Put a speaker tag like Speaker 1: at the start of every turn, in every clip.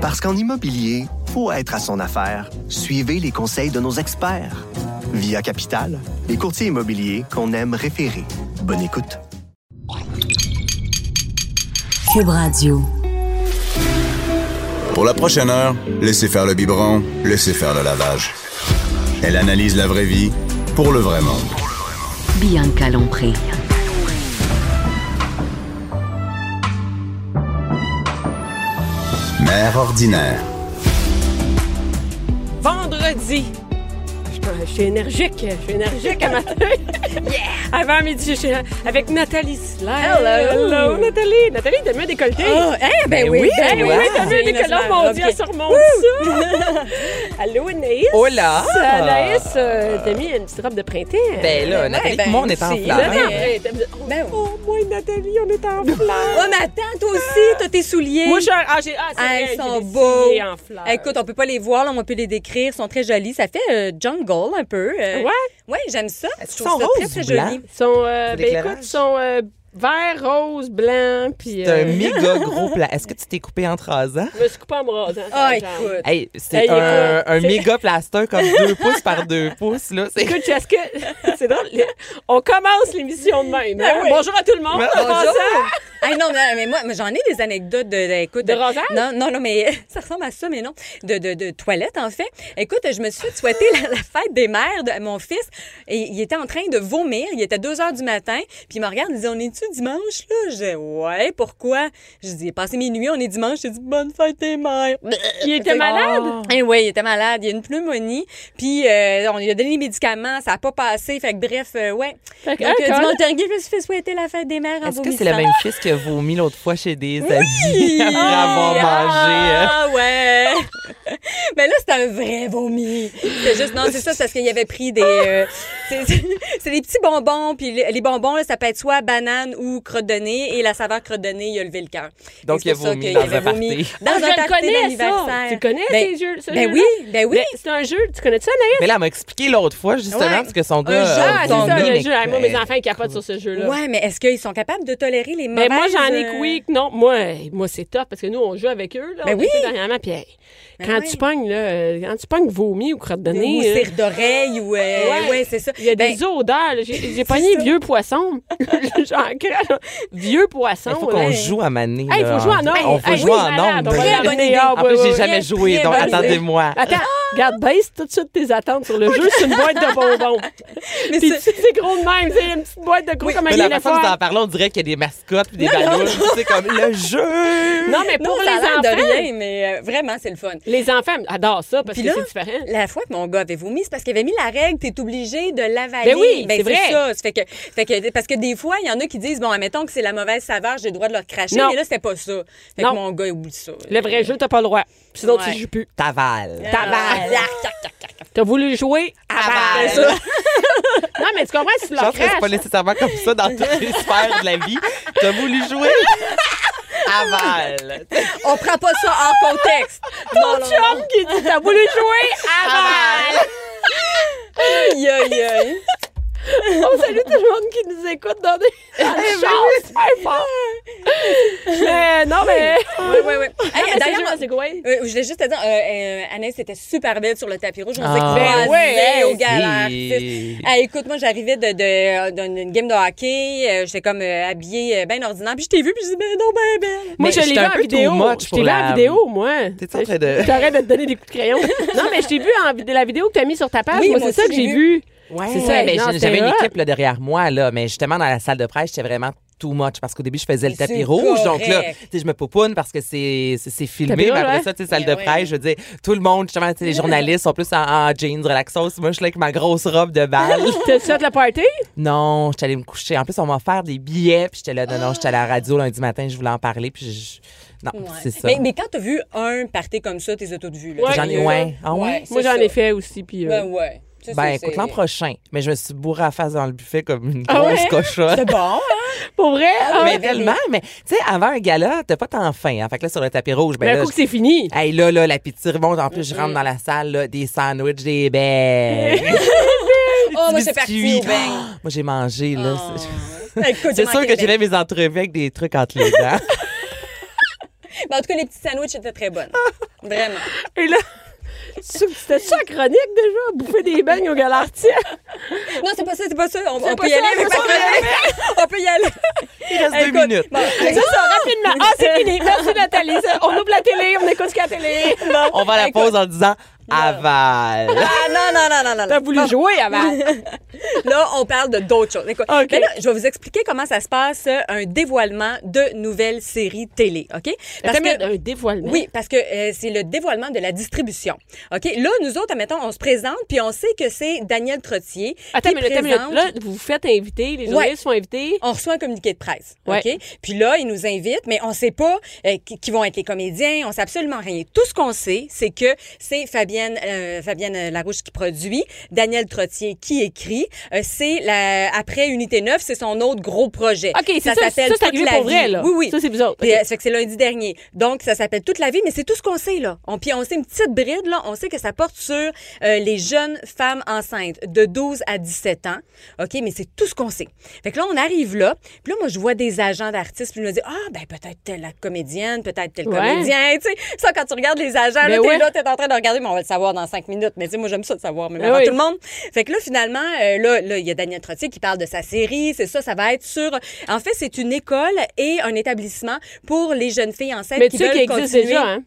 Speaker 1: Parce qu'en immobilier, faut être à son affaire. Suivez les conseils de nos experts. Via Capital, les courtiers immobiliers qu'on aime référer. Bonne écoute.
Speaker 2: Cube Radio.
Speaker 3: Pour la prochaine heure, laissez faire le biberon, laissez faire le lavage. Elle analyse la vraie vie pour le vrai monde.
Speaker 2: Bianca Lompré.
Speaker 3: Mère ordinaire.
Speaker 4: Vendredi. Je, je suis énergique, je suis énergique à matin. Avant midi, je suis avec Nathalie Slair.
Speaker 5: Hello.
Speaker 4: Hello, Nathalie. Nathalie, t'as mis un décolleté.
Speaker 5: Ah, eh, ben oui,
Speaker 4: Ben
Speaker 5: ben
Speaker 4: oui,
Speaker 5: oui.
Speaker 4: t'as mis un décolleté.
Speaker 5: Nathalie
Speaker 4: Oh, mon
Speaker 5: Slair,
Speaker 4: Dieu,
Speaker 5: ok.
Speaker 4: ça remonte ça. Allô, Anaïs.
Speaker 5: Hola.
Speaker 4: Anaïs, euh, t'as mis une petite robe de printemps.
Speaker 5: Ben là, Nathalie,
Speaker 6: ben,
Speaker 5: moi, on est en hein?
Speaker 6: si,
Speaker 4: Vous êtes en
Speaker 5: fleurs.
Speaker 4: printemps.
Speaker 6: Ben oui.
Speaker 4: Oh, moi et Nathalie, on est en fleurs.
Speaker 6: Oh, mais attends, toi aussi, t'as tes souliers.
Speaker 4: Moi, j'ai un- ah, j'ai- ah, c'est
Speaker 6: Ah,
Speaker 4: vrai,
Speaker 6: ils
Speaker 4: j'ai
Speaker 6: sont
Speaker 4: des
Speaker 6: beaux.
Speaker 4: souliers en fleurs.
Speaker 6: Ah, Écoute, on peut pas les voir, là, on peut les décrire. Ils sont très jolis. Ça fait euh, jungle un peu. euh.
Speaker 4: Ouais.
Speaker 6: Ouais, j'aime ça.
Speaker 5: Est-ce
Speaker 6: Je
Speaker 5: qu'ils sont
Speaker 6: trouve ça
Speaker 5: roses
Speaker 6: très,
Speaker 5: ou
Speaker 6: très joli.
Speaker 5: blancs?
Speaker 4: Ils sont, euh, ben
Speaker 5: L'éclairage.
Speaker 4: écoute, ils sont euh, vert, rose, blanc, puis...
Speaker 5: C'est un
Speaker 4: euh,
Speaker 5: méga gros plat. Est-ce que tu t'es coupé en trois ans?
Speaker 4: Je me suis coupée en bras. hein,
Speaker 6: Ah,
Speaker 4: genre.
Speaker 6: écoute.
Speaker 5: Hey, c'est
Speaker 4: Hey,
Speaker 5: un,
Speaker 4: écoute,
Speaker 5: un
Speaker 4: c'est-
Speaker 5: méga plaster comme deux pouces par deux pouces. Là. C'est-
Speaker 4: Écoute, est-ce que... C'est drôle. les- On commence l'émission de même. hein? Bonjour à tout le monde.
Speaker 5: Ben, Bonjour.
Speaker 4: en passant.
Speaker 6: Ah non, mais, mais moi, mais j'en ai des anecdotes de, de- écoute,
Speaker 4: De rasage?
Speaker 6: Non, non, non, mais ça ressemble à ça, mais non. De, de, de toilette, en fait. Écoute, je me suis fait souhaiter la, la fête des mères de mon fils. Et il était en train de vomir. Il était 2 heures du matin. Puis il me regarde, il dit On est-tu dimanche, là Je dis Ouais, pourquoi Je dis Passé minuit, on est dimanche. Je dis Bonne fête des mères.
Speaker 4: Il était
Speaker 6: Fait-
Speaker 4: malade?
Speaker 6: Eh oui, il était malade. Il a une pneumonie. Puis euh, on lui a donné les médicaments. Ça n'a pas passé. Fait que bref, euh, ouais.
Speaker 4: Fait que,
Speaker 6: Donc,
Speaker 4: hein,
Speaker 6: euh,
Speaker 4: Colin?
Speaker 6: du Montarguis, je me suis fait souhaiter la fête des mères en
Speaker 5: Est-ce que c'est
Speaker 6: vomissant.
Speaker 5: le même fils qui a vomi l'autre fois chez des amis après
Speaker 4: Ah!
Speaker 5: avoir mangé? euh?
Speaker 6: Ah ouais! Mais là, c'était un vrai vomi. C'est juste, non, c'est ça, c'est parce qu'il avait pris des. euh, c'est c'est- c'est des petits bonbons, puis les les bonbons, là, ça peut être soit banane ou crotte de nez, et la saveur crotte de nez, il a levé le cœur.
Speaker 5: Donc,
Speaker 6: Et c'est
Speaker 5: il a
Speaker 6: pour ça
Speaker 5: vomi
Speaker 6: qu'il
Speaker 5: dans
Speaker 6: avait
Speaker 5: un party.
Speaker 6: Dans
Speaker 4: Ah,
Speaker 6: un
Speaker 4: je le
Speaker 6: party
Speaker 4: connais, ça.
Speaker 6: d'anniversaire.
Speaker 4: Tu connais
Speaker 6: Ben-
Speaker 4: ces jeux- ce
Speaker 6: Ben
Speaker 4: jeu-là?
Speaker 6: oui, ben oui.
Speaker 4: Mais C'est un jeu. Tu connais-tu, Anaïs?
Speaker 5: Mais là, elle m'a expliqué l'autre fois, justement,
Speaker 6: Ouais.
Speaker 5: parce que son gars.
Speaker 6: jeu,
Speaker 5: a
Speaker 4: Ah, c'est
Speaker 6: bon,
Speaker 4: ça,
Speaker 5: vomi,
Speaker 4: le
Speaker 5: mais- ben,
Speaker 4: jeu. Ah, Moi, mes enfants, ils capotent sur ce jeu-là.
Speaker 6: Ouais, mais est-ce qu'ils sont capables de tolérer les
Speaker 4: Mais
Speaker 6: mauvaises...
Speaker 4: Ben, moi, j'en ai
Speaker 6: euh,
Speaker 4: que oui, que non. Moi, euh, moi c'est top parce que nous, on joue avec eux. Là,
Speaker 6: Ben
Speaker 4: on
Speaker 6: oui.
Speaker 4: était dernièrement. Puis, hey,
Speaker 6: Ben
Speaker 4: quand,
Speaker 6: ouais.
Speaker 4: tu pognes, là, euh, quand tu pognes vomi ou crotte de
Speaker 6: Ou
Speaker 4: nez,
Speaker 6: cire d'oreille, ou... euh, ouais, c'est ça.
Speaker 4: il y a
Speaker 6: Ben,
Speaker 4: des odeurs. là. J'ai j'ai pogné
Speaker 6: ça.
Speaker 4: vieux poisson. J'en crée, là. Vieux poisson.
Speaker 5: Il Ben, faut qu'on
Speaker 4: là.
Speaker 5: joue à Mané.
Speaker 4: Hey, il faut
Speaker 5: là.
Speaker 4: jouer en ondes.
Speaker 5: On faut
Speaker 4: Hey,
Speaker 5: jouer
Speaker 4: oui,
Speaker 5: en
Speaker 4: malade,
Speaker 5: ondes.
Speaker 4: on va
Speaker 6: Très
Speaker 4: l'amener.
Speaker 6: bonne idée. Ah!
Speaker 4: Ah,
Speaker 5: En
Speaker 4: oui,
Speaker 5: plus, j'ai
Speaker 4: oui.
Speaker 5: jamais
Speaker 6: très
Speaker 5: joué, donc
Speaker 6: bonne idée.
Speaker 5: attendez-moi.
Speaker 4: Attends, regarde, baisse tout de suite tes attentes sur le jeu. C'est une boîte de bonbons.
Speaker 6: mais
Speaker 4: Puis
Speaker 6: c'est-
Speaker 4: tu sais, c'est gros de même. C'est une petite boîte de gros comme un
Speaker 5: Mais la façon dont
Speaker 4: téléphone.
Speaker 5: t'en parlais, on dirait qu'il y a des mascottes puis des ballons. C'est comme le jeu.
Speaker 4: Non, mais
Speaker 6: Non,
Speaker 4: pour
Speaker 6: ça
Speaker 4: les
Speaker 6: a l'air de
Speaker 4: enfants,
Speaker 6: rien, mais euh, vraiment, c'est le fun.
Speaker 4: les enfants adorent ça parce
Speaker 6: Puis
Speaker 4: que
Speaker 6: là,
Speaker 4: c'est différent.
Speaker 6: La fois que mon gars avait vomi, c'est parce qu'il avait mis la règle, t'es obligé de l'avaler.
Speaker 4: Ben oui, c'est vrai.
Speaker 6: ça. Ça Fait que, fait que, parce que des fois, il y en a qui disent, bon, admettons que c'est la mauvaise saveur, j'ai le droit de leur cracher.
Speaker 4: Non.
Speaker 6: Mais là, c'était pas ça. Fait
Speaker 4: Non.
Speaker 6: que mon gars, il oublie ça.
Speaker 4: Le vrai jeu, t'as pas le droit. Sinon,
Speaker 6: Ouais.
Speaker 4: tu joues plus.
Speaker 5: T'avales.
Speaker 4: Tabarnak.
Speaker 6: Ah, tac, tac, tac, tac.
Speaker 4: T'as voulu jouer
Speaker 6: Tabarnak.
Speaker 4: avant ça. non, mais tu comprends, si tu
Speaker 5: Je
Speaker 4: leur
Speaker 5: pense que c'est pas
Speaker 4: craches.
Speaker 5: nécessairement comme ça dans toutes les sphères de la vie. T'as voulu jouer? Aval.
Speaker 6: ah. On prend pas ça hors contexte. Non, non, non.
Speaker 4: Chum qui dit, t'as voulu jouer avant.
Speaker 6: Aïe, aïe, aïe.
Speaker 4: On salue tout le monde qui nous écoute dans des dans des chars super forts. Mais non, mais...
Speaker 6: Oui, oui, oui. Hey,
Speaker 4: mais c'est
Speaker 6: D'ailleurs,
Speaker 4: juste- c'est quoi?
Speaker 6: euh, je voulais juste te dire, euh, euh, Anaïs était super belle sur le tapis rouge. On s'est
Speaker 5: Ah.
Speaker 4: Ben
Speaker 6: croisés
Speaker 4: ouais,
Speaker 6: au galère.
Speaker 5: si.
Speaker 6: Ah, écoute, moi, j'arrivais de- de- d'une d'une game de hockey. euh, J'étais comme euh, habillée bien ordinaire. Puis je t'ai vue, puis je dis, ben non, ben belle.
Speaker 4: Moi,
Speaker 5: Mais
Speaker 4: je l'ai
Speaker 5: j'étais
Speaker 4: vu
Speaker 5: un
Speaker 4: en
Speaker 5: peu
Speaker 4: vidéo.
Speaker 5: too much
Speaker 4: Je
Speaker 5: pour
Speaker 4: t'ai vu en
Speaker 5: la-
Speaker 4: vidéo, moi.
Speaker 5: T'es en train de-
Speaker 4: J'arrête de te donner des coups de crayon. non, mais je t'ai vu en vidéo, la vidéo que t'as mis sur ta page.
Speaker 6: Oui,
Speaker 4: moi,
Speaker 6: moi
Speaker 4: c'est ça
Speaker 6: aussi,
Speaker 4: que
Speaker 6: j'ai
Speaker 4: j'ai vu.
Speaker 6: ben.
Speaker 5: Ouais,
Speaker 4: C'est ça,
Speaker 5: mais
Speaker 4: non,
Speaker 5: Ben, j'ai-
Speaker 4: c'était
Speaker 5: j'avais une
Speaker 4: hot.
Speaker 5: équipe là, derrière moi, là, mais justement, dans la salle de presse, j'étais vraiment too much parce qu'au début, je faisais le
Speaker 4: Ben,
Speaker 6: C'est
Speaker 5: tapis rouge. Donc là,
Speaker 6: correct.
Speaker 5: tu sais, je me poupoune parce que c'est c'est- c'est filmé.
Speaker 4: Tapis
Speaker 5: Mais
Speaker 4: rouge,
Speaker 5: après
Speaker 4: ouais. Ben
Speaker 5: ça, tu sais, salle
Speaker 6: Mais
Speaker 5: de
Speaker 6: ouais.
Speaker 5: presse, je veux dire, tout le monde, justement, tu sais, les journalistes sont plus en, en jeans relaxos. Moi, je suis là avec ma grosse robe de balle.
Speaker 4: T'as-tu fait la party?
Speaker 5: non, je suis allée me coucher. En plus, on m'a offert des billets. Puis j'étais là, non, non, j'étais à la radio lundi matin, je voulais en parler. Puis je- Non,
Speaker 6: Ouais.
Speaker 5: c'est ça.
Speaker 6: Mais, mais quand t'as vu un party comme ça, t'es toutes vues.
Speaker 4: Ouais. J'en ai-
Speaker 5: ouais. Ah ouais?
Speaker 4: Moi, j'en ai fait aussi. Puis, euh,
Speaker 6: Ben ouais. Ça,
Speaker 5: Ben,
Speaker 6: c'est-
Speaker 5: écoute,
Speaker 6: c'est-
Speaker 5: l'an prochain. Mais je me suis bourrée à face dans le buffet comme une
Speaker 4: Ah
Speaker 5: grosse
Speaker 4: ouais?
Speaker 5: cochonne.
Speaker 6: C'est bon, hein?
Speaker 4: Pour vrai? Ah,
Speaker 5: mais tellement, mais tu sais, avant un gala, t'as pas tant faim. Hein. Fait que là, sur le tapis rouge, ben
Speaker 4: mais un
Speaker 5: là,
Speaker 4: coup que c'est fini.
Speaker 5: je- hey, là, là, l'appétit remonte. En plus, je rentre dans la salle, là, des sandwichs, des beignes.
Speaker 6: Oh, moi,
Speaker 5: des
Speaker 6: c'est parti
Speaker 5: biscuits.
Speaker 6: au bain.
Speaker 5: Ah, Moi, j'ai mangé, là. C'est-
Speaker 6: Écoute, j'ai
Speaker 5: C'est sûr
Speaker 6: manqué
Speaker 5: que
Speaker 6: le bain.
Speaker 5: j'irai mes entrevues avec des trucs entre les dents.
Speaker 6: Ben, Mais en tout cas, les petits sandwichs étaient très bonnes. Vraiment.
Speaker 4: Et là, c'était ça la chronique déjà, bouffer des beignes au galartier.
Speaker 6: Non, c'est pas ça, c'est pas ça. On, on
Speaker 4: C'est pas
Speaker 6: peut y
Speaker 4: ça,
Speaker 6: aller
Speaker 4: c'est
Speaker 6: avec ma
Speaker 4: pas ça.
Speaker 6: chronique. on peut y aller.
Speaker 5: Il reste deux
Speaker 6: Écoute,
Speaker 5: minutes.
Speaker 6: bon,
Speaker 4: C'est ça, rapidement. Ah, c'est fini. Merci, Nathalie. Ça, On ouvre la télé, on écoute ce qu'il y a à la télé.
Speaker 5: On va à la
Speaker 6: Écoute.
Speaker 5: pause en disant aval.
Speaker 6: Ah, non, non, non, non, non. non.
Speaker 4: T'as voulu jouer avant.
Speaker 6: Là, on parle de d'autres choses. Écoute,
Speaker 4: OK.
Speaker 6: mais là, je vais vous expliquer comment ça se passe, euh, un dévoilement de nouvelles séries télé, OK?
Speaker 4: Parce
Speaker 6: Parce que-
Speaker 4: que un dévoilement.
Speaker 6: Oui, parce que euh, c'est le dévoilement de la distribution. OK? Là, nous autres, admettons, on se présente, puis on sait que c'est Daniel Trottier
Speaker 4: Attends,
Speaker 6: qui
Speaker 4: mais
Speaker 6: présente...
Speaker 4: là, vous vous faites inviter, les journalistes sont invités.
Speaker 6: on reçoit un communiqué de presse.
Speaker 4: Ouais.
Speaker 6: OK? Puis là, ils nous invitent, mais on ne sait pas euh, qui, qui vont être les comédiens, on sait absolument rien. Tout ce qu'on sait, c'est que c'est Fabienne, euh, Fabienne Larouche qui produit, Daniel Trottier qui écrit. Euh, c'est la- après Unité 9, c'est son autre gros projet.
Speaker 4: OK, c'est ça, ça, c'est
Speaker 6: Toute
Speaker 4: arrivé
Speaker 6: la
Speaker 4: pour
Speaker 6: vie.
Speaker 4: vrai, là.
Speaker 6: Oui, oui.
Speaker 4: Ça, c'est vous autres.
Speaker 6: Puis,
Speaker 4: OK.
Speaker 6: euh, ça fait que c'est lundi dernier. Donc, ça s'appelle Toute la vie, mais c'est tout ce qu'on sait, là. On, puis on sait une petite bride, là. On sait que ça porte sur euh, les jeunes femmes enceintes de 12 à 17 ans. OK, mais c'est tout ce qu'on sait. Fait que là, on arrive là. Puis là, moi, je vois des agents d'artistes. Puis ils me disent, ah, ben peut-être telle comédienne, peut-être tel
Speaker 4: Ouais.
Speaker 6: comédien. Tu sais, ça, quand tu regardes les agents, là,
Speaker 4: Ben
Speaker 6: t'es
Speaker 4: ouais.
Speaker 6: là, t'es en train de regarder, mais on va le savoir dans cinq minutes. Mais tu sais, moi, j'aime ça de savoir, même
Speaker 4: Ben
Speaker 6: avant
Speaker 4: oui.
Speaker 6: tout le monde. Fait que là, finalement, euh, là, là, il y a Daniel Trottier qui parle de sa série. C'est ça, ça va être sur... En fait, c'est une école et un établissement pour les jeunes filles enceintes
Speaker 4: Mais
Speaker 6: qui
Speaker 4: tu sais
Speaker 6: veulent
Speaker 4: qu'il existe
Speaker 6: continuer.
Speaker 4: déjà, hein?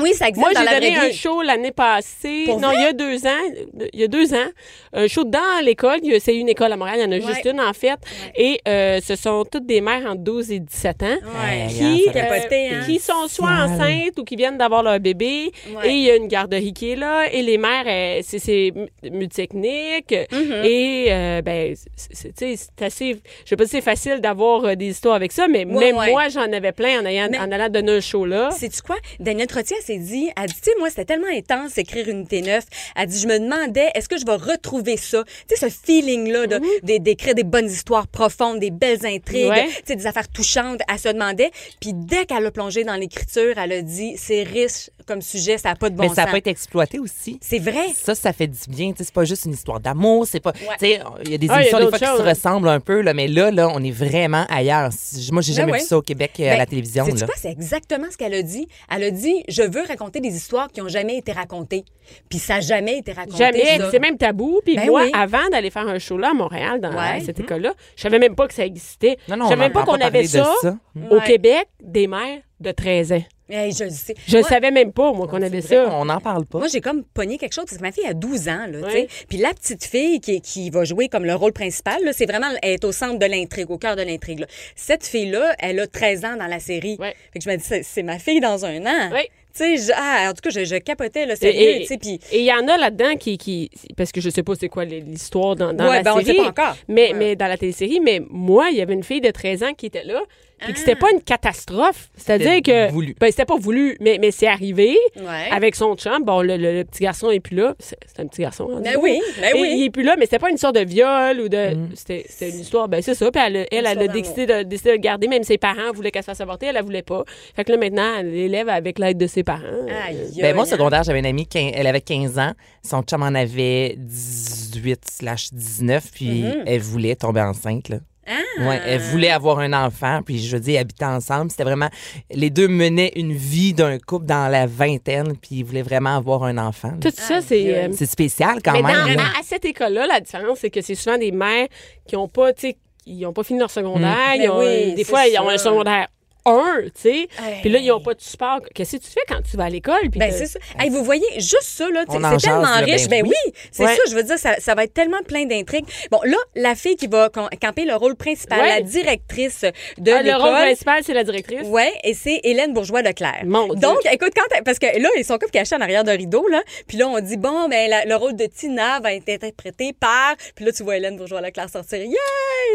Speaker 6: Oui, ça existe
Speaker 4: Moi,
Speaker 6: dans
Speaker 4: j'ai
Speaker 6: la vraie
Speaker 4: donné un
Speaker 6: vie.
Speaker 4: show l'année passée.
Speaker 6: Pour
Speaker 4: non, il y a deux ans. Il y a deux ans. Un show dans l'école. Il y a- C'est une école à Montréal. Il y en a juste une, en fait. Et euh, ce sont toutes des mères entre 12 et 17 ans.
Speaker 6: Ouais.
Speaker 4: Qui,
Speaker 5: Ça
Speaker 6: fait
Speaker 4: euh,
Speaker 6: capoter, hein.
Speaker 4: qui sont soit enceintes ou qui viennent d'avoir leur bébé.
Speaker 6: Ouais.
Speaker 4: Et il y a une garderie qui est là. Et les mères, euh, c'est- c'est mu- multitechnique.
Speaker 6: Mm-hmm.
Speaker 4: Et, euh, ben, c'est- c'est tu sais, c'est assez. Je ne pas si c'est facile d'avoir euh, des histoires avec ça, mais
Speaker 6: Ouais,
Speaker 4: même
Speaker 6: ouais.
Speaker 4: moi, j'en avais plein en, ayant,
Speaker 6: Mais-
Speaker 4: en allant donner un show là.
Speaker 6: Sais-tu quoi? Daniel Trottier elle s'est dit, elle dit, tu sais, moi, c'était tellement intense écrire une T9. Elle dit, je me demandais, est-ce que je vais retrouver ça? Tu sais, ce feeling-là
Speaker 5: Mhm.
Speaker 6: de- d'é- d'écrire des bonnes histoires profondes, des belles intrigues,
Speaker 4: Ouais.
Speaker 6: tu sais, des affaires touchantes. Elle se demandait. Puis dès qu'elle a plongé dans l'écriture, elle a dit, c'est riche comme sujet, ça n'a pas de bon
Speaker 5: Mais ça
Speaker 6: sens.
Speaker 5: peut être exploité aussi.
Speaker 6: C'est vrai.
Speaker 5: Ça, ça fait du bien. Tu sais, C'est pas juste une histoire d'amour. C'est pas. tu sais, Il y a des
Speaker 4: Ah, il y a
Speaker 5: émissions des
Speaker 4: d'autres
Speaker 5: fois qui se
Speaker 4: choses.
Speaker 5: ressemblent un peu, là, mais là, là, on est vraiment ailleurs. Si- Moi, j'ai
Speaker 6: Ben
Speaker 5: jamais
Speaker 6: ouais.
Speaker 5: vu ça au Québec euh, à la télévision.
Speaker 6: C'est
Speaker 5: là.
Speaker 6: quoi? C'est exactement ce qu'elle a dit. Elle a dit, je veux raconter des histoires qui n'ont jamais été racontées. Puis ça n'a jamais été raconté.
Speaker 4: Jamais.
Speaker 6: ça.
Speaker 4: C'est même tabou. Puis
Speaker 6: Ben
Speaker 4: moi,
Speaker 6: oui.
Speaker 4: avant d'aller faire un show là à Montréal, dans
Speaker 6: Ouais. Mm-hmm.
Speaker 4: cette école-là, je savais même pas que ça existait.
Speaker 5: Non, non,
Speaker 4: je
Speaker 5: on
Speaker 4: savais même pas
Speaker 5: n'entend
Speaker 4: qu'on
Speaker 5: pas
Speaker 4: avait
Speaker 5: parler de
Speaker 4: ça,
Speaker 5: ça.
Speaker 4: au
Speaker 6: Ouais.
Speaker 4: Québec des mères de 13 ans.
Speaker 6: Hey, Eh, je le sais.
Speaker 4: Je
Speaker 6: Moi-
Speaker 4: savais même pas, moi, qu'on avait
Speaker 5: C'est vrai
Speaker 4: ça.
Speaker 5: qu'on n'en parle pas.
Speaker 6: Moi, j'ai comme pogné quelque chose parce que ma fille a 12 ans, là, tu
Speaker 4: Ouais.
Speaker 6: sais. Puis la petite fille qui, qui va jouer comme le rôle principal, là, c'est vraiment elle est au centre de l'intrigue, au cœur de l'intrigue. là. Cette fille-là, elle a 13 ans dans la série.
Speaker 4: Ouais.
Speaker 6: Fait que je me dis, c'est- c'est ma fille dans un an.
Speaker 4: Ouais.
Speaker 6: Tu sais, je- ah, en tout cas, je, je capotais, là, sérieux,
Speaker 4: Et
Speaker 6: tu sais, puis...
Speaker 4: et il y en a là-dedans qui, qui. Parce que je sais pas c'est quoi les- l'histoire dans, dans
Speaker 6: Ouais,
Speaker 4: la
Speaker 6: ben, on le
Speaker 4: série.
Speaker 6: sait pas encore.
Speaker 4: Mais,
Speaker 6: Ouais.
Speaker 4: mais dans la télésérie, mais moi, il y avait une fille de 13 ans qui était là. Puis que c'était
Speaker 6: Ah.
Speaker 4: pas une catastrophe. C'est-à-dire
Speaker 5: C'était
Speaker 4: que.
Speaker 5: voulu.
Speaker 4: Ben, c'était pas voulu, mais, mais c'est arrivé.
Speaker 6: Ouais.
Speaker 4: Avec son chum. Bon, le, le- le petit garçon est plus là. C'est c'est un petit garçon. on
Speaker 6: Ben
Speaker 4: dit.
Speaker 6: oui, ben
Speaker 4: Et
Speaker 6: oui.
Speaker 4: Il est plus là, mais c'était pas une histoire de viol ou de.
Speaker 5: Mm.
Speaker 4: C'était c'était une histoire. Ben, c'est ça. Puis elle, a- elle, elle a
Speaker 6: histoire
Speaker 4: décidé de, décidé de le garder. Même ses parents voulaient qu'elle se fasse avorter. Elle, la voulait pas. Fait que là, maintenant, elle l'élève avec l'aide de ses parents.
Speaker 6: Aïe,
Speaker 5: Ben, moi, au
Speaker 4: euh,
Speaker 6: aïe,
Speaker 5: secondaire, j'avais une amie, quin- elle avait 15 ans. Son chum en avait 18 slash 19, puis
Speaker 4: Mm-hmm.
Speaker 5: elle voulait tomber enceinte, là.
Speaker 4: Ah!
Speaker 5: Ouais, elle voulait avoir un enfant, puis je veux dire, habiter ensemble. C'était vraiment. Les deux menaient une vie d'un couple dans la vingtaine, puis ils voulaient vraiment avoir un enfant. là.
Speaker 4: Tout
Speaker 6: Ah,
Speaker 4: ça, c'est. euh,
Speaker 5: C'est spécial quand
Speaker 4: mais dans-
Speaker 5: même. là.
Speaker 4: à- à cette école-là, la différence, c'est que c'est souvent des mères qui n'ont pas, tu sais, ils ont pas fini leur secondaire. Ils
Speaker 6: Ben
Speaker 4: ont-
Speaker 6: oui,
Speaker 4: des
Speaker 6: c'est
Speaker 4: fois, ils ont
Speaker 6: ça.
Speaker 4: un secondaire 1, tu sais.
Speaker 6: Hey.
Speaker 4: Puis là, ils n'ont pas de support. Qu'est-ce que tu fais quand tu vas à l'école? puis
Speaker 6: Ben,
Speaker 4: t'as-
Speaker 6: c'est ça. Hey, vous voyez, juste ça, là,
Speaker 5: On en
Speaker 6: c'est tellement
Speaker 5: jase, là, ben
Speaker 6: riche. Ben oui,
Speaker 5: oui.
Speaker 6: c'est
Speaker 4: Ouais.
Speaker 6: ça, je veux dire, ça, ça va être tellement plein d'intrigues. Bon, là, la fille qui va com- camper le rôle principal,
Speaker 4: Ouais.
Speaker 6: la directrice de
Speaker 4: Ah, le rôle
Speaker 6: l'école.
Speaker 4: principal, c'est la directrice.
Speaker 6: Oui, et c'est Hélène Bourgeois-Leclerc.
Speaker 4: Mon Dieu.
Speaker 6: Donc, écoute, quand elle- parce que là, ils sont comme cachés en arrière d'un rideau, là. Puis là, on dit, bon, ben, la- le rôle de Tina va être interprété par. Puis là, tu vois Hélène Bourgeois-Leclerc sortir. Yeah!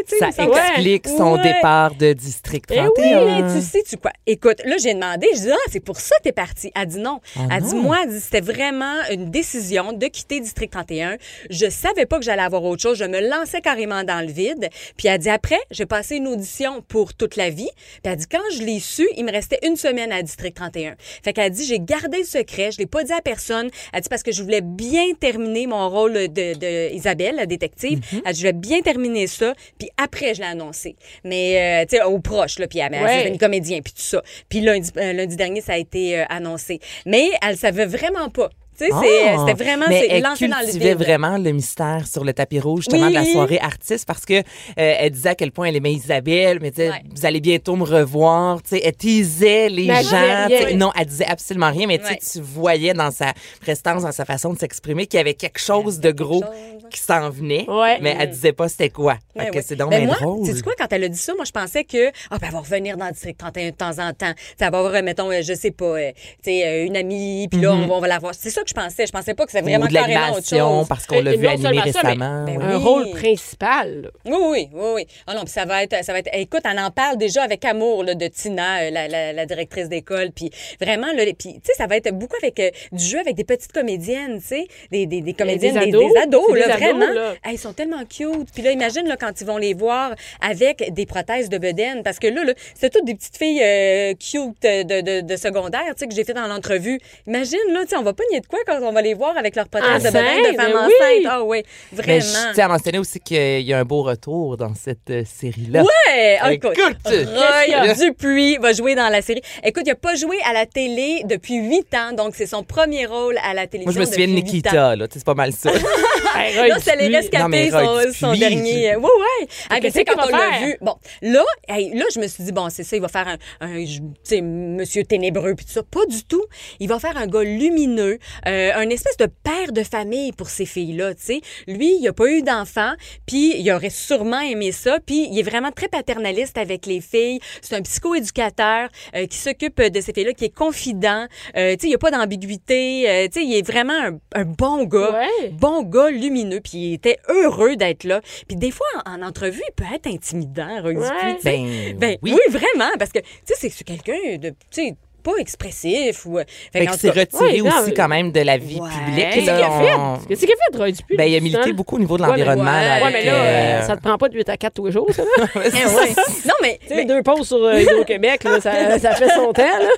Speaker 6: Tu sais,
Speaker 5: Ça
Speaker 6: il me semble-
Speaker 5: explique son
Speaker 6: Ouais.
Speaker 5: départ de District
Speaker 4: Eh oui,
Speaker 5: 31.
Speaker 6: Mais tu sais, tu quoi? Écoute, là, j'ai demandé, je dis, ah, c'est pour ça que t'es partie. Elle dit non. elle dit, moi, elle dit, c'était vraiment une décision de quitter District 31. Je savais pas que j'allais avoir autre chose. Je me lançais carrément dans le vide. Puis elle dit, après, j'ai passé une audition pour toute la vie. Puis elle dit, quand je l'ai su, il me restait une semaine à District 31. Fait qu'elle dit, j'ai gardé le secret. Je l'ai pas dit à personne. Elle dit, parce que je voulais bien terminer mon rôle de, de Isabelle, la détective. Elle dit, je voulais bien terminer ça. Puis après, je l'ai annoncé. Mais, euh, tu sais, aux proches, là. Puis elle m'a
Speaker 4: Ouais.
Speaker 6: une comédiens, puis tout ça. Puis lundi, euh, lundi dernier, ça a été euh, annoncé. Mais elle savait vraiment pas. Tu sais, c'est-
Speaker 5: Ah!
Speaker 6: euh, c'était vraiment
Speaker 5: Mais
Speaker 6: c'est
Speaker 5: elle
Speaker 6: lancé dans le
Speaker 5: cultivait
Speaker 6: vide.
Speaker 5: vraiment le mystère sur le tapis rouge, justement,
Speaker 6: Oui.
Speaker 5: de la soirée artiste, parce que euh, elle disait à quel point elle aimait Isabelle, mais disait,
Speaker 6: Ouais.
Speaker 5: vous allez bientôt me revoir. Tu sais, elle teasait les
Speaker 4: Mais elle
Speaker 5: gens.
Speaker 4: disait
Speaker 5: tu sais.
Speaker 4: rien.
Speaker 5: Non, elle disait absolument rien, mais tu sais,
Speaker 6: Ouais.
Speaker 5: tu voyais dans sa prestance, dans sa façon de s'exprimer, qu'il y avait quelque chose de gros
Speaker 6: chose.
Speaker 5: qui s'en venait,
Speaker 4: Ouais.
Speaker 5: mais elle disait pas c'était quoi. Fait
Speaker 6: Ouais,
Speaker 5: que
Speaker 6: ouais.
Speaker 5: c'est donc
Speaker 6: Ben
Speaker 5: bien
Speaker 6: moi,
Speaker 5: drôle.
Speaker 6: sais quoi, quand elle a dit ça, moi, je pensais que, ah, ben, elle va revenir dans le district 31 de temps en temps. Tu sais, elle va avoir, euh, mettons, euh, je sais pas, euh, tu sais, euh, une amie, puis là, on, va, on va la voir. C'est ça que je pensais. Je pensais pas que c'était vraiment
Speaker 5: Mm-hmm. Ou de
Speaker 6: carrément autre
Speaker 5: l'animation,
Speaker 6: chose. Euh,
Speaker 5: parce qu'on l'a
Speaker 4: Et
Speaker 5: vu
Speaker 4: non seulement
Speaker 5: animer
Speaker 4: ça, mais-
Speaker 5: récemment.
Speaker 6: Ben
Speaker 5: ouais.
Speaker 6: oui.
Speaker 4: Un rôle principal. là.
Speaker 6: Oui, oui, oui, oui. Ah non, puis ça va être, ça va être. Écoute, on en parle déjà avec amour là, de Tina, euh, la, la- la directrice d'école, puis vraiment là, puis tu sais, ça va être beaucoup avec euh, du jeu avec des petites comédiennes, tu sais, des, des, des comédiennes, des,
Speaker 4: ados.
Speaker 6: des ados,
Speaker 4: C'est des
Speaker 6: là,
Speaker 4: ados,
Speaker 6: vraiment.
Speaker 4: là.
Speaker 6: Hey, ils sont tellement cute. Puis là, imagine là quand ils vont les voir avec des prothèses de bedaine, parce que là, là c'est toutes des petites filles euh, cute euh, de, de, de secondaire, tu sais, que j'ai fait dans l'entrevue. Imagine là, tu sais, on va pas nier de quoi quand on va les voir avec leurs prothèses de bedaine
Speaker 4: Enceinte,
Speaker 6: de femmes
Speaker 4: mais oui.
Speaker 6: enceintes. Ah oui,
Speaker 5: Mais
Speaker 6: vraiment.
Speaker 5: Ben, je tiens à mentionner aussi qu'il y a un beau retour dans cette euh, série-là.
Speaker 6: Ouais, ah, écoute.
Speaker 5: Écoute!
Speaker 6: Roy
Speaker 5: Là-
Speaker 6: Dupuis va jouer dans la série. Écoute, il n'a pas joué à la télé depuis huit ans, donc c'est son premier rôle à la télévision.
Speaker 5: Moi, je me souviens de
Speaker 6: depuis huit ans.
Speaker 5: Nikita, là. Tu sais, C'est pas mal ça.
Speaker 4: Hey, Ben, Roy
Speaker 6: Là, c'est les
Speaker 4: Dupuis.
Speaker 5: Non, mais
Speaker 6: rescapés,
Speaker 5: Roy
Speaker 6: son, son
Speaker 5: Dupuis,
Speaker 6: dernier. Oui, oui. Ah, mais tu
Speaker 4: qu'est-ce
Speaker 6: sais, quand
Speaker 4: qu'il va
Speaker 6: on l'a
Speaker 4: faire?
Speaker 6: vu. Bon, là, hey, là, je me suis dit, bon, c'est ça, il va faire un, un je- tu sais, monsieur ténébreux, puis tout ça. Pas du tout. Il va faire un gars lumineux, euh, un espèce de père de famille pour ces filles-là, tu sais. Lui, il a pas eu d'enfant, puis il aurait sûrement aimé ça, puis il est vraiment très paternaliste avec les filles. C'est un psychoéducateur euh, qui s'occupe de ces filles-là, qui est confident. Euh, tu sais, il n'y a pas d'ambiguïté. euh, tu sais, il est vraiment un, un bon gars
Speaker 4: Ouais.
Speaker 6: bon gars lumineux, puis il était heureux d'être là. Puis des fois, en, en entrevue, il peut être intimidant, Roy Dupuis,
Speaker 4: Ouais.
Speaker 6: tu sais.
Speaker 5: Ben,
Speaker 6: Ben, oui.
Speaker 5: oui.
Speaker 6: vraiment, parce que, tu sais, c'est- c'est quelqu'un de, tu sais, pas expressif ou... euh, Fait
Speaker 5: Fait
Speaker 6: qu'en
Speaker 5: que
Speaker 6: tout
Speaker 5: c'est
Speaker 6: cas,
Speaker 5: retiré
Speaker 4: Ouais, non,
Speaker 5: aussi
Speaker 4: mais-
Speaker 5: quand même de la vie
Speaker 6: Ouais.
Speaker 5: publique.
Speaker 4: Qu'est-ce
Speaker 5: là,
Speaker 4: qu'il a fait?
Speaker 5: on-
Speaker 4: Qu'est-ce qu'il a fait, Roy Dupuis?
Speaker 5: Ben, il
Speaker 4: depuis
Speaker 5: a
Speaker 4: ce
Speaker 5: milité
Speaker 4: temps?
Speaker 5: beaucoup au niveau de
Speaker 4: Ouais, mais-
Speaker 5: l'environnement. là,
Speaker 4: Ouais,
Speaker 5: avec,
Speaker 4: mais là,
Speaker 5: euh,
Speaker 4: euh, ça te prend pas de 8 à 4 tous les jours, ça. là.
Speaker 6: hein, ouais. non, mais,
Speaker 4: Tu sais,
Speaker 6: mais-
Speaker 4: deux pauses sur euh, Hydro-Québec, là, ça, ça fait son temps, là.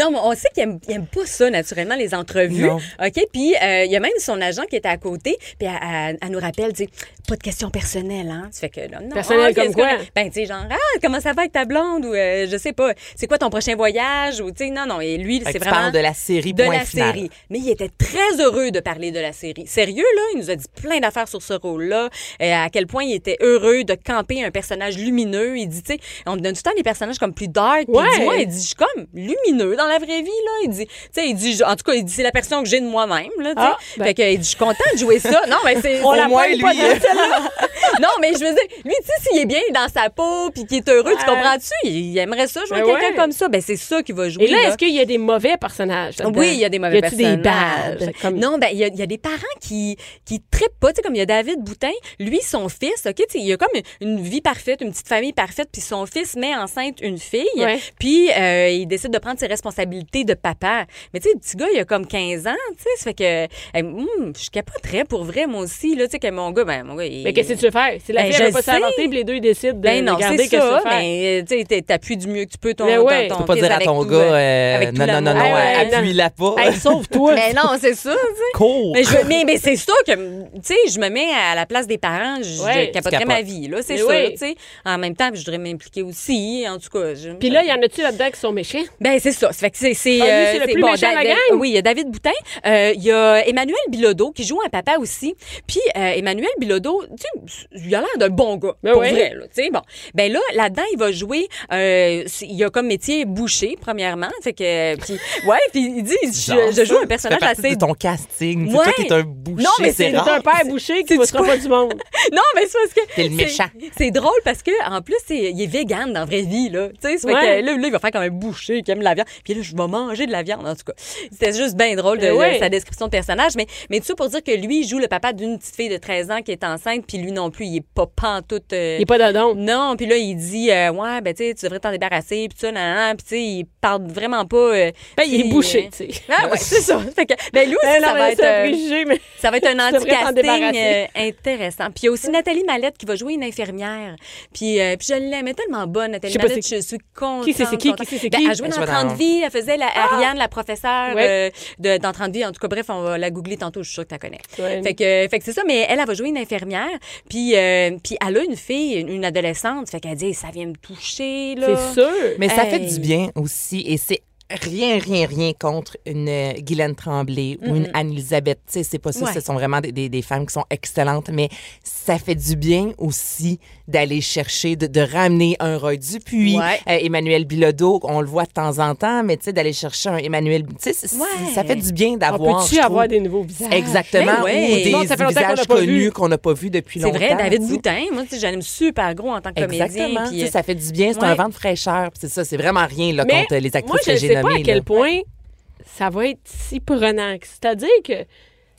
Speaker 6: non, mais on sait qu'il aime, il aime pas ça, naturellement, les entrevues.
Speaker 5: Non.
Speaker 6: OK? Puis, euh, il y a même son agent qui était à côté, puis elle- elle elle nous rappelle, tu sais, pas de questions personnelles, hein? Tu fais que, là, non.
Speaker 4: Personnelles
Speaker 6: ah, ok,
Speaker 4: comme
Speaker 6: est-ce
Speaker 4: quoi?
Speaker 6: que- Ben, tu sais, genre, ah, comment ça va avec ta blonde? Ou, euh, je sais pas, c'est quoi ton prochain voyage? Ou, tu sais, non, non. Et lui,
Speaker 5: fait
Speaker 6: c'est
Speaker 5: que tu
Speaker 6: vraiment.
Speaker 5: parles de la série,
Speaker 6: de
Speaker 5: point
Speaker 6: la
Speaker 5: final.
Speaker 6: série. Mais il était très heureux de parler de la série. Sérieux, là, il nous a dit plein d'affaires sur ce rôle-là, et à quel point il était heureux de camper un personnage lumineux. Il dit, tu sais, on me donne tout le temps des personnages comme plus dark. Puis Il dit,
Speaker 4: Ouais.
Speaker 6: moi, il dit, je suis comme lumineux dans la vraie vie, là. Il dit, tu sais, il dit, je- en tout cas, il dit, c'est la personne que j'ai de moi-même, là, tu sais.
Speaker 4: Ah, ben.
Speaker 6: Fait que, il dit, je suis content de jouer ça. Non, mais c'est...
Speaker 5: Au
Speaker 6: c'est-
Speaker 5: moins,
Speaker 6: il est pas
Speaker 5: lui,
Speaker 6: dans
Speaker 5: euh,
Speaker 6: celle-là. non, mais je veux dire, lui, tu sais, s'il est bien dans sa peau, puis qu'il est heureux, tu
Speaker 4: Ouais.
Speaker 6: comprends-tu? Il, il aimerait ça, jouer
Speaker 4: Ben
Speaker 6: quelqu'un
Speaker 4: ouais.
Speaker 6: comme ça. Ben, c'est ça qu'il va jouer,
Speaker 4: Et là,
Speaker 6: là.
Speaker 4: est-ce qu'il y a des mauvais personnages? là-dedans?
Speaker 6: Oui, il y a des mauvais
Speaker 4: Y a-tu des
Speaker 6: personnages.
Speaker 4: bad? Comme-
Speaker 6: Non, ben il y, a- il y a des parents qui qui trippent pas, tu sais comme il y a David Boutin, lui son fils, OK, tu sais, il a comme une vie parfaite, une petite famille parfaite, puis son fils met enceinte une fille,
Speaker 4: Ouais.
Speaker 6: puis euh, il décide de prendre ses responsabilités de papa. Mais tu sais le petit gars, il a comme 15 ans, tu sais, ça fait que euh, hum, je capoterais pour vrai moi aussi là, tu sais que mon gars ben mon gars il
Speaker 4: Mais qu'est-ce que tu veux faire? C'est la
Speaker 6: Ben,
Speaker 4: fille, elle
Speaker 6: je
Speaker 4: veut pas
Speaker 6: sais.
Speaker 4: s'inventer, puis les deux ils décident de
Speaker 6: ben non,
Speaker 4: regarder
Speaker 6: c'est
Speaker 4: qu'est-ce que
Speaker 6: ça, ben,
Speaker 4: tu veux faire.
Speaker 6: mais tu sais t'es- t'appuies du mieux que tu peux ton
Speaker 4: Ben ouais.
Speaker 6: ton- ton
Speaker 4: Tu
Speaker 5: Faut pas
Speaker 6: fils
Speaker 5: dire à
Speaker 6: avec
Speaker 5: ton
Speaker 6: tout,
Speaker 5: gars,
Speaker 6: euh,
Speaker 5: euh,
Speaker 6: avec tout
Speaker 5: non, non, non,
Speaker 6: l'amour.
Speaker 5: non,
Speaker 4: Ah ouais, non.
Speaker 5: appuie-la pas.
Speaker 4: Hey, sauve-toi!
Speaker 6: Ben non, c'est ça, tu sais.
Speaker 5: Cours!
Speaker 6: Mais, je, mais, mais c'est ça que, tu sais, je me mets à la place des parents, je,
Speaker 4: Ouais.
Speaker 6: je capoterais
Speaker 5: Tu
Speaker 6: ma
Speaker 5: capotes.
Speaker 6: vie, là, c'est
Speaker 4: Mais
Speaker 6: sûr,
Speaker 4: oui.
Speaker 6: tu sais. En même temps, je voudrais m'impliquer aussi, en tout cas. je-
Speaker 4: Puis là, il y en a-tu là-dedans qui sont méchants?
Speaker 6: ben, c'est ça. Ça fait que c'est. c'est,
Speaker 4: Ah, lui,
Speaker 6: euh,
Speaker 4: c'est le plus méchant de la
Speaker 6: Da- Da-
Speaker 4: gang.
Speaker 6: Oui, il y a David Boutin. Euh, Il y a Emmanuel Bilodeau qui joue un papa aussi. Puis euh, Emmanuel Bilodeau, tu sais, il a l'air d'un bon gars.
Speaker 4: Ben
Speaker 6: pour
Speaker 4: oui.
Speaker 6: vrai, là. Tu sais, bon. Ben là, là-dedans, il va jouer. euh, c'est- il a comme métier boucher, premièrement. Fait que. Puis, ouais, puis il dit, je, je joue un personnage
Speaker 5: Ça fait partie
Speaker 6: assez.
Speaker 5: de ton casting.
Speaker 6: Ouais.
Speaker 5: Toi, t'es un boucher,
Speaker 6: Non, mais
Speaker 5: c'est
Speaker 6: c'est
Speaker 5: rare.
Speaker 4: C'est un père bouché qui
Speaker 6: C'est-tu
Speaker 4: ne sera
Speaker 6: quoi?
Speaker 4: pas du monde.
Speaker 6: Non, mais c'est parce que.
Speaker 5: T'es le méchant.
Speaker 6: C'est drôle parce que en plus, c'est- il est vegan dans la vraie vie, là. Tu sais, ça fait
Speaker 4: Ouais.
Speaker 6: que là, là, il va faire comme un boucher qui aime la viande. Puis là, je vais manger de la viande, en tout cas. C'était juste bien drôle de
Speaker 4: Ben ouais.
Speaker 6: sa description de personnage. Mais, mais tout ça pour dire que lui, il joue le papa d'une petite fille de 13 ans qui est enceinte, puis lui non plus, il est pas pantoute. euh,
Speaker 4: Il n'est pas d'adon.
Speaker 6: non, puis là, il dit, euh, ouais, ben, tu sais, tu devrais t'en débarrasser, puis ça, nan, nan. puis tu sais, il parle vraiment pas. euh,
Speaker 4: Ben, il
Speaker 6: tu
Speaker 4: est
Speaker 6: sais,
Speaker 4: bouché,
Speaker 6: euh,
Speaker 4: tu sais.
Speaker 6: Ah, ouais, c'est ça. Fait que, ben, lui aussi,
Speaker 4: Ben non,
Speaker 6: ça va
Speaker 4: mais
Speaker 6: être.
Speaker 4: c'est un
Speaker 6: euh,
Speaker 4: préjugé, mais...
Speaker 6: ça va être un
Speaker 4: Tu devrais t'en
Speaker 6: anti-casting euh,
Speaker 4: débarrasser.
Speaker 6: intéressant. Puis il y a aussi Nathalie Mallette qui va jouer une infirmière. Puis, euh, puis je l'aime, elle est tellement bonne,
Speaker 4: Je
Speaker 6: Nathalie
Speaker 4: sais pas
Speaker 6: Mallette.
Speaker 4: c'est
Speaker 6: Je suis contente.
Speaker 4: Qui c'est, c'est qui?
Speaker 6: contente.
Speaker 4: Qui c'est, c'est
Speaker 6: Ben,
Speaker 4: qui? Ah!
Speaker 6: elle jouait
Speaker 5: Elle
Speaker 6: dans
Speaker 5: joue dans-
Speaker 6: 30 vies, elle faisait la Ariane, la professeure
Speaker 4: Ouais.
Speaker 6: euh, de, dans 30 vies. En tout cas, bref, on va la googler tantôt, je suis sûre que tu la connais.
Speaker 4: Ouais.
Speaker 6: Fait que, fait que c'est ça, mais elle, elle va jouer une dernière. Puis, euh, puis elle a une fille, une, une adolescente. Fait qu'elle dit, ça vient me toucher, là.
Speaker 4: C'est sûr.
Speaker 5: Mais ça fait
Speaker 6: Hey.
Speaker 5: du bien aussi et c'est rien, rien, rien contre une euh, Guylaine Tremblay ou une Anne-Elisabeth. Tu sais, c'est pas ça.
Speaker 6: Ouais.
Speaker 5: Ce sont vraiment des, des- des femmes qui sont excellentes, mais ça fait du bien aussi d'aller chercher, de, de ramener un Roy Dupuis,
Speaker 6: Ouais.
Speaker 5: euh, Emmanuel Bilodeau, on le voit de temps en temps, mais tu sais, d'aller chercher un Emmanuel... Tu sais, c'est- c'est-
Speaker 6: Ouais.
Speaker 5: ça fait du bien
Speaker 4: On
Speaker 5: d'avoir...
Speaker 4: peut-tu
Speaker 5: je trouve,
Speaker 4: avoir des nouveaux visages?
Speaker 5: Exactement,
Speaker 6: Ben ouais.
Speaker 5: ou des
Speaker 4: Bon, ça fait longtemps qu'on
Speaker 5: visages
Speaker 4: l'a pas vu.
Speaker 5: connus qu'on n'a pas vus depuis
Speaker 6: C'est
Speaker 5: longtemps.
Speaker 6: vrai, David
Speaker 5: tu sais.
Speaker 6: Boutin, moi, tu sais, j'aime super gros en tant que
Speaker 5: Exactement.
Speaker 6: comédien.
Speaker 5: Tu
Speaker 6: Puis, euh,
Speaker 5: sais, ça fait du bien, c'est un
Speaker 6: ouais.
Speaker 5: vent de fraîcheur. puis C'est ça, c'est vraiment rien là,
Speaker 4: Mais
Speaker 5: contre les actrices
Speaker 4: moi, je
Speaker 5: que
Speaker 4: ne
Speaker 5: j'ai
Speaker 4: sais pas
Speaker 5: nommées.
Speaker 4: à quel
Speaker 5: là.
Speaker 4: point ça va être si prenant. que- C'est-à-dire que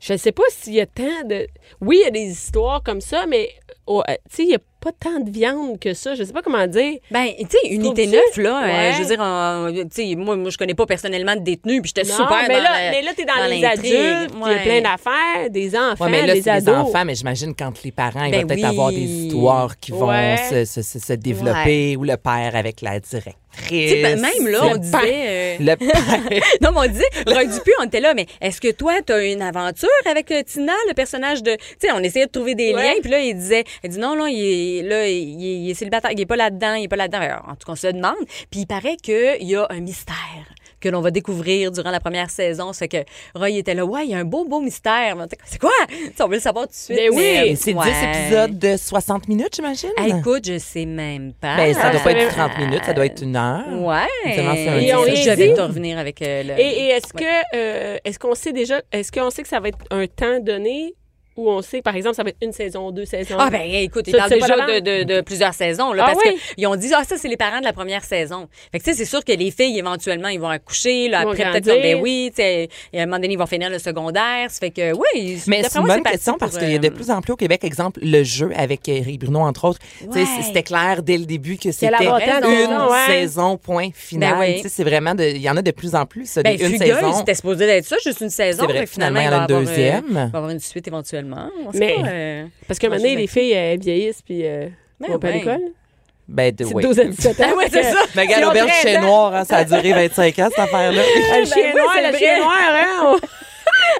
Speaker 4: je ne sais pas s'il y a tant de... Oui, il y a des histoires comme ça, mais oh, euh, tu sais, il n'y a pas tant de viande que ça. Je ne sais pas comment dire.
Speaker 6: Ben, tu sais, unité
Speaker 4: Trouves-tu?
Speaker 6: 9, là, euh,
Speaker 4: Ouais.
Speaker 6: je veux dire, en- tu sais, moi, moi, je connais pas personnellement de détenus, puis j'étais
Speaker 4: Non,
Speaker 6: Euh, super
Speaker 4: mais,
Speaker 6: dans
Speaker 4: là,
Speaker 6: la-
Speaker 4: mais là, tu es dans, les
Speaker 6: l'intrigue.
Speaker 4: adultes, puis il y a
Speaker 6: Ouais.
Speaker 4: plein d'affaires, des enfants,
Speaker 5: Ouais, mais là,
Speaker 4: des
Speaker 5: c'est
Speaker 4: ados.
Speaker 5: des enfants, mais j'imagine quand les parents, il va
Speaker 6: Ben
Speaker 5: peut-être
Speaker 6: oui.
Speaker 5: avoir des histoires qui vont
Speaker 4: Ouais.
Speaker 5: se, se- se- se développer ou le père avec la
Speaker 6: Tu sais,
Speaker 5: directrice.
Speaker 6: ben, même là, on
Speaker 5: Le
Speaker 6: disait... euh,
Speaker 5: Le père.
Speaker 6: Non, mais on disait, Roy Dupuis, on était là, mais est-ce que toi, t'as une aventure avec euh, Tina, le personnage de. Tu sais, on essayait de trouver des
Speaker 4: Ouais.
Speaker 6: liens, puis là, il disait, il dit non, non, il est, là, il est, il est célibataire, il est pas là-dedans, il est pas là-dedans. Alors, En tout cas, on se le demande. Puis il paraît qu'il y a un mystère que l'on va découvrir durant la première saison. Ça fait que Roy était là, ouais, il y a un beau, beau mystère. Mais on était comme, C'est quoi? Tu sais, on veut le savoir tout de suite.
Speaker 4: Ben oui.
Speaker 5: Et c'est 10
Speaker 6: ouais.
Speaker 5: épisodes de 60 minutes, j'imagine.
Speaker 6: Ah, écoute, je sais même pas.
Speaker 5: ben, ça doit pas être
Speaker 4: Ah.
Speaker 5: 30 minutes, ça doit être une heure.
Speaker 6: Ouais.
Speaker 5: Seulement, c'est un
Speaker 4: Et on
Speaker 5: dix.
Speaker 4: est
Speaker 6: Je vais
Speaker 4: dit.
Speaker 6: te revenir avec euh, le.
Speaker 4: Et, et est-ce
Speaker 6: Ouais.
Speaker 4: que euh, est-ce qu'on sait déjà est-ce qu'on sait que ça va être un temps donné ou on sait par exemple ça va être une saison, deux saisons
Speaker 6: Ah ben écoute, ils
Speaker 4: Ça,
Speaker 6: parlent
Speaker 4: tu sais
Speaker 6: déjà
Speaker 4: pas
Speaker 6: de, de, de plusieurs saisons là,
Speaker 4: Ah
Speaker 6: parce
Speaker 4: oui?
Speaker 6: qu'ils ont dit ah ça c'est les parents de la première saison. Fait que tu sais c'est sûr que les filles éventuellement ils vont accoucher là,
Speaker 4: Ils vont
Speaker 6: après peut-être
Speaker 4: grandir.
Speaker 6: comme, ben oui, tu sais et à un moment donné ils vont finir le secondaire, ça fait que oui,
Speaker 5: Mais
Speaker 6: d'après
Speaker 5: c'est une
Speaker 6: moi,
Speaker 5: bonne
Speaker 6: parti
Speaker 5: question
Speaker 6: pour,
Speaker 5: parce qu'il y a de
Speaker 6: euh,
Speaker 5: plus en plus au Québec, exemple, le jeu avec euh, Eric Bruno, entre autres. Tu sais,
Speaker 6: Ouais.
Speaker 5: C'était clair dès le début que c'était
Speaker 4: l'avantage
Speaker 6: de
Speaker 5: une
Speaker 4: ça, ouais.
Speaker 5: saison, point final.
Speaker 6: Ben oui.
Speaker 5: Tu sais, C'est vraiment, de- il y en a de plus en plus, ça,
Speaker 6: ben,
Speaker 5: des une
Speaker 6: Fugueuse,
Speaker 5: saison.
Speaker 6: c'était supposé d'être ça, juste une saison.
Speaker 5: C'est vrai,
Speaker 6: Fait que
Speaker 5: finalement, il y en a
Speaker 6: il
Speaker 5: une
Speaker 6: va avoir, euh,
Speaker 5: deuxième.
Speaker 6: il va avoir une suite éventuellement. On sait
Speaker 4: Mais-
Speaker 6: pas, euh,
Speaker 4: Parce qu'à un moment donné, les filles euh, vieillissent puis euh,
Speaker 6: Ben
Speaker 4: vont pas à
Speaker 6: ouais.
Speaker 4: l'école.
Speaker 5: Ben, de-
Speaker 4: C'est
Speaker 5: oui.
Speaker 4: 12 à 17 ans.
Speaker 6: Ah ouais, c'est ça.
Speaker 5: Mais regarde,
Speaker 4: Ils ont
Speaker 5: l'auberge
Speaker 4: 13
Speaker 5: chez
Speaker 4: ans. Ben
Speaker 5: Noir, hein, ça a duré 25 ans, cette affaire-là.
Speaker 4: Ah, Le chien
Speaker 6: oui,
Speaker 4: noir,
Speaker 6: c'est
Speaker 4: le
Speaker 6: vrai.
Speaker 4: chien noir, hein?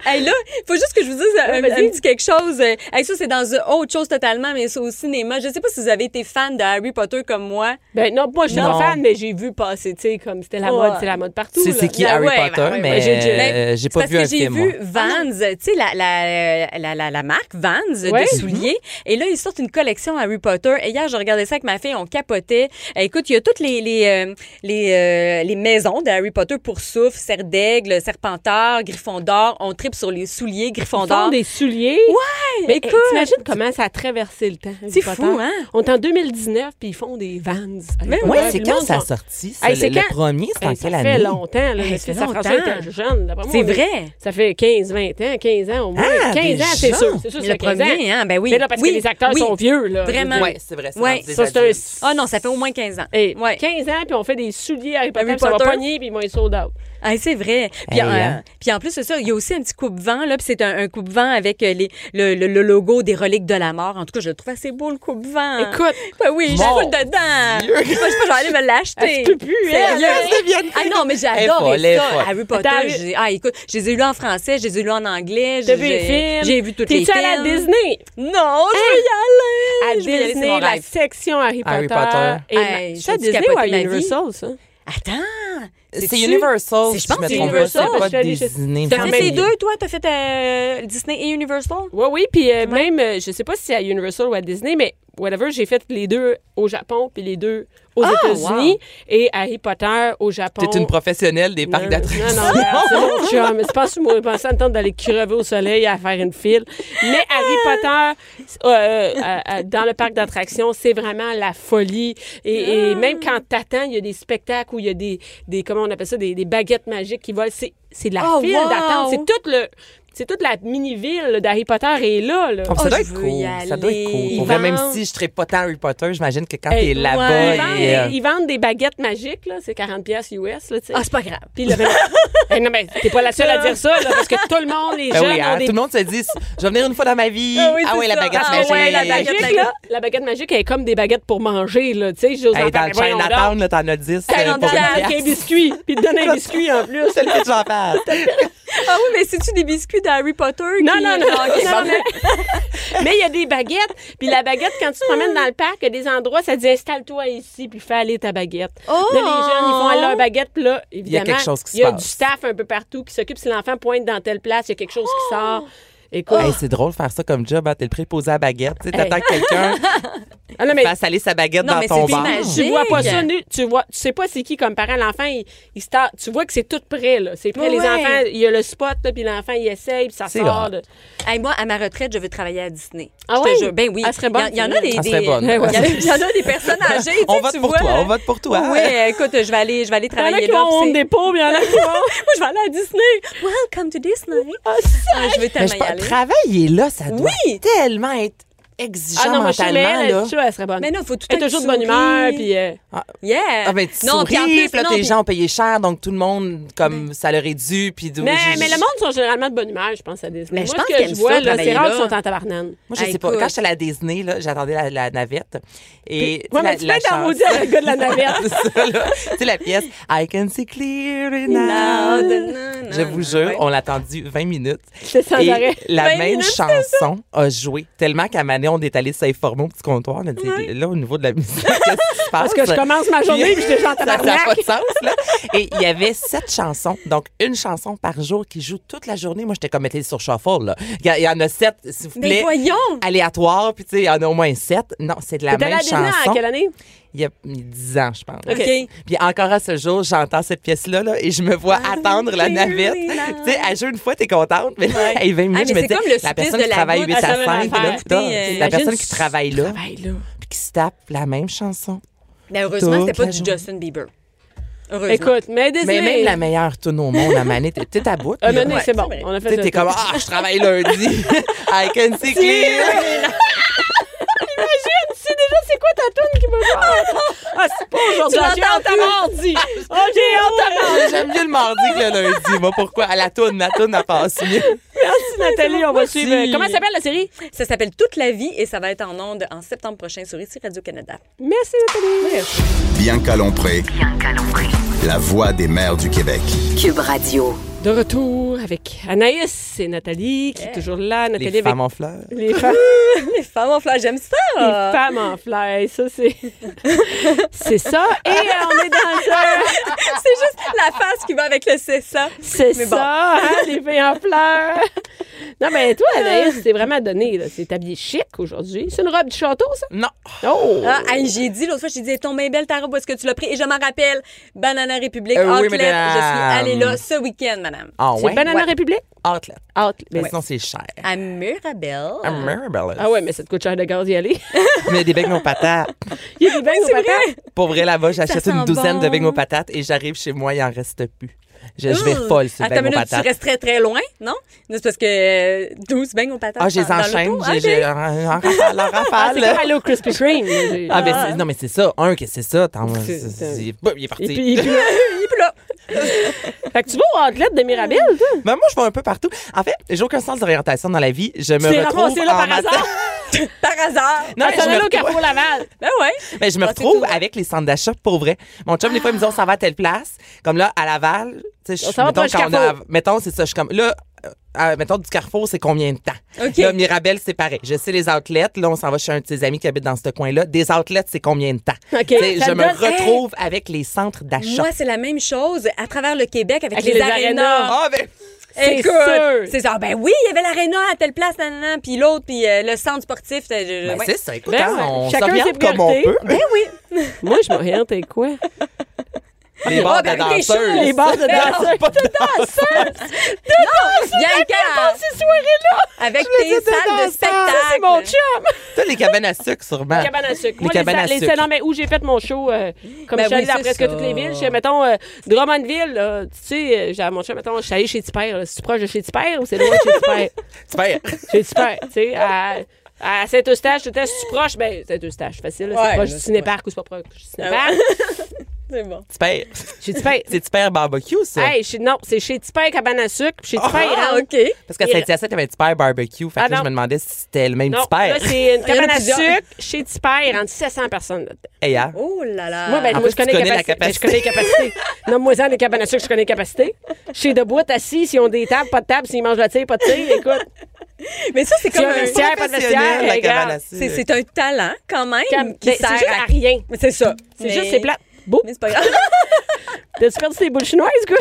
Speaker 6: Hey, là, faut juste que je vous dise un,
Speaker 4: Ouais, vas-y.
Speaker 6: un petit quelque chose. Euh, Hey, ça, c'est dans euh, autre chose totalement, mais c'est au cinéma. Je sais pas si vous avez été fan de Harry Potter comme moi.
Speaker 4: Ben non, moi, je suis
Speaker 5: Non.
Speaker 4: pas fan, mais j'ai vu passer, tu sais, comme c'était la
Speaker 6: Ouais.
Speaker 4: mode, c'est la mode partout.
Speaker 5: Tu sais,
Speaker 4: là.
Speaker 5: c'est qui
Speaker 6: Ben
Speaker 5: Harry
Speaker 6: ouais, ben
Speaker 5: Potter,
Speaker 6: ouais, ouais.
Speaker 5: mais
Speaker 4: J'ai- j'ai-
Speaker 5: euh, j'ai pas
Speaker 6: Parce
Speaker 5: vu
Speaker 6: que
Speaker 5: un
Speaker 6: j'ai
Speaker 5: film,
Speaker 6: vu
Speaker 5: moi.
Speaker 4: Ah
Speaker 6: Vans, tu sais, la, la, la, la, la marque Vans
Speaker 4: Ouais.
Speaker 6: de souliers. Et là, ils sortent une collection Harry Potter. Et hier, je regardais ça avec ma fille, on capotait. Eh, Écoute, il y a toutes les, les, euh, les, euh, les maisons de Harry Potter pour souffle, serre d'aigle, serpentard, griffon d'or. On tripe sur les souliers, Eh, griffon
Speaker 4: Ils font
Speaker 6: d'or.
Speaker 4: des souliers. Ouais! Mais
Speaker 6: écoute.
Speaker 4: t'imagines comment ça a traversé le temps.
Speaker 6: C'est
Speaker 4: Harry Potter?
Speaker 6: fou, hein?
Speaker 4: On est en 2019, puis ils font des Vans. Harry
Speaker 6: Mais
Speaker 4: Potter.
Speaker 5: Oui,
Speaker 6: Ouais,
Speaker 5: c'est
Speaker 4: Le
Speaker 5: quand
Speaker 4: monde
Speaker 5: ça a
Speaker 4: sont-
Speaker 5: sorti, ça?
Speaker 4: Hey,
Speaker 5: le,
Speaker 4: c'est
Speaker 5: le
Speaker 4: quand-
Speaker 5: premier, c'est en
Speaker 4: Hey,
Speaker 5: quelle
Speaker 4: ça fait
Speaker 5: année?
Speaker 4: longtemps. Là,
Speaker 6: Hey,
Speaker 4: Le
Speaker 6: ça Ben, fait
Speaker 4: fils à François
Speaker 6: longtemps.
Speaker 4: était jeune. D'après moi,
Speaker 6: C'est
Speaker 4: on est-
Speaker 6: vrai.
Speaker 4: Ça fait 15, 20 ans, 15 ans au moins.
Speaker 5: Ah,
Speaker 4: 15 ans, c'est
Speaker 5: déjà?
Speaker 4: sûr. C'est sûr, ça
Speaker 6: Le
Speaker 4: fait 15
Speaker 6: premier,
Speaker 4: ans.
Speaker 6: hein? Ben oui.
Speaker 4: Mais là, parce
Speaker 6: Oui,
Speaker 4: que les acteurs
Speaker 6: oui.
Speaker 4: sont vieux, là.
Speaker 6: Vraiment.
Speaker 5: Oui, c'est vrai. c'est
Speaker 6: Ouais.
Speaker 5: dans des
Speaker 4: Ça, c'est un-
Speaker 5: adultes.
Speaker 6: Ah non, ça fait au moins 15 ans.
Speaker 4: Hey,
Speaker 6: Ouais.
Speaker 4: 15 ans, puis on fait des souliers Harry Potter,
Speaker 6: Harry
Speaker 4: puis ça va
Speaker 6: Potter.
Speaker 4: pogner, puis ils vont être sold out.
Speaker 6: Ah, c'est vrai. Puis,
Speaker 5: Hey,
Speaker 6: euh,
Speaker 5: hein.
Speaker 6: puis en plus de ça, il y a aussi un petit coupe-vent. Là, puis c'est un, un coupe-vent avec euh, les, le, le- le logo des reliques de la mort. En tout cas, je le trouve assez beau, le coupe-vent.
Speaker 4: Écoute,
Speaker 6: Ben oui, je
Speaker 5: Mon
Speaker 6: suis dedans. Moi, je sais pas, je vais aller me l'acheter.
Speaker 4: Elle se peut plus, elle.
Speaker 6: Sérieux. Ah non, mais j'adore
Speaker 5: Elle est folle, elle est
Speaker 6: ça.
Speaker 5: folle.
Speaker 6: Harry Potter,
Speaker 4: Attends,
Speaker 6: j'ai- ah écoute, je les ai lus en français, je les ai lus en anglais.
Speaker 4: t'as
Speaker 6: j'ai-
Speaker 4: vu les films?
Speaker 6: J'ai vu toutes les
Speaker 4: T'es-tu
Speaker 6: films.
Speaker 4: allée à Disney?
Speaker 6: Non, je veux y aller.
Speaker 4: À
Speaker 6: Je veux y aller, c'est
Speaker 4: Disney,
Speaker 6: mon
Speaker 4: la
Speaker 6: rêve.
Speaker 4: section Harry Potter.
Speaker 5: Harry Potter.
Speaker 4: Et ma-
Speaker 6: Hey,
Speaker 4: C'est à
Speaker 6: j'ai-tu
Speaker 4: Disney ou à
Speaker 6: capoté ma vie?
Speaker 4: Universal, ça?
Speaker 6: Attends.
Speaker 5: C'est
Speaker 6: c'est-tu-
Speaker 5: Universal, si
Speaker 6: c'est- je pense
Speaker 5: je me
Speaker 6: que c'est
Speaker 5: trompe pas.
Speaker 6: Universal,
Speaker 5: C'est
Speaker 4: je
Speaker 5: pas
Speaker 4: suis allée chez-
Speaker 5: Disney.
Speaker 6: T'as
Speaker 4: Ah,
Speaker 6: fait
Speaker 4: mais-
Speaker 6: ces deux, toi? T'as fait euh, Disney et Universal?
Speaker 4: Oui, oui. Puis euh, même, euh, je sais pas si c'est à Universal ou à Disney, mais whatever, j'ai fait les deux au Japon puis les deux aux
Speaker 6: Ah,
Speaker 4: États-Unis
Speaker 6: wow.
Speaker 4: et Harry Potter au Japon.
Speaker 5: T'es une professionnelle des
Speaker 4: Non,
Speaker 5: parcs d'attractions.
Speaker 4: Non, non, c'est mon chum. C'est pas sous moi. pensais à me tente d'aller crever au soleil à faire une file. Mais Harry Potter, euh, euh, euh, dans le parc d'attractions, c'est vraiment la folie.
Speaker 6: Ah.
Speaker 4: Et, et même quand t'attends, il y a des spectacles où il y a des, des comment on appelle ça, des, des baguettes magiques qui volent. C'est, c'est de la
Speaker 6: Oh,
Speaker 4: file
Speaker 6: wow.
Speaker 4: d'attente. C'est toute le... C'est toute la mini-ville d'Harry Potter est là. là.
Speaker 5: Oh, ça,
Speaker 6: Oh,
Speaker 5: doit
Speaker 6: je
Speaker 5: être
Speaker 6: veux
Speaker 5: cool.
Speaker 6: y
Speaker 5: ça doit être cool.
Speaker 6: aller.
Speaker 5: Pour vrai,
Speaker 4: Ils
Speaker 5: même
Speaker 4: vendent-
Speaker 5: si je ne pas tant Harry Potter, j'imagine que quand
Speaker 4: Hey,
Speaker 5: t'es là-bas,
Speaker 4: Ils, vendent
Speaker 5: et, euh,
Speaker 4: des- ils vendent des baguettes magiques, là. C'est 40 pièces US, là, tu sais.
Speaker 6: Ah, c'est pas grave.
Speaker 4: Puis le- Hey, Eh, non, mais t'es pas la seule à dire ça, là, parce que tout le monde, les
Speaker 5: ben
Speaker 4: jeunes,
Speaker 5: oui, hein,
Speaker 4: ont des...
Speaker 5: tout le monde se dit, je vais venir une fois dans ma vie.
Speaker 6: Ah oui,
Speaker 5: Ah
Speaker 6: c'est
Speaker 5: ouais, la
Speaker 6: ça.
Speaker 5: baguette
Speaker 6: Ah
Speaker 5: magique.
Speaker 6: ouais, la baguette
Speaker 4: magique, là. La baguette magique, elle est comme des baguettes pour manger, là, tu sais. J'ose
Speaker 6: Ben,
Speaker 5: Hey, dans le Chinatown, là, t'en as 10. euh, pour une pièce.
Speaker 4: un biscuit, puis te donne un biscuit hein. en plus.
Speaker 5: C'est le pitch en face.
Speaker 6: Ah oui, mais c'est-tu des biscuits d'Harry Potter?
Speaker 4: Non,
Speaker 6: qui-
Speaker 4: non, non, non,
Speaker 6: Ah, ok,
Speaker 4: non,
Speaker 6: bon.
Speaker 4: mais- Mais il y a des baguettes. Puis la baguette, quand tu te promènes dans le parc, il y a des endroits, ça dit installe-toi ici, puis fais aller ta baguette.
Speaker 6: Oh!
Speaker 4: Là, les jeunes, ils font aller leur baguette, puis là, évidemment,
Speaker 5: quelque chose qui se
Speaker 4: il y a
Speaker 5: passe.
Speaker 4: du staff un peu partout qui s'occupe. Si l'enfant pointe dans telle place, il y a quelque chose qui sort. Écoute.
Speaker 5: Hey, c'est drôle de faire ça comme job. Hein. T'es le préposé à la baguette. Tu sais, t'attends que quelqu'un
Speaker 4: Ah, non, mais
Speaker 5: fasse aller sa baguette
Speaker 6: Non,
Speaker 5: dans
Speaker 6: mais
Speaker 5: ton
Speaker 6: c'est
Speaker 5: bar.
Speaker 6: imagine.
Speaker 4: tu vois pas
Speaker 6: Dig.
Speaker 4: ça nu, tu vois tu sais pas c'est qui comme parent l'enfant il, il se tar- tu vois que c'est tout prêt là c'est prêt les
Speaker 6: Ouais.
Speaker 4: enfants il y a le spot là, puis l'enfant il essaye puis ça
Speaker 5: C'est
Speaker 4: sort
Speaker 5: hot.
Speaker 4: là.
Speaker 6: Hey, moi, à ma retraite, je veux travailler à Disney.
Speaker 4: Ah
Speaker 6: je
Speaker 4: ouais?
Speaker 6: te jure. Ben oui.
Speaker 4: Elle serait bonne,
Speaker 6: Il y, en il y en a des.
Speaker 5: Elle
Speaker 6: des-
Speaker 5: serait bonne.
Speaker 6: Il y en a- il y en a des personnes âgées. tu sais,
Speaker 5: On
Speaker 6: que
Speaker 5: vote
Speaker 6: tu
Speaker 5: pour
Speaker 6: vois,
Speaker 5: toi,
Speaker 6: là.
Speaker 5: on vote pour toi.
Speaker 6: Oui, écoute, je vais aller, je vais aller
Speaker 4: Il y en a
Speaker 6: travailler
Speaker 4: qui
Speaker 6: là.
Speaker 4: vont
Speaker 6: puis
Speaker 4: Home
Speaker 6: c'est-
Speaker 4: Depot, puis il y en a qui vont.
Speaker 6: Moi, je vais aller à Disney. Welcome to Disney. Ah, je veux
Speaker 5: Mais
Speaker 6: tellement
Speaker 5: je
Speaker 6: y
Speaker 5: pense-
Speaker 6: aller.
Speaker 5: travailler là, ça doit
Speaker 6: Oui.
Speaker 5: tellement être exigeant
Speaker 4: Ah non, moi, je suis mais
Speaker 5: mentalement.
Speaker 4: elle,
Speaker 5: là.
Speaker 4: je suis sûre, elle serait bonne.
Speaker 6: Mais non, faut tout
Speaker 4: Elle est
Speaker 6: le temps
Speaker 4: toujours
Speaker 6: que
Speaker 4: de
Speaker 6: tu
Speaker 4: bonne humeur,
Speaker 6: souris.
Speaker 4: puis euh,
Speaker 6: Yeah.
Speaker 5: Ah ben, tu
Speaker 6: non, puis en
Speaker 5: souris,
Speaker 6: plus,
Speaker 5: puis là,
Speaker 6: non,
Speaker 5: tes
Speaker 6: puis-
Speaker 5: gens ont payé cher, donc tout le monde, comme, ça leur est dû, puis...
Speaker 4: Mais,
Speaker 5: je-
Speaker 4: mais le monde sont généralement de bonne humeur, je pense, à Disney.
Speaker 6: Mais je
Speaker 4: Moi,
Speaker 6: pense
Speaker 4: ce
Speaker 6: qu'ils
Speaker 4: que je
Speaker 6: aiment
Speaker 4: vois,
Speaker 6: ça,
Speaker 4: là, c'est
Speaker 6: travailler
Speaker 4: rare
Speaker 6: là.
Speaker 4: qu'ils sont en tabarnane.
Speaker 5: Moi, je
Speaker 6: Ah,
Speaker 5: sais pas.
Speaker 6: écoute.
Speaker 5: Quand j'étais à la Disney, là, j'attendais la, la navette. Et,
Speaker 4: Ouais, mais
Speaker 5: la,
Speaker 4: tu peux
Speaker 5: la Ah,
Speaker 4: être en
Speaker 5: chanson-
Speaker 4: maudit avec le gars de la navette.
Speaker 5: Ça, là. tu sais, la pièce I can see clear
Speaker 6: Ah,
Speaker 5: now.
Speaker 6: Loud.
Speaker 5: Je vous jure, on l'a attendu 20 minutes.
Speaker 4: C'est sans
Speaker 5: et
Speaker 4: arrêt.
Speaker 5: La
Speaker 6: 20
Speaker 5: même
Speaker 6: minutes,
Speaker 5: chanson a joué tellement qu'à Mané, on est allé s'informer au petit comptoir. On a dit, là, au niveau de la musique, qu'est-ce qui se passe?
Speaker 4: Parce que je commence ma journée, puis je déjà en
Speaker 5: Ça n'a
Speaker 4: tabarnak.
Speaker 5: pas de sens, là. Et il y avait sept chansons, donc une chanson par jour qui joue toute la journée. Moi, j'étais comme mettez sur shuffle, là. Il y a- il y, en a sept, s'il vous
Speaker 6: Mais
Speaker 5: plaît.
Speaker 6: voyons.
Speaker 5: Aléatoire, puis tu sais, il y en a au moins sept. Non, c'est de la
Speaker 4: T'es allée
Speaker 5: même
Speaker 4: à Disney
Speaker 5: chanson.
Speaker 4: en quelle année?
Speaker 5: Il y a 10 ans, je pense.
Speaker 4: OK.
Speaker 5: Puis encore à ce jour, j'entends cette pièce-là là, et je me vois attendre la navette.
Speaker 6: clearly now.
Speaker 5: tu sais, à jeu, une fois, t'es contente, mais là, hey, 20 minutes,
Speaker 6: Ah, mais
Speaker 5: je me
Speaker 6: c'est
Speaker 5: dis,
Speaker 6: comme le
Speaker 5: la
Speaker 6: supplice
Speaker 5: personne
Speaker 6: de
Speaker 5: qui
Speaker 6: la
Speaker 5: travaille 8
Speaker 4: goutte. Ah,
Speaker 5: à
Speaker 4: ça va
Speaker 5: 5,
Speaker 4: la
Speaker 5: là,
Speaker 4: faire.
Speaker 5: putain,
Speaker 6: Écoutez, euh,
Speaker 5: la
Speaker 4: imagine
Speaker 5: personne
Speaker 4: si
Speaker 5: qui
Speaker 4: tu
Speaker 5: travaille Ben, là,
Speaker 4: Travaille là.
Speaker 5: puis qui se tape la même chanson.
Speaker 6: Mais Ben, heureusement, c'était
Speaker 5: Toute la
Speaker 6: pas du
Speaker 5: journée.
Speaker 6: Justin Bieber. Heureusement.
Speaker 4: Écoute, mais Disney.
Speaker 5: Mais même la meilleure tune au monde, à Mané, t'es t'es à bout.
Speaker 4: Ah,
Speaker 5: là.
Speaker 4: non, non,
Speaker 5: Ouais.
Speaker 4: c'est bon. On a
Speaker 5: Tu
Speaker 4: fait
Speaker 5: sais,
Speaker 4: ça.
Speaker 5: t'es comme, ah, je travaille lundi. I can see clear.
Speaker 4: Imagine, tu sais déjà c'est quoi ta toune qui me fait. Ah, c'est pas aujourd'hui.
Speaker 6: Tu
Speaker 4: J'ai
Speaker 6: l'entends
Speaker 4: hâte à mardi. Ah, j'ai hâte à mardi.
Speaker 5: J'aime mieux le mardi que le lundi. Moi, pourquoi? À la toune, la toune, elle passe mieux.
Speaker 4: Merci, Nathalie. On va suivre. euh, Comment ça s'appelle la série?
Speaker 6: Ça s'appelle Toute la vie et ça va être en ondes en septembre prochain sur ici Radio-Canada.
Speaker 4: Merci, Nathalie.
Speaker 3: Bianca Lompré,
Speaker 2: Bianca Lompré.
Speaker 3: la voix des mères du Québec.
Speaker 2: Cube Radio.
Speaker 4: De retour avec Anaïs et Nathalie, qui est toujours là. Nathalie
Speaker 5: Les
Speaker 4: avec
Speaker 5: femmes en fleurs.
Speaker 4: les femmes.
Speaker 6: Les femmes en fleurs, j'aime ça.
Speaker 4: Les femmes en fleurs, ça c'est. c'est ça. Et euh, on est dans un.
Speaker 6: C'est juste la face qui va avec le c'est ça.
Speaker 4: C'est
Speaker 6: Mais
Speaker 4: ça,
Speaker 6: bon.
Speaker 4: hein, les filles en fleurs. Non, mais toi, Anaïs, c'est vraiment donné. là. C'est habillé chic aujourd'hui. C'est une robe du château, ça?
Speaker 5: Non.
Speaker 4: Oh!
Speaker 6: Ah, hey, j'ai dit l'autre fois, j'ai dit, Elle tombe bien belle ta robe, où est-ce que tu l'as pris? Et je m'en rappelle, Banana République,
Speaker 5: Euh, oui,
Speaker 6: Outlet, je
Speaker 5: madame.
Speaker 6: suis allée là ce week-end, madame.
Speaker 5: Ah
Speaker 4: c'est
Speaker 5: ouais?
Speaker 4: Banana Ah,
Speaker 5: Ouais.
Speaker 4: République?
Speaker 5: Outlet.
Speaker 4: Out.
Speaker 5: Mais
Speaker 4: Mais
Speaker 5: sinon, c'est cher.
Speaker 6: À Mirabelle.
Speaker 5: Ah, Mirabelle.
Speaker 4: Ah ouais, mais ça te coûte cher de gaz d'y aller.
Speaker 5: Mais des beignes aux patates.
Speaker 4: Il y a des bains
Speaker 6: C'est
Speaker 4: au patates.
Speaker 6: vrai?
Speaker 5: Pour vrai, là-bas, j'achète
Speaker 6: Ça sent
Speaker 5: une douzaine
Speaker 6: bon.
Speaker 5: de beignes aux patates et j'arrive chez moi, il en reste plus. Je, je vais folle sur les
Speaker 6: Mmh. Attends,
Speaker 5: beignes
Speaker 6: mais
Speaker 5: aux
Speaker 6: là, tu
Speaker 5: patates.
Speaker 6: restes très, très loin, non? Non, C'est parce que euh, 12 beignes aux patates.
Speaker 5: Ah, je les
Speaker 6: dans- dans
Speaker 5: enchaîne.
Speaker 6: l'auto.
Speaker 5: j'ai-
Speaker 6: OK.
Speaker 5: j'ai- En en rafale, en
Speaker 4: Ah, c'est comme
Speaker 5: rafale.
Speaker 4: aller au Krispy Kreme. J'ai-
Speaker 5: Ah, ben, c'est- non, mais c'est ça. Un, que c'est ça. T'en-
Speaker 4: C'est-
Speaker 5: c'est-
Speaker 4: c'est-
Speaker 5: c'est- boum, Il est parti.
Speaker 4: Et puis, et puis là,
Speaker 6: Il est plus là.
Speaker 4: fait que tu vas au outlet de Mirabelle, toi?
Speaker 5: Mais Ben, moi, je vais un peu partout. En fait, j'ai aucun sens d'orientation dans la vie. Je me
Speaker 4: Tu t'es
Speaker 5: retrouve
Speaker 4: ramassé là
Speaker 5: en
Speaker 4: par
Speaker 5: matin-
Speaker 4: hasard?
Speaker 6: Par hasard.
Speaker 5: Non,
Speaker 4: Ah,
Speaker 5: mais
Speaker 4: t'en
Speaker 5: je
Speaker 4: allais
Speaker 5: me
Speaker 4: au Carrefour Laval.
Speaker 6: Ben ouais.
Speaker 5: Mais je me
Speaker 6: Ah, c'est
Speaker 5: retrouve
Speaker 6: tout, ouais.
Speaker 5: avec les centres d'achat pour vrai. Mon chum, des fois, il me dit on s'en va à telle place. Comme là, à Laval, tu sais, je
Speaker 4: On
Speaker 5: suis.
Speaker 4: s'en va
Speaker 5: Mettons,
Speaker 4: proche
Speaker 5: quand on a-
Speaker 4: Carrefour.
Speaker 5: mettons, c'est ça, je suis comme. Là, euh, euh, mettons, du Carrefour, c'est combien de temps?
Speaker 6: OK.
Speaker 5: Là, Mirabelle, c'est pareil. Je sais les outlets. Là, on s'en va chez un de ses amis qui habite dans ce coin-là. Des outlets, c'est combien de temps?
Speaker 4: OK.
Speaker 5: Tu sais,
Speaker 4: Ça
Speaker 5: Je
Speaker 4: me
Speaker 5: me
Speaker 4: donne-
Speaker 5: retrouve avec les centres d'achat.
Speaker 6: Moi, c'est la même chose à travers le Québec avec, les, arénas.
Speaker 5: Ah, ben,
Speaker 4: C'est
Speaker 6: Écoute,
Speaker 4: sûr.
Speaker 6: C'est ça. Ah, Ben oui, il y avait l'aréna à telle place, nanana, puis l'autre, puis euh, le centre sportif. euh, je- je-
Speaker 5: ben,
Speaker 6: ouais.
Speaker 5: c'est ça. Écoute,
Speaker 4: Ben,
Speaker 5: hein,
Speaker 4: ouais.
Speaker 5: on
Speaker 4: Chacun ses
Speaker 5: s'oriente comme on
Speaker 4: priorités. Ah,
Speaker 5: peut.
Speaker 6: Ben oui.
Speaker 4: Moi, je m'oriente avec quoi?
Speaker 5: Les bars
Speaker 6: Ah,
Speaker 5: de
Speaker 6: ben, avec les
Speaker 5: danseuses.
Speaker 6: choses.
Speaker 4: Les bars de danseurs.
Speaker 5: Pas de
Speaker 6: Bianca,
Speaker 4: Ces soirées-là!
Speaker 6: avec
Speaker 5: Je
Speaker 6: tes
Speaker 5: voulais dire de
Speaker 6: salles de
Speaker 5: danse.
Speaker 6: spectacle.
Speaker 5: Ça,
Speaker 4: C'est mon chum!
Speaker 5: T'as les cabanes à sucre, sûrement.
Speaker 4: Les cabanes à sucre.
Speaker 5: Les
Speaker 4: Moi,
Speaker 5: Ah. cabanes
Speaker 4: les,
Speaker 5: à
Speaker 4: les-
Speaker 5: sucre.
Speaker 4: non, mais où j'ai fait mon show, euh, comme
Speaker 6: Ben
Speaker 4: je suis allée
Speaker 6: oui,
Speaker 4: dans
Speaker 6: c'est
Speaker 4: presque
Speaker 6: ça.
Speaker 4: toutes les villes, je, mettons, euh, Drummondville, là, tu sais, euh, j'ai- mon show, mettons, je suis allée chez Tipper. C'est-tu proche de chez Tipper ou c'est loin de chez Tipper?
Speaker 5: Super.
Speaker 4: chez Tipper, tu sais, à, à Saint-Eustache, tu si tu proches, ben Saint-Eustache, facile, là, c'est
Speaker 6: Ouais, Ah
Speaker 4: proche
Speaker 6: là,
Speaker 4: du
Speaker 6: c'est-
Speaker 4: cinéparc ou c'est pas proche du cinéparc.
Speaker 6: C'est bon.
Speaker 5: Super.
Speaker 4: Chez Tipper.
Speaker 5: C'est super barbecue, ça.
Speaker 4: Hey, chez- non, c'est chez Tipper, cabane à sucre, puis chez Tipper, il
Speaker 6: Ah,
Speaker 4: rentre.
Speaker 6: OK. Hey,
Speaker 5: Parce qu'à Saint-Hyacinthe, il y avait super barbecue. Fait que
Speaker 4: Ah,
Speaker 5: là,
Speaker 4: non.
Speaker 5: je me demandais si c'était le même
Speaker 4: Non,
Speaker 5: super.
Speaker 4: là, c'est une
Speaker 6: Il y en a
Speaker 4: cabane à
Speaker 6: plusieurs.
Speaker 4: sucre chez Tipper, il rentre 700 personnes là-dedans.
Speaker 5: Hey, hein?
Speaker 6: Oh là là.
Speaker 4: Moi, ben,
Speaker 5: En
Speaker 4: moi,
Speaker 5: plus,
Speaker 4: je connais,
Speaker 5: tu
Speaker 4: les
Speaker 5: connais la
Speaker 4: capacités. Ben, je connais les capacités. Nomme-moi-en les cabanes à sucre, je connais les capacités. Chez Debout, assis, s'ils ont des tables, pas de table, s'ils mangent la tire, pas de tire, écoute.
Speaker 6: Mais ça, c'est
Speaker 4: Il y
Speaker 6: comme
Speaker 4: a un
Speaker 6: un...
Speaker 4: vestiaire, pas de vestiaire.
Speaker 5: la cabane à
Speaker 4: regarde.
Speaker 6: C'est,
Speaker 5: sucre.
Speaker 6: c'est un talent, quand même,
Speaker 4: Comme-
Speaker 6: qui
Speaker 4: ben,
Speaker 6: sert
Speaker 4: C'est juste
Speaker 6: à...
Speaker 4: à rien.
Speaker 6: Mais C'est ça.
Speaker 4: C'est
Speaker 6: Mais-
Speaker 4: juste, c'est plat. Beau.
Speaker 6: Mais c'est pas grave.
Speaker 4: T'as-tu perdu tes boules chinoises, quoi?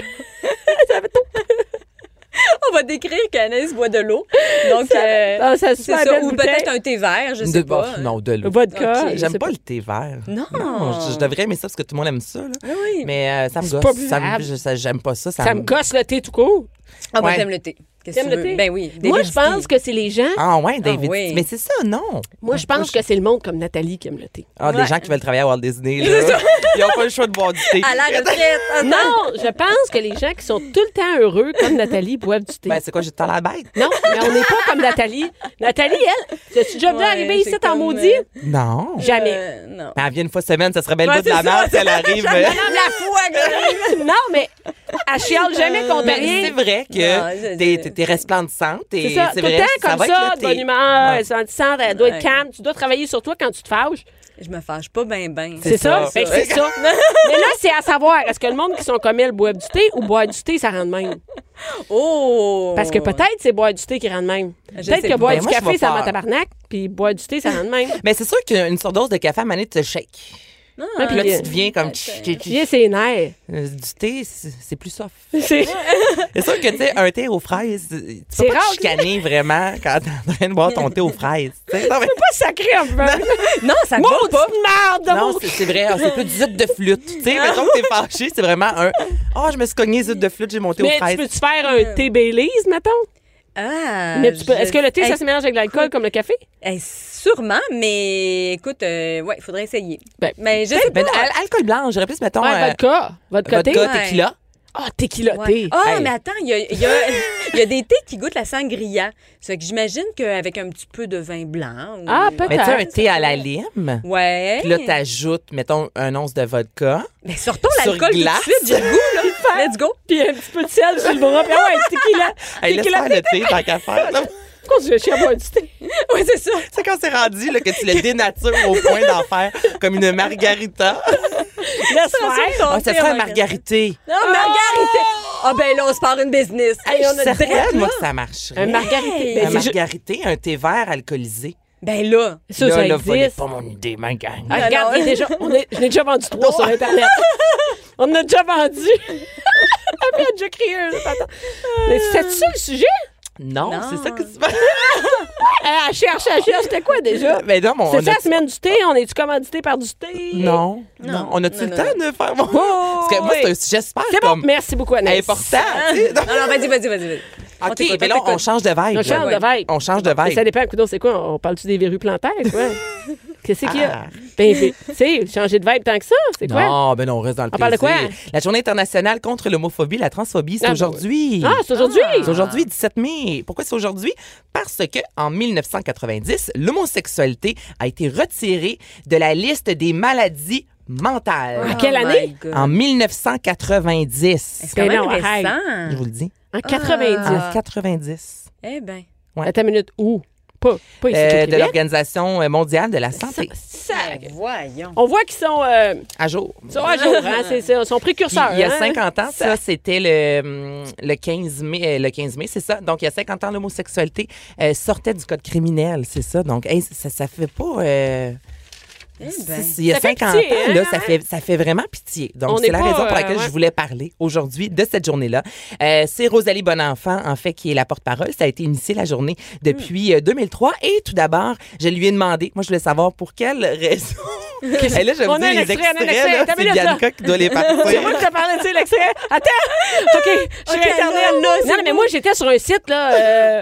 Speaker 6: On va décrire qu'Anaïs boit de l'eau. Donc, euh,
Speaker 4: Ah, ça se
Speaker 6: c'est ça. Ou peut-être un thé vert, je sais
Speaker 5: De-
Speaker 6: pas.
Speaker 5: bah, non, de l'eau.
Speaker 4: euh, Vodka.
Speaker 6: Ok,
Speaker 4: je
Speaker 5: J'aime
Speaker 4: sais
Speaker 5: pas, le thé vert.
Speaker 6: Non.
Speaker 5: je, je devrais aimer ça parce que tout le monde aime ça. là.
Speaker 6: oui.
Speaker 5: Mais euh, ça me
Speaker 4: Ah C'est pas
Speaker 5: gosse. Ça me-
Speaker 4: buvable.
Speaker 5: je- ça- J'aime pas ça. Ça,
Speaker 4: Ça me gosse le thé tout court.
Speaker 6: Ah, moi,
Speaker 5: Ouais.
Speaker 6: j'aime le thé. Qu'est-ce
Speaker 4: T'aimes
Speaker 6: que tu
Speaker 4: le
Speaker 6: veux?
Speaker 4: thé?
Speaker 6: Ben oui.
Speaker 4: Moi, je pense que c'est les gens.
Speaker 5: Ah ouais, David.
Speaker 6: oui.
Speaker 5: Mais c'est ça, non.
Speaker 4: Moi, je pense que c'est le monde comme Nathalie qui aime le thé.
Speaker 5: Ah,
Speaker 6: Ouais.
Speaker 5: des gens qui veulent travailler à Walt Disney, là. Ils n'ont pas le choix de boire du thé.
Speaker 6: À la retraite. attends.
Speaker 4: Non, je pense que les gens qui sont tout le temps heureux, comme Nathalie, boivent du thé.
Speaker 5: Ben, c'est quoi, j'ai tant la bête?
Speaker 4: non, mais on n'est pas comme Nathalie. Nathalie, elle, t'as-tu déjà vu
Speaker 6: Ouais,
Speaker 4: arriver
Speaker 6: c'est
Speaker 4: ici en
Speaker 6: comme,
Speaker 4: maudit?
Speaker 6: euh,
Speaker 5: Non.
Speaker 4: Jamais.
Speaker 6: Euh, non.
Speaker 5: Mais Elle vient une fois semaine, ça serait belle
Speaker 6: Ouais,
Speaker 5: bout de la
Speaker 6: c'est ça.
Speaker 5: merde si elle arrive.
Speaker 6: J'aime la foi, Grégory.
Speaker 4: non, mais elle chiale jamais contre
Speaker 5: Mais Ben, c'est
Speaker 4: rien.
Speaker 5: vrai
Speaker 6: Non, je-
Speaker 5: que t'es- t'es- t'es resplendissante. et
Speaker 4: C'est ça, tout
Speaker 5: vrai,
Speaker 4: le temps comme
Speaker 5: va
Speaker 4: ça,
Speaker 5: être
Speaker 4: de
Speaker 5: le
Speaker 4: bonne
Speaker 5: thé.
Speaker 4: humeur,
Speaker 5: Ouais.
Speaker 4: sentissante, elle doit être
Speaker 6: Ouais.
Speaker 4: calme. Tu dois travailler sur toi quand tu te fâches.
Speaker 6: Je me fâche pas ben ben.
Speaker 4: C'est ça?
Speaker 5: ça.
Speaker 4: Fait que C'est ça. Mais là, c'est à savoir, est-ce que le monde qui sont comme elle boit du thé ou boire du thé, ça rend de même?
Speaker 6: Oh!
Speaker 4: Parce que peut-être c'est boire du thé qui rend de même.
Speaker 6: Je
Speaker 4: Peut-être
Speaker 6: sais
Speaker 4: que
Speaker 6: pas.
Speaker 4: boire
Speaker 5: Ben,
Speaker 4: du
Speaker 5: moi, je
Speaker 4: café,
Speaker 5: vais
Speaker 4: ça rend
Speaker 5: faire.
Speaker 4: tabarnak, puis boire du thé, ça rend de même.
Speaker 5: Mais c'est sûr qu'une surdose de café à manette te shake.
Speaker 6: Non,
Speaker 4: Ouais,
Speaker 5: Puis là,
Speaker 4: Puis, euh,
Speaker 5: tu deviens comme.
Speaker 4: Viens, c'est nerfs.
Speaker 5: Euh, Du thé, c'est c'est plus soft.
Speaker 4: C'est-
Speaker 5: C'est sûr que, tu sais, un thé aux fraises, tu
Speaker 4: C'est
Speaker 5: peux pas
Speaker 4: rare,
Speaker 5: te chicaner vraiment quand t'es en train de boire ton thé aux fraises. tu sais. Non, mais-
Speaker 4: pas sacré un peu.
Speaker 6: non, ça
Speaker 4: Maudite
Speaker 6: vaut pas.
Speaker 4: merde de
Speaker 5: Non,
Speaker 4: mon-
Speaker 5: c'est c'est vrai, ah, c'est plus du zut de flûte. Tu sais, mettons que t'es fâché, c'est vraiment un. Oh, je me suis cogné zut de flûte, j'ai monté aux
Speaker 4: Mais tu
Speaker 5: fraises.
Speaker 4: peux-tu faire un thé Baileys, mettons?
Speaker 5: Euh,
Speaker 6: Ah!
Speaker 4: Mais tu peux-
Speaker 6: je-
Speaker 4: Est-ce que le thé, ça
Speaker 6: Hey,
Speaker 4: se mélange avec l'alcool comme le café?
Speaker 6: hey, sûrement, mais écoute, euh, ouais, il faudrait essayer.
Speaker 4: Ben,
Speaker 6: mais je sais pas.
Speaker 5: Ben, al- alcool blanc, j'aurais plus, mettons.
Speaker 4: Ouais,
Speaker 5: euh,
Speaker 4: vodka. Vodka thé.
Speaker 5: vodka,
Speaker 6: Ouais.
Speaker 5: tequila.
Speaker 4: Ah, tequila
Speaker 6: Ouais.
Speaker 4: thé.
Speaker 6: Ah,
Speaker 5: Hey.
Speaker 6: mais attends, il y a, il y a- il y a des thés qui goûtent la sangria. Ça fait que j'imagine qu'avec un petit peu de vin blanc. ou-
Speaker 4: Ah, peut-être.
Speaker 5: Mais tu sais, un thé à la lime.
Speaker 6: Ouais.
Speaker 5: Puis là, t'ajoutes, mettons, un once de vodka.
Speaker 6: Mais sortons
Speaker 5: Sur
Speaker 6: l'alcool tout de
Speaker 5: glace.
Speaker 6: suite, j'ai le goût, là. Let's go.
Speaker 4: Puis un petit peu de sel sur le bras. Puis ah ouais, tequila.
Speaker 5: Hey, laisse
Speaker 4: tequila
Speaker 5: faire le thé, tant qu'à faire. là.
Speaker 4: Pourquoi tu veux chier à boire du thé?
Speaker 6: Oui, c'est ça.
Speaker 5: C'est quand c'est rendu là, que tu le dénatures au point d'en faire comme une margarita.
Speaker 4: Laisse
Speaker 6: Transforme
Speaker 4: faire.
Speaker 6: ton
Speaker 5: Ah, ça
Speaker 6: thé
Speaker 5: serait
Speaker 6: en
Speaker 5: un margarité.
Speaker 6: Non, margarité.
Speaker 4: Oh!
Speaker 6: Ah, ben là, on se part une business. Hey,
Speaker 5: Je
Speaker 6: on
Speaker 5: suis
Speaker 6: a direct,
Speaker 5: certaine,
Speaker 6: là.
Speaker 5: moi, que ça marcherait.
Speaker 4: Un margarité.
Speaker 5: Un
Speaker 4: Ben, c'est ju-
Speaker 5: margarité, un thé vert alcoolisé.
Speaker 6: Ben là.
Speaker 4: Ça,
Speaker 5: là,
Speaker 4: ça
Speaker 5: là, volez
Speaker 4: existe.
Speaker 5: pas mon idée, ma gang.
Speaker 4: Ah,
Speaker 6: Non,
Speaker 4: regarde,
Speaker 6: non.
Speaker 4: il est déjà, on est, je l'ai déjà vendu trois sur Internet. on en a déjà vendu. Elle a déjà crié un. attends. Mais c'était ça le sujet? Euh,
Speaker 5: Non,
Speaker 6: Non.
Speaker 5: c'est ça que tu fais.
Speaker 4: Elle cherche, elle cherche. C'était quoi déjà?
Speaker 5: Mais ben non, mon.
Speaker 4: C'est
Speaker 5: on
Speaker 4: ça
Speaker 5: a-
Speaker 4: la semaine du thé? On est-tu commandité par du thé?
Speaker 5: Non, non. On a-tu
Speaker 6: Non,
Speaker 5: le
Speaker 6: non,
Speaker 5: temps de faire mon.
Speaker 4: Oh,
Speaker 5: Parce que moi,
Speaker 4: oui.
Speaker 5: c'est un sujet super
Speaker 4: C'est bon.
Speaker 5: comme
Speaker 4: Merci beaucoup, Anaïs.
Speaker 5: important. tu sais.
Speaker 6: Non, non, vas-y, vas-y, vas-y. vas-y. On
Speaker 5: OK,
Speaker 6: t'écoute,
Speaker 4: ben
Speaker 5: mais là,
Speaker 6: t'écoute.
Speaker 5: on change de vibe.
Speaker 4: On
Speaker 5: là.
Speaker 4: change de vibe.
Speaker 5: On change de
Speaker 4: Mais Ça
Speaker 5: vibe.
Speaker 4: dépend. Coudon, c'est quoi? On parle-tu des verrues plantaires? Quoi? Qu'est-ce qu'il y a? Ben, ben, tu sais, changer de vibe tant que ça, c'est quoi?
Speaker 5: Ah. Non, ben non, on reste dans le
Speaker 4: On parle de
Speaker 5: plaisir.
Speaker 4: quoi?
Speaker 5: La journée internationale contre l'homophobie, la transphobie, c'est
Speaker 4: Ah, ben
Speaker 5: aujourd'hui.
Speaker 4: Ah, c'est aujourd'hui!
Speaker 5: C'est aujourd'hui, 17 mai. Pourquoi c'est aujourd'hui? Parce que en 1990, l'homosexualité a été retirée de la liste des maladies mentales.
Speaker 4: À quelle
Speaker 6: Oh my
Speaker 4: année?
Speaker 6: God.
Speaker 5: En 1990.
Speaker 6: C'est quand
Speaker 4: Ben
Speaker 6: même
Speaker 4: non, arrête.
Speaker 5: Je
Speaker 6: récent.
Speaker 5: vous le dis.
Speaker 4: En 90.
Speaker 5: En 90.
Speaker 6: Eh ben.
Speaker 4: Attends une minute. Où? Pas, pas ici. au
Speaker 5: Euh, de
Speaker 4: Québec.
Speaker 5: l'Organisation mondiale de la santé.
Speaker 4: Sac.
Speaker 6: Voyons.
Speaker 4: On voit qu'ils sont, euh,
Speaker 5: À jour.
Speaker 4: ils sont à jour, hein, c'est ça, ils sont
Speaker 5: Puis,
Speaker 4: précurseurs.
Speaker 5: il y a
Speaker 4: hein.
Speaker 5: 50 ans, ça, c'était le, hum, le 15 mai. euh, Le 15 mai, c'est ça. Donc, il y a 50 ans, l'homosexualité euh, sortait du code criminel, c'est ça. Donc, hey, ça, ça fait pas... euh,
Speaker 6: ben.
Speaker 5: c'est- Il y a
Speaker 4: Eh Ça fait
Speaker 5: 50
Speaker 4: pitié,
Speaker 5: ans,
Speaker 4: hein?
Speaker 5: là, ça, fait, ça fait vraiment pitié.
Speaker 4: On
Speaker 5: Donc, c'est
Speaker 4: n'est
Speaker 5: la
Speaker 4: pas,
Speaker 5: raison pour
Speaker 4: euh,
Speaker 5: laquelle
Speaker 4: ouais.
Speaker 5: je voulais parler aujourd'hui de cette journée-là. Euh, c'est Rosalie Bonenfant, en fait, qui est la porte-parole. Ça a été initié la journée depuis
Speaker 4: Hmm.
Speaker 5: euh, 2003. Et tout d'abord, je lui ai demandé, moi, je voulais savoir pour quelle raison. Et là, je vais
Speaker 4: On
Speaker 5: vous
Speaker 4: a un
Speaker 5: dire les
Speaker 4: extrait, on a un
Speaker 5: extraits.
Speaker 4: extrait.
Speaker 5: là,
Speaker 4: T'as
Speaker 5: C'est
Speaker 4: mis le
Speaker 5: Bianca qui doit les partir.
Speaker 4: C'est moi qui te parlais, tu sais, l'extrait. Attends! OK, je suis
Speaker 6: Ok,
Speaker 4: Internet.
Speaker 6: là, là, c'est
Speaker 4: non, non, mais moi, j'étais sur un site, là.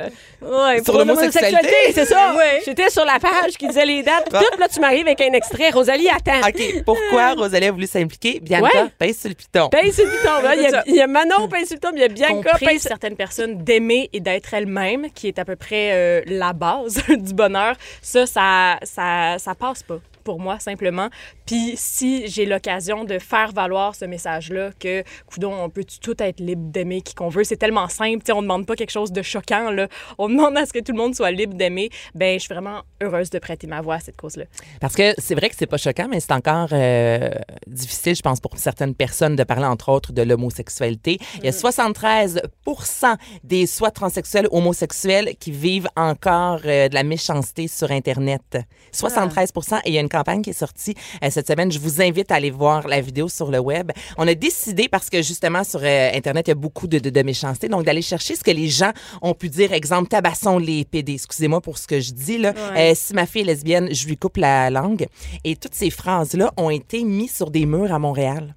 Speaker 4: euh,
Speaker 6: Ouais,
Speaker 5: Sur
Speaker 4: pour
Speaker 5: l'homosexualité.
Speaker 4: l'homosexualité, c'est ça.
Speaker 6: Ouais.
Speaker 4: J'étais sur la page qui disait les dates.
Speaker 5: Bon.
Speaker 7: Ah.
Speaker 4: Tout, là, tu m'arrives avec un extrait. Rosalie, attends.
Speaker 5: OK, pourquoi Rosalie a voulu s'impliquer? Bianca,
Speaker 4: Ouais.
Speaker 5: pèse sur le piton.
Speaker 4: Pince sur le piton, là. Il y a- Il y a Manon, pince sur le piton, puis il y a Bianca,
Speaker 7: compris
Speaker 4: pince.
Speaker 7: certaines personnes d'aimer et d'être elles-mêmes, qui est à peu près euh, la base du bonheur, ça, ça, ça, ça passe pas. pour moi, simplement. Puis si j'ai l'occasion de faire valoir ce message-là, que, coudon, on peut tout être libre d'aimer qui qu'on veut, c'est tellement simple, tu sais, on demande pas quelque chose de choquant, là. On demande à ce que tout le monde soit libre d'aimer. Ben, je suis vraiment heureuse de prêter ma voix à cette cause-là.
Speaker 5: Parce que c'est vrai que c'est pas choquant, mais c'est encore euh, difficile, je pense, pour certaines personnes de parler, entre autres, de l'homosexualité. Il y a 73 des soit transsexuels homosexuels qui vivent encore euh, de la méchanceté sur Internet. 73 Et il y a une campagne qui est sortie euh, cette semaine. Je vous invite à aller voir la vidéo sur le web. On a décidé, parce que justement, sur euh, Internet, il y a beaucoup de, de- de méchanceté, donc d'aller chercher ce que les gens ont pu dire. Exemple, tabassons les PD. Excusez-moi pour ce que je dis, là. Euh, si ma fille est lesbienne, je lui coupe la langue. Et toutes ces phrases-là ont été mises sur des murs à Montréal.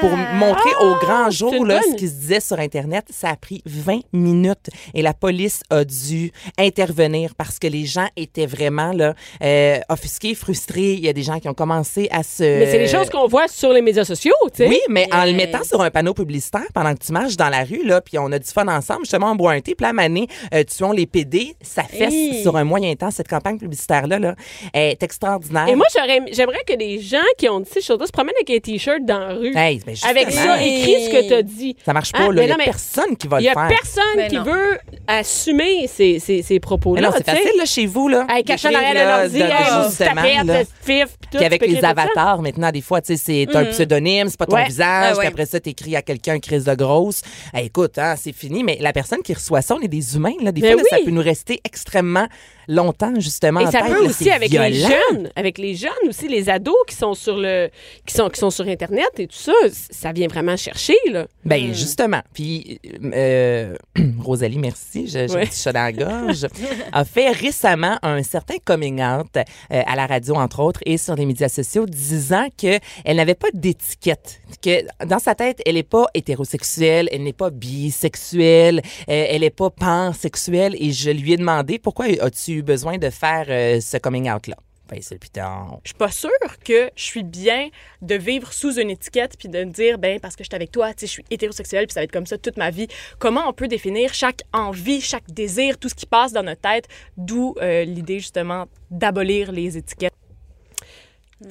Speaker 5: Pour
Speaker 4: Euh,
Speaker 5: montrer
Speaker 4: oh,
Speaker 5: au grand jour
Speaker 4: une
Speaker 5: là,
Speaker 4: bonne
Speaker 5: ce qui se disait sur Internet, ça a pris 20 minutes et la police a dû intervenir parce que les gens étaient vraiment là, euh, offusqués, frustrés. Il y a des gens qui ont commencé à se...
Speaker 4: Mais c'est les
Speaker 7: Euh,
Speaker 4: choses qu'on voit sur les médias sociaux, tu sais.
Speaker 5: Oui, mais en le mettant sur un panneau publicitaire pendant que tu marches dans la rue, là, puis on a du fun ensemble, justement, on boit un thé, puis la manée, euh, tuons les PD, ça fesse
Speaker 6: Hey.
Speaker 5: sur un moyen temps. Cette campagne publicitaire-là là, est extraordinaire.
Speaker 4: Et moi, j'aurais- j'aimerais que les gens qui ont dit ces choses-là se promènent avec un T-shirt dans la rue.
Speaker 5: Hey, ben, justement,
Speaker 4: avec ça, écris ce que tu as dit.
Speaker 5: ça marche
Speaker 4: Hein,
Speaker 5: pas,
Speaker 4: mais
Speaker 5: là. Il y a
Speaker 4: non, mais
Speaker 5: personne qui va
Speaker 4: Il
Speaker 5: le
Speaker 4: n'y a
Speaker 5: faire.
Speaker 4: personne
Speaker 6: Mais
Speaker 4: qui
Speaker 6: non.
Speaker 4: veut assumer ces, ces, ces
Speaker 5: Mais
Speaker 4: propos-là.
Speaker 5: non, c'est
Speaker 4: tu sais.
Speaker 5: facile, là, chez vous, là.
Speaker 4: Hey, caché en
Speaker 5: d'écrire,
Speaker 4: arrière
Speaker 5: là,
Speaker 4: de l'ordi,
Speaker 5: de-
Speaker 4: hey, on se
Speaker 5: justement,
Speaker 4: tapette,
Speaker 5: là.
Speaker 4: le fif, puis tout.
Speaker 5: Puis avec
Speaker 4: tu peux
Speaker 5: les
Speaker 4: écrire tout ça. Mm-hmm.
Speaker 5: avatars, maintenant, des fois, tu sais, c'est un pseudonyme, c'est pas ton
Speaker 4: Ouais.
Speaker 5: visage.
Speaker 6: Ah ouais.
Speaker 5: Puis après ça, t'écris à quelqu'un crise de grosse. Eh, écoute, hein, c'est fini. Mais la personne qui reçoit ça, on est des humains. Là. Des
Speaker 4: Mais
Speaker 5: fois, là, ça
Speaker 4: oui.
Speaker 5: peut nous rester extrêmement longtemps, justement.
Speaker 4: Et
Speaker 5: en
Speaker 4: ça
Speaker 5: tête,
Speaker 4: peut
Speaker 5: là,
Speaker 4: aussi
Speaker 5: c'est
Speaker 4: avec les
Speaker 5: violent.
Speaker 4: jeunes, avec les jeunes aussi, les ados qui sont sur le, qui sont, qui sont sur Internet et tout ça, c- ça vient vraiment chercher là.
Speaker 5: Ben justement. Puis euh, Rosalie, merci, je- j'ai
Speaker 4: Ouais.
Speaker 5: un petit chat dans la gorge, a fait récemment un certain coming out euh, à la radio, entre autres, et sur les médias sociaux, disant que elle n'avait pas d'étiquette, que dans sa tête, elle n'est pas hétérosexuelle, elle n'est pas bisexuelle, euh, elle n'est pas pansexuelle, et je lui ai demandé, pourquoi as-tu eu besoin de faire euh, ce coming out-là? Ben, c'est putain.
Speaker 7: Je suis pas sûre que je suis bien de vivre sous une étiquette puis de me dire, ben parce que je suis avec toi, tu sais, je suis hétérosexuelle puis ça va être comme ça toute ma vie. Comment on peut définir chaque envie, chaque désir, tout ce qui passe dans notre tête, d'où euh, l'idée justement d'abolir les étiquettes.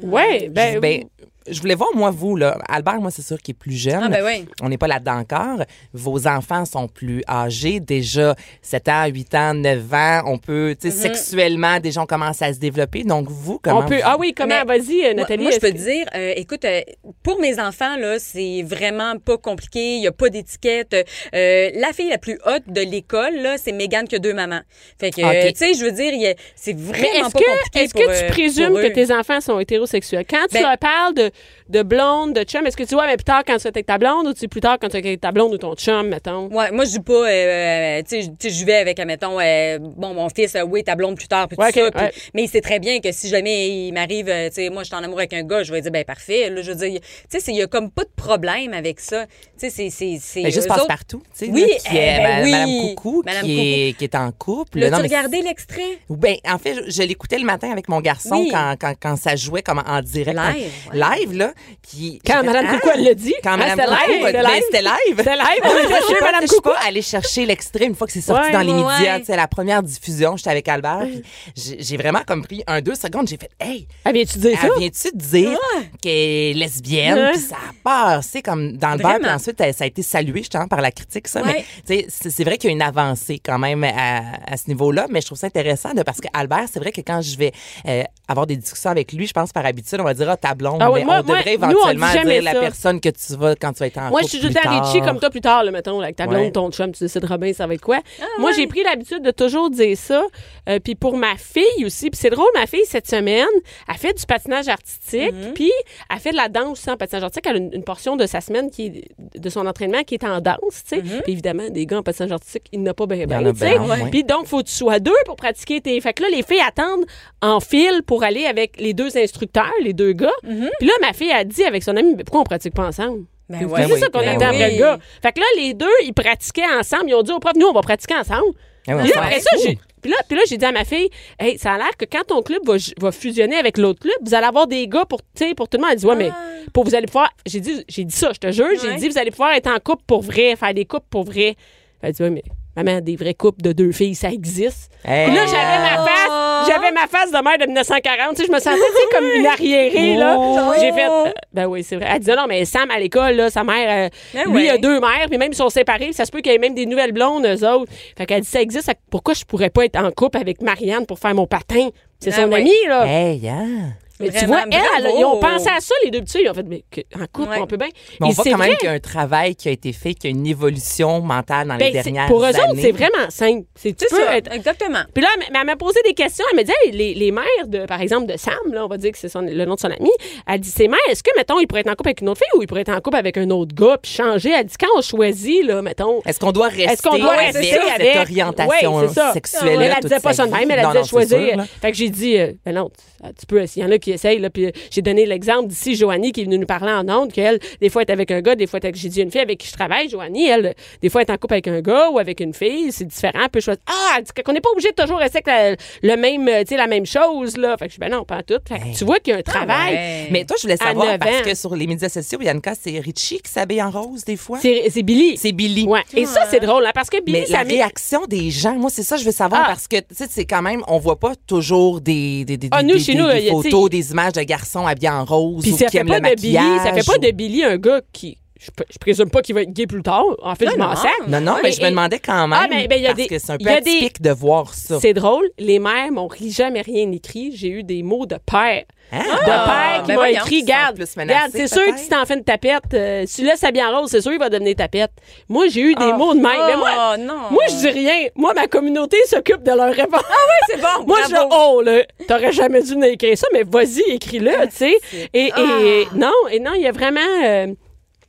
Speaker 4: Ouais, ben,
Speaker 5: Ben, je voulais voir, moi, vous, là. Albert, moi, c'est sûr qu'il est plus jeune.
Speaker 6: Ah, ben oui.
Speaker 5: On n'est pas là-dedans encore. Vos enfants sont plus âgés. Déjà, 7 ans, 8 ans, 9 ans, on peut, tu sais,
Speaker 6: Mm-hmm.
Speaker 5: sexuellement, déjà, on commence à se développer. Donc, vous, comment.
Speaker 4: on peut.
Speaker 5: vous-
Speaker 4: Ah oui, comment
Speaker 6: Mais-
Speaker 4: Vas-y, euh,
Speaker 6: Moi-
Speaker 4: Nathalie.
Speaker 6: Moi, je
Speaker 4: est-ce
Speaker 6: peux
Speaker 4: que-
Speaker 6: te dire, euh, écoute, euh, pour mes enfants, là, c'est vraiment pas compliqué. Il n'y a pas d'étiquette. Euh, la fille la plus haute de l'école, là, c'est Mégane qui a deux mamans. Fait que, euh,
Speaker 5: Ok.
Speaker 6: tu sais, je veux dire, il y a- c'est
Speaker 4: Ah, Mais
Speaker 6: vraiment
Speaker 4: est-ce
Speaker 6: pas
Speaker 4: que,
Speaker 6: compliqué
Speaker 4: est-ce
Speaker 6: pour,
Speaker 4: que
Speaker 6: euh,
Speaker 4: tu présumes
Speaker 6: pour
Speaker 4: que
Speaker 6: eux.
Speaker 4: tes enfants sont hétérosexuels? Quand tu
Speaker 6: Ben-
Speaker 4: leur parles de, de blonde, de chum, est-ce que tu vois, mais plus tard quand tu es avec ta blonde ou tu dis plus tard quand tu es avec ta blonde ou ton chum, mettons?
Speaker 6: Ouais, moi, je dis pas, euh, tu sais, je- tu sais, je vais avec, admettons, euh, bon, mon fils, euh, oui, ta blonde plus tard, puis
Speaker 4: Ouais,
Speaker 6: tout
Speaker 4: ok,
Speaker 6: ça. puis-
Speaker 4: ouais.
Speaker 6: Mais il sait très bien que si jamais il m'arrive, euh, tu sais, moi, je suis en amour avec un gars, je vais dire, ben, parfait. Là, je veux dire, tu sais, c'est- il y a comme pas de problème avec ça. Tu sais, c'est- c'est. c'est-
Speaker 5: Ben,
Speaker 6: eux
Speaker 5: juste
Speaker 6: autres-
Speaker 5: passe-partout, tu sais.
Speaker 6: Oui,
Speaker 5: là, qui
Speaker 6: eh
Speaker 5: est
Speaker 6: ben
Speaker 5: ma-
Speaker 6: oui.
Speaker 5: Madame Coucou,
Speaker 6: Madame
Speaker 5: qui,
Speaker 6: Coucou.
Speaker 5: Est, qui est en couple.
Speaker 6: L'as-tu
Speaker 5: Non, mais-
Speaker 6: regardé l'extrait?
Speaker 5: Ben, en fait, je, je l'écoutais le matin avec mon garçon
Speaker 6: Oui.
Speaker 5: quand, quand, quand ça jouait comme en direct.
Speaker 6: Live,
Speaker 5: en-
Speaker 6: ouais.
Speaker 5: Live, là. Puis,
Speaker 4: Quand
Speaker 5: j'ai fait,
Speaker 4: Madame
Speaker 5: Ah!
Speaker 4: Coucou, elle l'a dit.
Speaker 5: Quand
Speaker 4: Ah,
Speaker 5: Madame
Speaker 4: c'était
Speaker 5: Coucou,
Speaker 4: live,
Speaker 5: ben,
Speaker 4: c'était live.
Speaker 5: c'était live. Ah,
Speaker 4: C'était live, on
Speaker 5: Je
Speaker 4: l'a cherché,
Speaker 5: suis pas-
Speaker 4: Madame
Speaker 5: je suis
Speaker 4: Coucou.
Speaker 5: pas allée chercher l'extrait une fois que c'est sorti
Speaker 4: Ouais,
Speaker 5: dans les
Speaker 6: ouais,
Speaker 5: médias.
Speaker 6: ouais.
Speaker 5: Tu sais, la première diffusion, j'étais avec Albert. puis J'ai j'ai vraiment compris un, deux secondes. J'ai fait, hey,
Speaker 4: Ah, viens-tu dire ça?
Speaker 5: elle vient-tu de dire qu'elle est lesbienne?
Speaker 4: Ouais.
Speaker 5: Puis ça a passé comme dans le beurre.
Speaker 6: Vraiment.
Speaker 5: Puis ensuite, elle- ça a été salué, je t'en par la critique, ça.
Speaker 6: Ouais.
Speaker 5: Mais tu sais, c'est c'est vrai qu'il y a une avancée quand même à, à ce niveau-là. Mais je trouve ça intéressant de, parce que Albert, c'est vrai que quand je vais euh, avoir des discussions avec lui, je pense par habitude, on va dire, ah, ta blonde.
Speaker 4: Ah ouais,
Speaker 5: mais
Speaker 4: moi-
Speaker 5: on devrait
Speaker 4: moi, nous, on dit
Speaker 5: éventuellement
Speaker 4: jamais
Speaker 5: dire la
Speaker 4: ça.
Speaker 5: personne que tu vas quand tu vas être en
Speaker 4: Moi, je
Speaker 5: couple
Speaker 4: suis
Speaker 5: plus
Speaker 4: juste à
Speaker 5: tard.
Speaker 4: Richie comme toi plus tard, là, mettons, là, avec ta blonde,
Speaker 5: Ouais.
Speaker 4: ton chum, tu décides Robin, ça va être quoi. Moi, j'ai pris l'habitude de toujours dire ça. Euh, puis pour ma fille aussi, puis c'est drôle, ma fille, cette semaine, elle fait du patinage artistique, puis elle fait de la danse aussi en patinage artistique. Elle a une, une portion de sa semaine, qui est- de son entraînement qui est en danse, tu sais. Puis évidemment, des gars en patinage artistique, il n'y en a pas bien,
Speaker 5: en a
Speaker 4: bien,
Speaker 5: ben
Speaker 4: tu sais.
Speaker 5: non, ouais.
Speaker 4: Puis donc, faut que tu sois deux pour pratiquer tes... Fait que là, les filles attendent en file pour aller avec les deux instructeurs, les deux gars. Puis là, ma fille a dit avec son ami, Mais pourquoi on pratique pas ensemble?
Speaker 6: Ben
Speaker 4: C'est
Speaker 6: ouais.
Speaker 4: juste
Speaker 5: Ben
Speaker 4: ça
Speaker 5: oui,
Speaker 4: qu'on
Speaker 5: ben
Speaker 4: attend
Speaker 5: oui.
Speaker 4: après le gars. Fait que là, les deux, ils pratiquaient ensemble. Ils ont dit au prof, nous, on va pratiquer ensemble.
Speaker 5: Ah ouais,
Speaker 4: Puis là,
Speaker 5: ouais.
Speaker 4: après ça, j'ai... Puis là, puis là, j'ai dit à ma fille, hey, ça a l'air que quand ton club va, va fusionner avec l'autre club, vous allez avoir des gars pour, tu sais, pour tout le monde. Elle dit, ouais, mais
Speaker 5: Ah.
Speaker 4: pour vous allez pouvoir. J'ai dit, j'ai dit ça, je te jure. J'ai
Speaker 6: Ouais.
Speaker 4: dit, vous allez pouvoir être en couple pour vrai, faire des couples pour vrai. Elle dit, ouais, mais maman, des vrais couples de deux filles, ça existe.
Speaker 5: Hey,
Speaker 4: Puis là, j'avais ma face. J'avais ma face de mère de 1940. Tu sais, je me sentais tu sais, comme une arriérée. Là. J'ai fait. euh, ben oui, c'est vrai. Elle disait non, mais Sam, à l'école, là, sa mère, euh,
Speaker 6: Ben
Speaker 4: lui,
Speaker 6: ouais.
Speaker 4: il a deux mères, puis même ils sont séparés. Ça se peut qu'il y ait même des nouvelles blondes, eux autres. Fait qu'elle dit ça existe. ça- Pourquoi je pourrais pas être en couple avec Marianne pour faire mon patin? C'est
Speaker 6: Ben
Speaker 4: son
Speaker 6: ouais.
Speaker 4: amie, là.
Speaker 5: Hey, hein?
Speaker 4: mais tu
Speaker 6: vraiment,
Speaker 4: vois, elle,
Speaker 6: bravo.
Speaker 4: ils ont pensé à ça, les deux petits. Ils ont fait, mais que- en couple,
Speaker 6: Ouais.
Speaker 4: on peut bien.
Speaker 5: Mais on
Speaker 4: Et
Speaker 5: voit
Speaker 4: c'est
Speaker 5: quand même
Speaker 4: vrai.
Speaker 5: qu'il y a un travail qui a été fait, qu'il y a une évolution mentale dans les
Speaker 4: Ben, c'est-
Speaker 5: dernières
Speaker 4: pour eux
Speaker 5: années.
Speaker 4: autres, c'est vraiment simple. C'est tu
Speaker 6: C'est
Speaker 4: peux
Speaker 6: ça,
Speaker 4: être-
Speaker 6: exactement.
Speaker 4: Puis là, elle m- elle m'a posé des questions. Elle me dit, Hey, les, les mères, de, par exemple, de Sam, là, on va dire que c'est son- le nom de son ami, elle dit, ces mères, est-ce que, mettons, il pourrait être en couple avec une autre fille ou il pourrait être en couple avec un autre gars, puis changer? Elle dit, quand on choisit, là, mettons,
Speaker 5: Est-ce qu'on doit rester
Speaker 4: est-ce qu'on doit
Speaker 5: avec
Speaker 4: rester avec
Speaker 5: cette orientation
Speaker 4: Ouais, c'est ça.
Speaker 5: sexuelle
Speaker 4: Elle ne disait pas ça de même, elle disait choisir. fait que j'ai dit, euh, ben non, tu- tu peux, s'il y en a qui essayent, là, puis euh, j'ai donné l'exemple d'ici Joanie qui est venue nous parler en ondes, qu'elle, des fois, est avec un gars, des fois, est avec- j'ai dit une fille avec qui je travaille, Joanie, elle, euh, des fois, est en couple avec un gars ou avec une fille, c'est différent, elle peut choisir. Ah, elle dit qu'on n'est pas obligé de toujours rester avec la, le même, euh, tu sais, la même chose, là. Fait que je dis, ben non, pas en tout. Fait que tu vois qu'il y a un travail.
Speaker 5: Mais toi, je voulais
Speaker 4: À
Speaker 5: savoir,
Speaker 4: neuf
Speaker 5: parce
Speaker 4: ans.
Speaker 5: que sur les médias sociaux, Bianca, c'est Richie qui s'habille en rose des fois.
Speaker 4: C'est c'est Billy.
Speaker 5: C'est Billy. Ah.
Speaker 4: Ouais. Et ça, c'est drôle, hein, parce que Billy,
Speaker 5: Mais
Speaker 4: ça
Speaker 5: la
Speaker 4: met-
Speaker 5: réaction des gens, moi, c'est ça que je veux savoir
Speaker 4: Ah.
Speaker 5: parce que, tu sais, c'est quand même, on voit pas toujours des, des, des,
Speaker 4: Ah, nous,
Speaker 5: des-
Speaker 4: chez
Speaker 5: des-
Speaker 4: nous,
Speaker 5: des
Speaker 4: il y a- tu sais,
Speaker 5: photos, des images de garçons habillés en rose
Speaker 4: Puis
Speaker 5: ou
Speaker 4: ça
Speaker 5: qui
Speaker 4: fait
Speaker 5: aiment
Speaker 4: pas
Speaker 5: le
Speaker 4: de Billy,
Speaker 5: maquillage.
Speaker 4: ça fait pas
Speaker 5: ou-
Speaker 4: de Billy un gars qui je, pr- je présume pas qu'il va être gay plus tard. En fait, je m'en sers.
Speaker 5: Non, non, mais je me
Speaker 4: et-
Speaker 5: demandais quand même
Speaker 4: Ah, ben, ben, il y a
Speaker 5: parce
Speaker 4: des-
Speaker 5: que c'est un
Speaker 4: il
Speaker 5: peu
Speaker 4: y a des-
Speaker 5: atypique de voir ça.
Speaker 4: C'est drôle, les mères m'ont ri- jamais rien écrit. J'ai eu des mots de père.
Speaker 5: Hein?
Speaker 4: De père qui
Speaker 6: ben
Speaker 4: m'a
Speaker 6: voyons,
Speaker 4: écrit,
Speaker 5: qui sont
Speaker 4: garde,
Speaker 5: plus menacés,
Speaker 4: garde, c'est sûr que
Speaker 5: peut-être.
Speaker 4: si t'en fais une tapette, euh, si tu laisses habiller en rose, c'est sûr qu'il va devenir tapette. Moi, j'ai eu
Speaker 5: Ah.
Speaker 4: des mots de même. mais moi,
Speaker 6: Oh, non.
Speaker 4: moi, je dis rien. Moi, ma communauté s'occupe de leur réponse.
Speaker 5: Ah
Speaker 6: C'est bon,
Speaker 4: Moi, je dis,
Speaker 6: bravo.
Speaker 4: oh, là, t'aurais jamais dû m'écrire ça, mais vas-y,
Speaker 5: Ah,
Speaker 4: écris-le, tu sais. Et, et- non, et non, il y a vraiment. euh,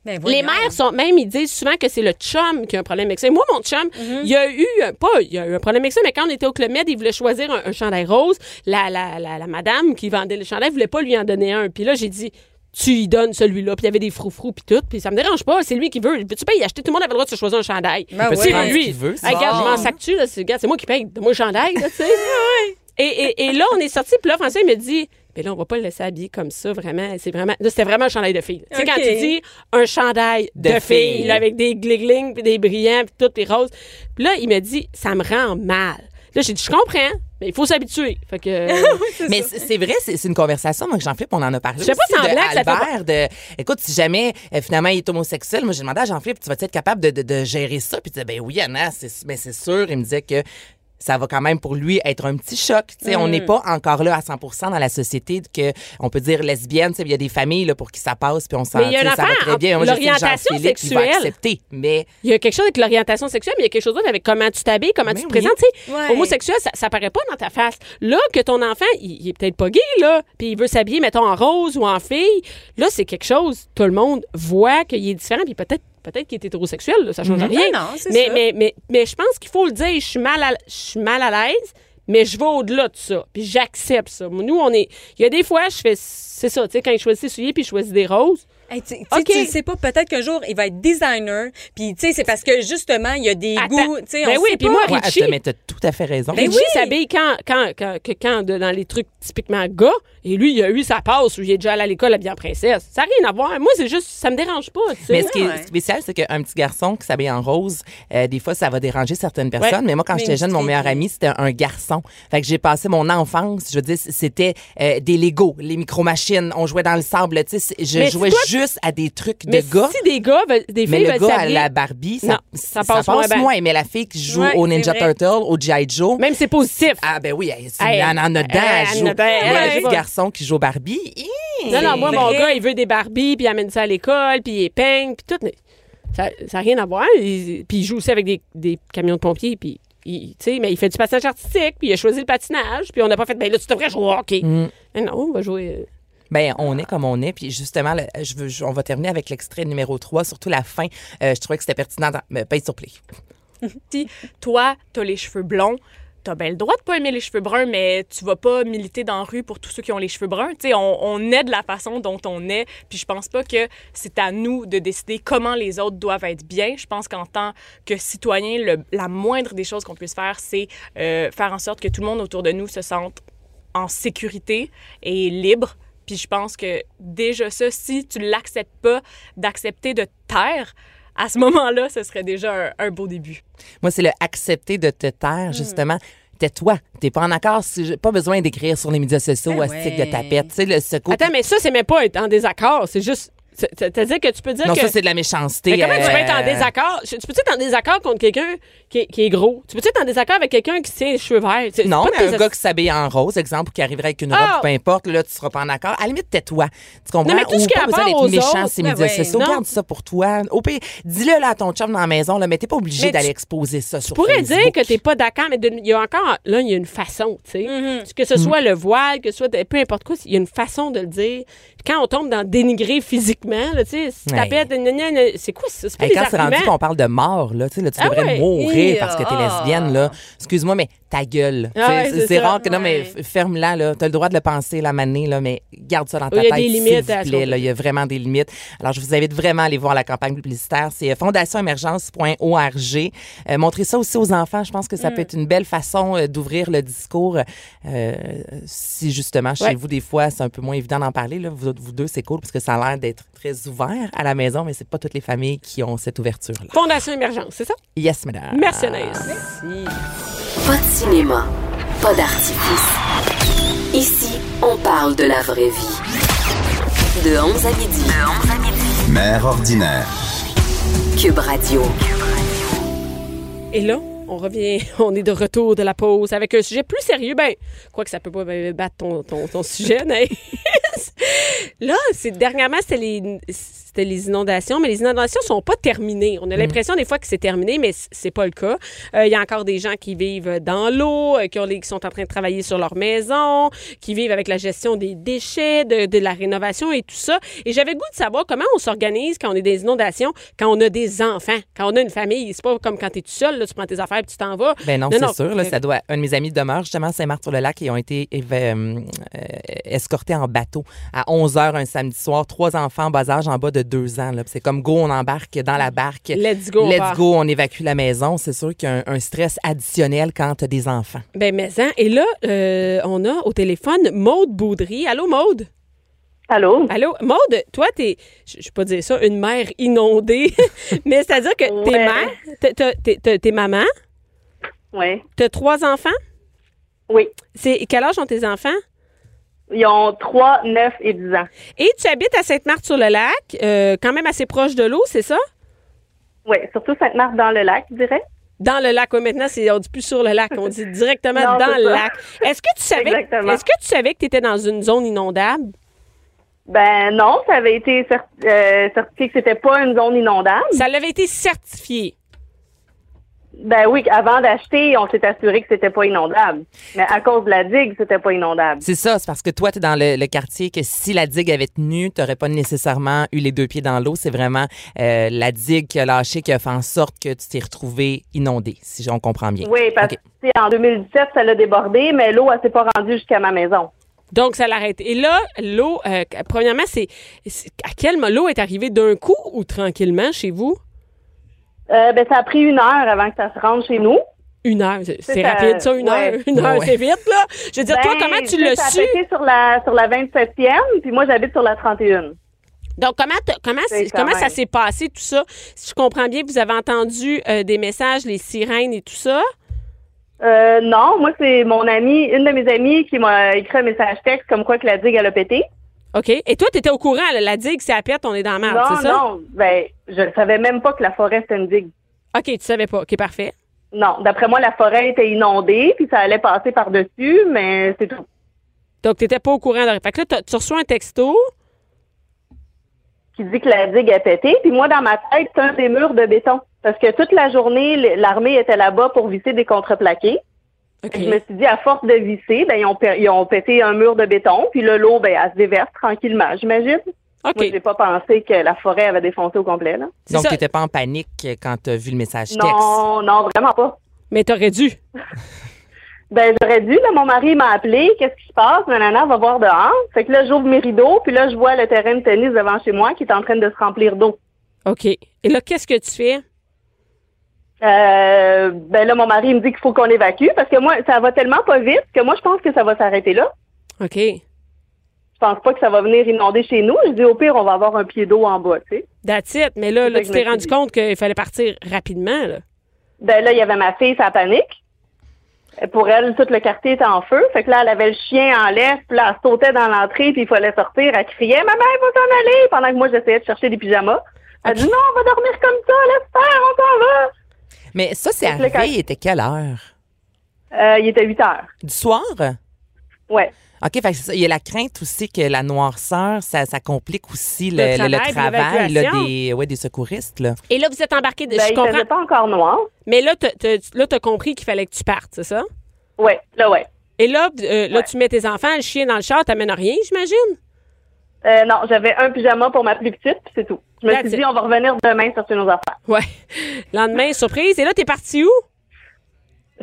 Speaker 6: Ben,
Speaker 4: Les
Speaker 6: voyons.
Speaker 4: mères sont même, ils disent souvent que c'est le chum qui a un problème avec ça. Et moi, mon chum, il a eu, un- pas, il a eu un problème avec ça, mais quand on était au Club Med, il voulait choisir un, un chandail rose. La, la, la, la madame qui vendait le chandail voulait pas lui en donner un. Puis là, j'ai dit, tu y donnes celui-là. Puis il y avait des froufrous, puis tout. Puis ça me dérange pas, c'est lui qui veut. Veux-tu pas y acheter? Tout le monde avait le droit de se choisir un chandail.
Speaker 6: Ben
Speaker 5: peut se
Speaker 4: c'est
Speaker 5: prendre ce
Speaker 4: lui.
Speaker 5: qu'il veut, c'est
Speaker 4: Hey, regarde,
Speaker 5: bon.
Speaker 4: je m'en sac-tu, là, c'est regarde, c'est moi qui paye. Donne-moi le chandail, là, tu sais. Et, et- et là, on est sorti, puis là, François, il me dit, mais là, on va pas le laisser habiller comme ça, vraiment. C'est vraiment. Là, c'était vraiment un chandail de fille. Tu sais, quand
Speaker 6: OK.
Speaker 4: tu dis un chandail de,
Speaker 5: De
Speaker 4: fille,
Speaker 5: fille.
Speaker 4: là, avec des gliglings, puis des brillants, puis tout, les roses. Puis là, il me dit, ça me rend mal. Là, j'ai dit, je comprends, mais il faut s'habituer. Fait que. euh,
Speaker 5: Mais c'est c'est vrai, c'est c'est une conversation, moi, que Jean-Philippe, on en a parlé.
Speaker 4: Je sais pas
Speaker 5: aussi,
Speaker 4: si en
Speaker 5: de
Speaker 4: blague, ça fait pas-
Speaker 5: Albert, de, écoute, si jamais, euh, finalement, il est homosexuel, moi, j'ai demandé à Jean-Philippe, tu vas-tu être capable de, de- de gérer ça? Puis il disait, ben oui, Anna, c'est- mais c'est sûr. Il me disait que ça va quand même pour lui être un petit choc. Tu sais, On
Speaker 4: Mm.
Speaker 5: n'est pas encore là à 100 dans la société que on peut dire lesbienne. tu sais, Il y a des familles là, pour qui ça passe, puis on s'en
Speaker 4: Mais il y a
Speaker 5: tu sais,
Speaker 4: une
Speaker 5: ça va
Speaker 4: affaire
Speaker 5: très bien.
Speaker 4: entre
Speaker 5: Moi, je sais que
Speaker 4: l'orientation
Speaker 5: Jean-Philippe, il va
Speaker 4: sexuelle.
Speaker 5: accepter, mais...
Speaker 4: Il y a quelque chose avec l'orientation sexuelle, mais il y a quelque chose d'autre avec comment tu t'habilles, comment
Speaker 6: Ben
Speaker 5: Mais
Speaker 4: tu te
Speaker 5: oui.
Speaker 4: présentes. Tu sais,
Speaker 6: Ouais.
Speaker 4: Homosexuel, ça, ça paraît pas dans ta face. Là, que ton enfant, il, il est peut-être pas gay, là, puis il veut s'habiller, mettons, en rose ou en fille, là, c'est quelque chose, tout le monde voit qu'il est différent, puis peut-être peut-être qu'il est hétérosexuel, là, ça change rien.
Speaker 6: Ben Non, non, c'est
Speaker 4: mais,
Speaker 6: ça.
Speaker 4: mais, mais, mais je pense qu'il faut le dire, je suis mal à, je suis mal à l'aise, mais je vais au-delà de ça, puis j'accepte ça. Nous, on est... Il y a des fois, je fais... C'est ça, tu sais, quand je choisis ses souliers, puis je choisis des roses,
Speaker 6: Hey, tu, tu sais,
Speaker 4: OK.
Speaker 6: tu le sais pas, peut-être qu'un jour, il va être designer. Puis, tu sais, c'est parce que justement, il y a des
Speaker 4: Attends.
Speaker 6: goûts. Tu sais,
Speaker 4: Ben
Speaker 6: on
Speaker 4: oui,
Speaker 6: sait
Speaker 4: puis
Speaker 6: pas.
Speaker 4: moi,
Speaker 5: Ouais,
Speaker 4: Richie-
Speaker 5: attends, mais t'as tout à fait raison.
Speaker 4: Richie Ben s'habille quand, quand, quand, que quand de- dans les trucs typiquement gars, et lui, il a eu sa passe où il est déjà allé à l'école habillé en princesse. Ça n'a rien à voir. Moi, c'est juste, ça me dérange pas. tu sais.
Speaker 5: Mais ce qui
Speaker 6: Ouais.
Speaker 5: est spécial, c'est qu'un petit garçon qui s'habille en rose, euh, des fois, ça va déranger certaines personnes. Mais moi, quand
Speaker 6: Mais
Speaker 5: j'étais
Speaker 6: une
Speaker 5: jeune, mon
Speaker 6: petite
Speaker 5: meilleur
Speaker 6: fille.
Speaker 5: ami, c'était un garçon. Fait que j'ai passé mon enfance, je veux dire, c'était euh, des Legos, les micro-machines. On jouait dans le sable. Tu sais, c'est- je
Speaker 4: Mais si
Speaker 5: jouais
Speaker 4: toi-
Speaker 5: juste à des trucs de
Speaker 4: Mais
Speaker 5: gars.
Speaker 4: si des gars, veulent- des
Speaker 5: Mais
Speaker 4: filles
Speaker 5: le
Speaker 4: veulent
Speaker 5: gars à
Speaker 4: s'habiller,
Speaker 5: la Barbie, ça,
Speaker 4: Non, ça passe moins bien.
Speaker 5: Mais la fille qui joue
Speaker 6: Ouais,
Speaker 5: au
Speaker 6: c'est
Speaker 5: Ninja
Speaker 6: vrai.
Speaker 5: Turtle, au G.I. Joe,
Speaker 4: même c'est positif.
Speaker 5: ah ben oui, elle,
Speaker 4: Hey,
Speaker 5: elle en a dedans,
Speaker 4: elle en a
Speaker 5: elle joue.
Speaker 4: dedans, elle,
Speaker 5: Mais
Speaker 4: elle
Speaker 5: le
Speaker 4: joue.
Speaker 5: garçon qui joue au Barbie, hi,
Speaker 4: non, non, moi, mon
Speaker 6: vrai.
Speaker 4: gars, il veut des Barbies, puis il amène ça à l'école, puis il épingle, puis tout. mais ça n'a rien à voir. Il- Puis il joue aussi avec des, des camions de pompiers, puis il, tu sais, mais il fait du patinage artistique, puis il a choisi le patinage, puis on n'a pas fait, ben là, tu devrais jouer au hockey.
Speaker 5: Mm.
Speaker 4: Mais non, on va jouer... euh,
Speaker 5: Ben, on est comme on est. Puis justement, le- je veux, je- on va terminer avec l'extrait numéro 3, surtout la fin. Euh, je trouvais que c'était pertinent. ben, Dans, mais paye sur play.
Speaker 7: Si toi, t'as les cheveux blonds, t'as bien le droit de pas aimer les cheveux bruns, mais tu vas pas militer dans la rue pour tous ceux qui ont les cheveux bruns. Tu sais, on, on est de la façon dont on est, puis je pense pas que c'est à nous de décider comment les autres doivent être bien. Je pense qu'en tant que citoyen, le- la moindre des choses qu'on puisse faire, c'est euh, faire en sorte que tout le monde autour de nous se sente en sécurité et libre. Puis je pense que déjà ça, si tu l'acceptes pas, d'accepter de te taire, à ce moment-là, ce serait déjà un- un beau début.
Speaker 4: Hmm.
Speaker 5: Moi, c'est le accepter de te taire, justement. tais-toi. T'es pas en accord, si j'ai pas besoin d'écrire sur les médias sociaux
Speaker 6: Ben
Speaker 5: à stick
Speaker 6: ouais.
Speaker 5: de tapette. Tu sais, le secours.
Speaker 4: Ah Attends, mais ça, c'est même pas être en désaccord. C'est juste. c'est- C'est-à-dire que tu peux dire
Speaker 5: non,
Speaker 4: que.
Speaker 5: ça, c'est de la méchanceté.
Speaker 4: Mais comment tu peux être en
Speaker 5: euh,
Speaker 4: désaccord? Je- Tu peux être en désaccord contre quelqu'un qui, est- qui est gros? Tu peux être en désaccord avec quelqu'un qui tient les cheveux verts? C'est- c'est
Speaker 5: Non,
Speaker 4: pas
Speaker 5: mais
Speaker 4: tes-
Speaker 5: un gars qui s'habille en rose, exemple, ou qui arriverait avec une robe,
Speaker 4: Ah!
Speaker 5: peu importe, là, tu seras pas en accord. À la limite, tais-toi. Tu comprends?
Speaker 4: Non, mais tout
Speaker 5: Ou
Speaker 4: ce qui a
Speaker 5: pas besoin
Speaker 4: rapport
Speaker 5: d'être
Speaker 4: aux
Speaker 5: méchant
Speaker 4: autres,
Speaker 5: ces
Speaker 6: ben
Speaker 5: médias
Speaker 6: ouais,
Speaker 5: sociaux.
Speaker 4: non.
Speaker 5: Garde ça pour toi. Au pire, dis-le là, à ton chum dans la maison, là, mais t'es pas obligé
Speaker 4: Mais
Speaker 5: d'aller
Speaker 4: tu-
Speaker 5: exposer ça sur
Speaker 4: Tu pourrais dire
Speaker 5: Facebook.
Speaker 4: que t'es pas d'accord, mais de- il y a encore, là, il y a une façon, tu sais.
Speaker 5: Mm-hmm.
Speaker 4: Que ce soit le voile, que ce soit de- peu importe quoi, il y a une façon de le dire. Quand on tombe dans dénigrer physiquement, là, tu sais, si
Speaker 5: Ouais.
Speaker 4: t'appelles, gna, gna, gna, c'est quoi ça? C'est pas
Speaker 5: Hey,
Speaker 4: des
Speaker 5: quand c'est rendu
Speaker 4: arguments.
Speaker 5: qu'on parle de mort, là, tu, sais, là, tu
Speaker 4: Ah
Speaker 5: devrais
Speaker 4: ouais.
Speaker 5: mourir
Speaker 6: Hi,
Speaker 5: parce que t'es
Speaker 6: ah.
Speaker 5: lesbienne, là. Excuse-moi, mais ta gueule. Tu sais,
Speaker 4: Ah ouais,
Speaker 5: c'est-
Speaker 4: c'est
Speaker 5: c'est
Speaker 4: ça,
Speaker 5: rare que. Non, mais
Speaker 6: ouais.
Speaker 5: f- ferme-la, là. T'as le droit de le penser, la manée, là, mais garde ça dans ta
Speaker 4: Oui, il y a
Speaker 5: tête.
Speaker 4: des
Speaker 5: s'il
Speaker 4: limites
Speaker 5: vous
Speaker 4: à ce
Speaker 5: plaît,
Speaker 4: qu'on
Speaker 5: là.
Speaker 4: peut
Speaker 5: Il y a vraiment des limites. Alors, je vous invite vraiment à aller voir la campagne publicitaire. C'est euh, fondationemergence.org. Euh, montrez ça aussi aux enfants. Je pense que ça
Speaker 4: Mm.
Speaker 5: peut être une belle façon euh, d'ouvrir le discours. euh, si, justement, chez
Speaker 4: Ouais.
Speaker 5: vous, des fois, c'est un peu moins évident d'en parler, là. Vous, autres- vous deux, c'est cool parce que ça a l'air d'être très ouvert à la maison, mais c'est pas toutes les familles qui ont cette ouverture-là.
Speaker 4: Fondation Émergence, c'est ça?
Speaker 5: Yes, madame.
Speaker 4: Merci, Anaïs.
Speaker 5: Ah.
Speaker 2: Pas de cinéma, pas d'artifice. Ici, on parle de la vraie vie. De 11 à midi. De 11 à midi.
Speaker 3: Mère ordinaire.
Speaker 2: Cube Radio.
Speaker 4: Et là, on revient, on est de retour de la pause avec un sujet plus sérieux. Ben, quoi que ça peut pas ben, battre ton, ton, ton sujet, mais là, c'est dernièrement c'était les c'était les inondations, mais les inondations sont pas terminées. On a l'impression des fois que c'est terminé, mais c- c'est pas le cas. Euh, Il y a encore des gens qui vivent dans l'eau, euh, qui, ont les- qui sont en train de travailler sur leur maison, qui vivent avec la gestion des déchets, de, de la rénovation et tout ça. Et j'avais le goût de savoir comment on s'organise quand on est des inondations, quand on a des enfants, quand on a une famille. C'est pas comme quand t'es tout seul, là, tu prends tes affaires et tu t'en vas.
Speaker 5: Ben non, c'est sûr. Là,
Speaker 4: Euh,
Speaker 5: ça doit... Un de mes amis demeure justement à Saint-Martin-sur-le-Lac et ont été éve- euh, euh, escortés en bateau à 11 h un samedi soir. Trois enfants en bas âge en bas de deux ans. là. Puis C'est comme go, on embarque dans la barque.
Speaker 4: Let's go, on
Speaker 5: Let's
Speaker 4: part.
Speaker 5: go, on évacue la maison. C'est sûr qu'il y a un, un stress additionnel quand tu as des enfants.
Speaker 4: Ben, mais hein. Et là, euh, on a au téléphone Maude Boudry. Allô, Maude?
Speaker 8: Allô?
Speaker 4: Allô, Maude, toi, t'es, je ne vais pas dire ça, une mère inondée, mais c'est-à-dire que t'es
Speaker 8: Ouais.
Speaker 4: mère, t'es- t'es- t'es- t'es- t'es maman,
Speaker 8: Oui.
Speaker 4: t'as trois enfants.
Speaker 8: Oui.
Speaker 4: C'est, quel âge ont tes enfants?
Speaker 8: Ils ont 3, 9 et 10 ans.
Speaker 4: Et tu habites à Sainte-Marthe-sur-le-Lac, euh, quand même assez proche de l'eau, c'est ça?
Speaker 8: Oui, surtout Sainte-Marthe dans le lac, je dirais.
Speaker 4: Dans le lac. Ouais, maintenant, c'est, on dit plus sur le lac, on dit directement
Speaker 8: Non,
Speaker 4: dans
Speaker 8: c'est
Speaker 4: le
Speaker 8: ça.
Speaker 4: lac. Est-ce que tu savais,
Speaker 8: Exactement.
Speaker 4: est-ce que tu savais que tu étais dans une zone inondable?
Speaker 8: Ben non, ça avait été cer- euh, certifié que c'était pas une zone inondable.
Speaker 4: Ça l'avait été certifié.
Speaker 8: Ben oui, avant d'acheter, on s'est assuré que c'était pas inondable. Mais à cause de la digue, c'était pas inondable.
Speaker 5: C'est ça, c'est parce que toi, tu es dans le, le quartier que si la digue avait tenu, tu pas nécessairement eu les deux pieds dans l'eau. C'est vraiment euh, la digue qui a lâché qui a fait en sorte que tu t'es retrouvé inondé, si on comprend bien.
Speaker 8: Oui, parce
Speaker 5: OK.
Speaker 8: que tu sais, en 2017, ça l'a débordé, mais l'eau, elle s'est pas rendue jusqu'à ma maison.
Speaker 4: Donc, ça l'arrête. Et là, l'eau, euh, premièrement, c'est c'est- à quel moment l'eau est arrivée d'un coup ou tranquillement chez vous?
Speaker 8: Euh, ben ça a pris une heure avant que ça se rende chez nous.
Speaker 4: Une heure. C'est- C'est
Speaker 8: ça,
Speaker 4: rapide, ça, une
Speaker 8: ouais.
Speaker 4: heure. Une heure,
Speaker 5: Ouais.
Speaker 4: c'est vite, là. Je veux dire, toi,
Speaker 8: Ben,
Speaker 4: comment tu
Speaker 8: sais,
Speaker 4: l'as
Speaker 8: ça a
Speaker 4: su?
Speaker 8: pété sur la sur la 27e, puis moi j'habite sur la 31.
Speaker 4: Donc, comment, t'as- comment,
Speaker 8: C'est
Speaker 4: c'est- comment
Speaker 8: quand
Speaker 4: ça
Speaker 8: même.
Speaker 4: s'est passé, tout ça? Si je comprends bien, vous avez entendu euh, des messages, les sirènes et tout ça.
Speaker 8: Euh, non, moi, c'est mon amie, une de mes amies qui m'a écrit un message texte comme quoi que la digue, elle a pété.
Speaker 4: OK. Et toi, tu étais au courant, là, la digue, c'est à pète, on est dans la merde,
Speaker 8: non,
Speaker 4: Ah, c'est ça?
Speaker 8: non, ben, je ne savais même pas que la forêt, c'était une digue.
Speaker 4: OK, tu savais pas. OK, parfait.
Speaker 8: Non, d'après moi, la forêt était inondée, puis ça allait passer par-dessus, mais c'est tout.
Speaker 4: Donc, tu n'étais pas au courant. De... Fait que là, t'as- tu reçois un texto.
Speaker 8: Qui dit que la digue a pété, puis moi, dans ma tête, c'est un des murs de béton. Parce que toute la journée, l- l'armée était là-bas pour visser des contreplaqués.
Speaker 4: OK.
Speaker 8: Je me suis dit, à force de visser, ben, ils ont, pe- ils ont pété un mur de béton, puis le lot, ben, elle se déverse tranquillement, j'imagine. Moi, je
Speaker 4: OK.
Speaker 8: n'ai pas pensé que la forêt avait défoncé au complet, là.
Speaker 4: C'est
Speaker 5: Donc,
Speaker 4: ça.
Speaker 5: tu n'étais pas en panique quand tu as vu le message texte.
Speaker 8: Non, non, vraiment pas.
Speaker 4: Mais t'aurais dû.
Speaker 8: Ben, j'aurais dû, là, mon mari m'a appelé, qu'est-ce qui se passe? Nanana, va voir dehors. Fait que là, j'ouvre mes rideaux, puis là, je vois le terrain de tennis devant chez moi qui est en train de se remplir d'eau.
Speaker 4: OK. Et là, qu'est-ce que tu fais?
Speaker 8: Euh, ben là, mon mari me dit qu'il faut qu'on évacue parce que moi, ça va tellement pas vite que moi, je pense que ça va s'arrêter là.
Speaker 4: OK.
Speaker 8: Je pense pas que ça va venir inonder chez nous. Je dis, au pire, on va avoir un pied d'eau en bas, tu sais.
Speaker 4: That's it. Mais là,
Speaker 8: C'est
Speaker 4: là,
Speaker 8: ça que
Speaker 4: tu
Speaker 8: je
Speaker 4: t'es
Speaker 8: me
Speaker 4: rendu
Speaker 8: suis dit.
Speaker 4: compte qu'il fallait partir rapidement. Là.
Speaker 8: Ben là, il y avait ma fille, ça panique. Pour elle, tout le quartier était en feu. Fait que là, elle avait le chien en l'air, puis là, elle sautait dans l'entrée, puis il fallait sortir. Elle criait « Maman, il faut s'en aller! » Pendant que moi, j'essayais de chercher des pyjamas. Elle dit « Non, on va dormir comme ça, laisse faire, on s'en va!
Speaker 5: Mais ça, c'est
Speaker 8: Fait que là,
Speaker 5: arrivé,
Speaker 8: quand-
Speaker 5: il était quelle heure?
Speaker 8: Euh, Il était 8 heures.
Speaker 5: Du soir?
Speaker 8: Ouais.
Speaker 5: OK, fait que c'est ça. il y a la crainte aussi que la noirceur, ça, ça complique aussi le,
Speaker 4: Le
Speaker 5: le- le
Speaker 4: travail,
Speaker 5: travail là,
Speaker 4: l'évacuation.
Speaker 5: des, ouais, des secouristes. Là.
Speaker 4: Et là, vous êtes embarqué. De...
Speaker 8: Ben,
Speaker 4: je
Speaker 8: il faisait
Speaker 4: comprends.
Speaker 8: pas encore noir.
Speaker 4: Mais là, t'as- t'as- là, t'as compris qu'il fallait que tu partes, c'est ça?
Speaker 8: Ouais, là, ouais.
Speaker 4: Et là, euh, là, tu mets tes enfants, le chien dans le char, t'amènes rien, j'imagine?
Speaker 8: Euh, non, j'avais un pyjama pour ma plus petite, puis c'est tout. Je me
Speaker 4: That's
Speaker 8: suis
Speaker 4: it.
Speaker 8: dit, on va revenir demain chercher nos affaires.
Speaker 4: Ouais. Lendemain, surprise. Et là, t'es parti où?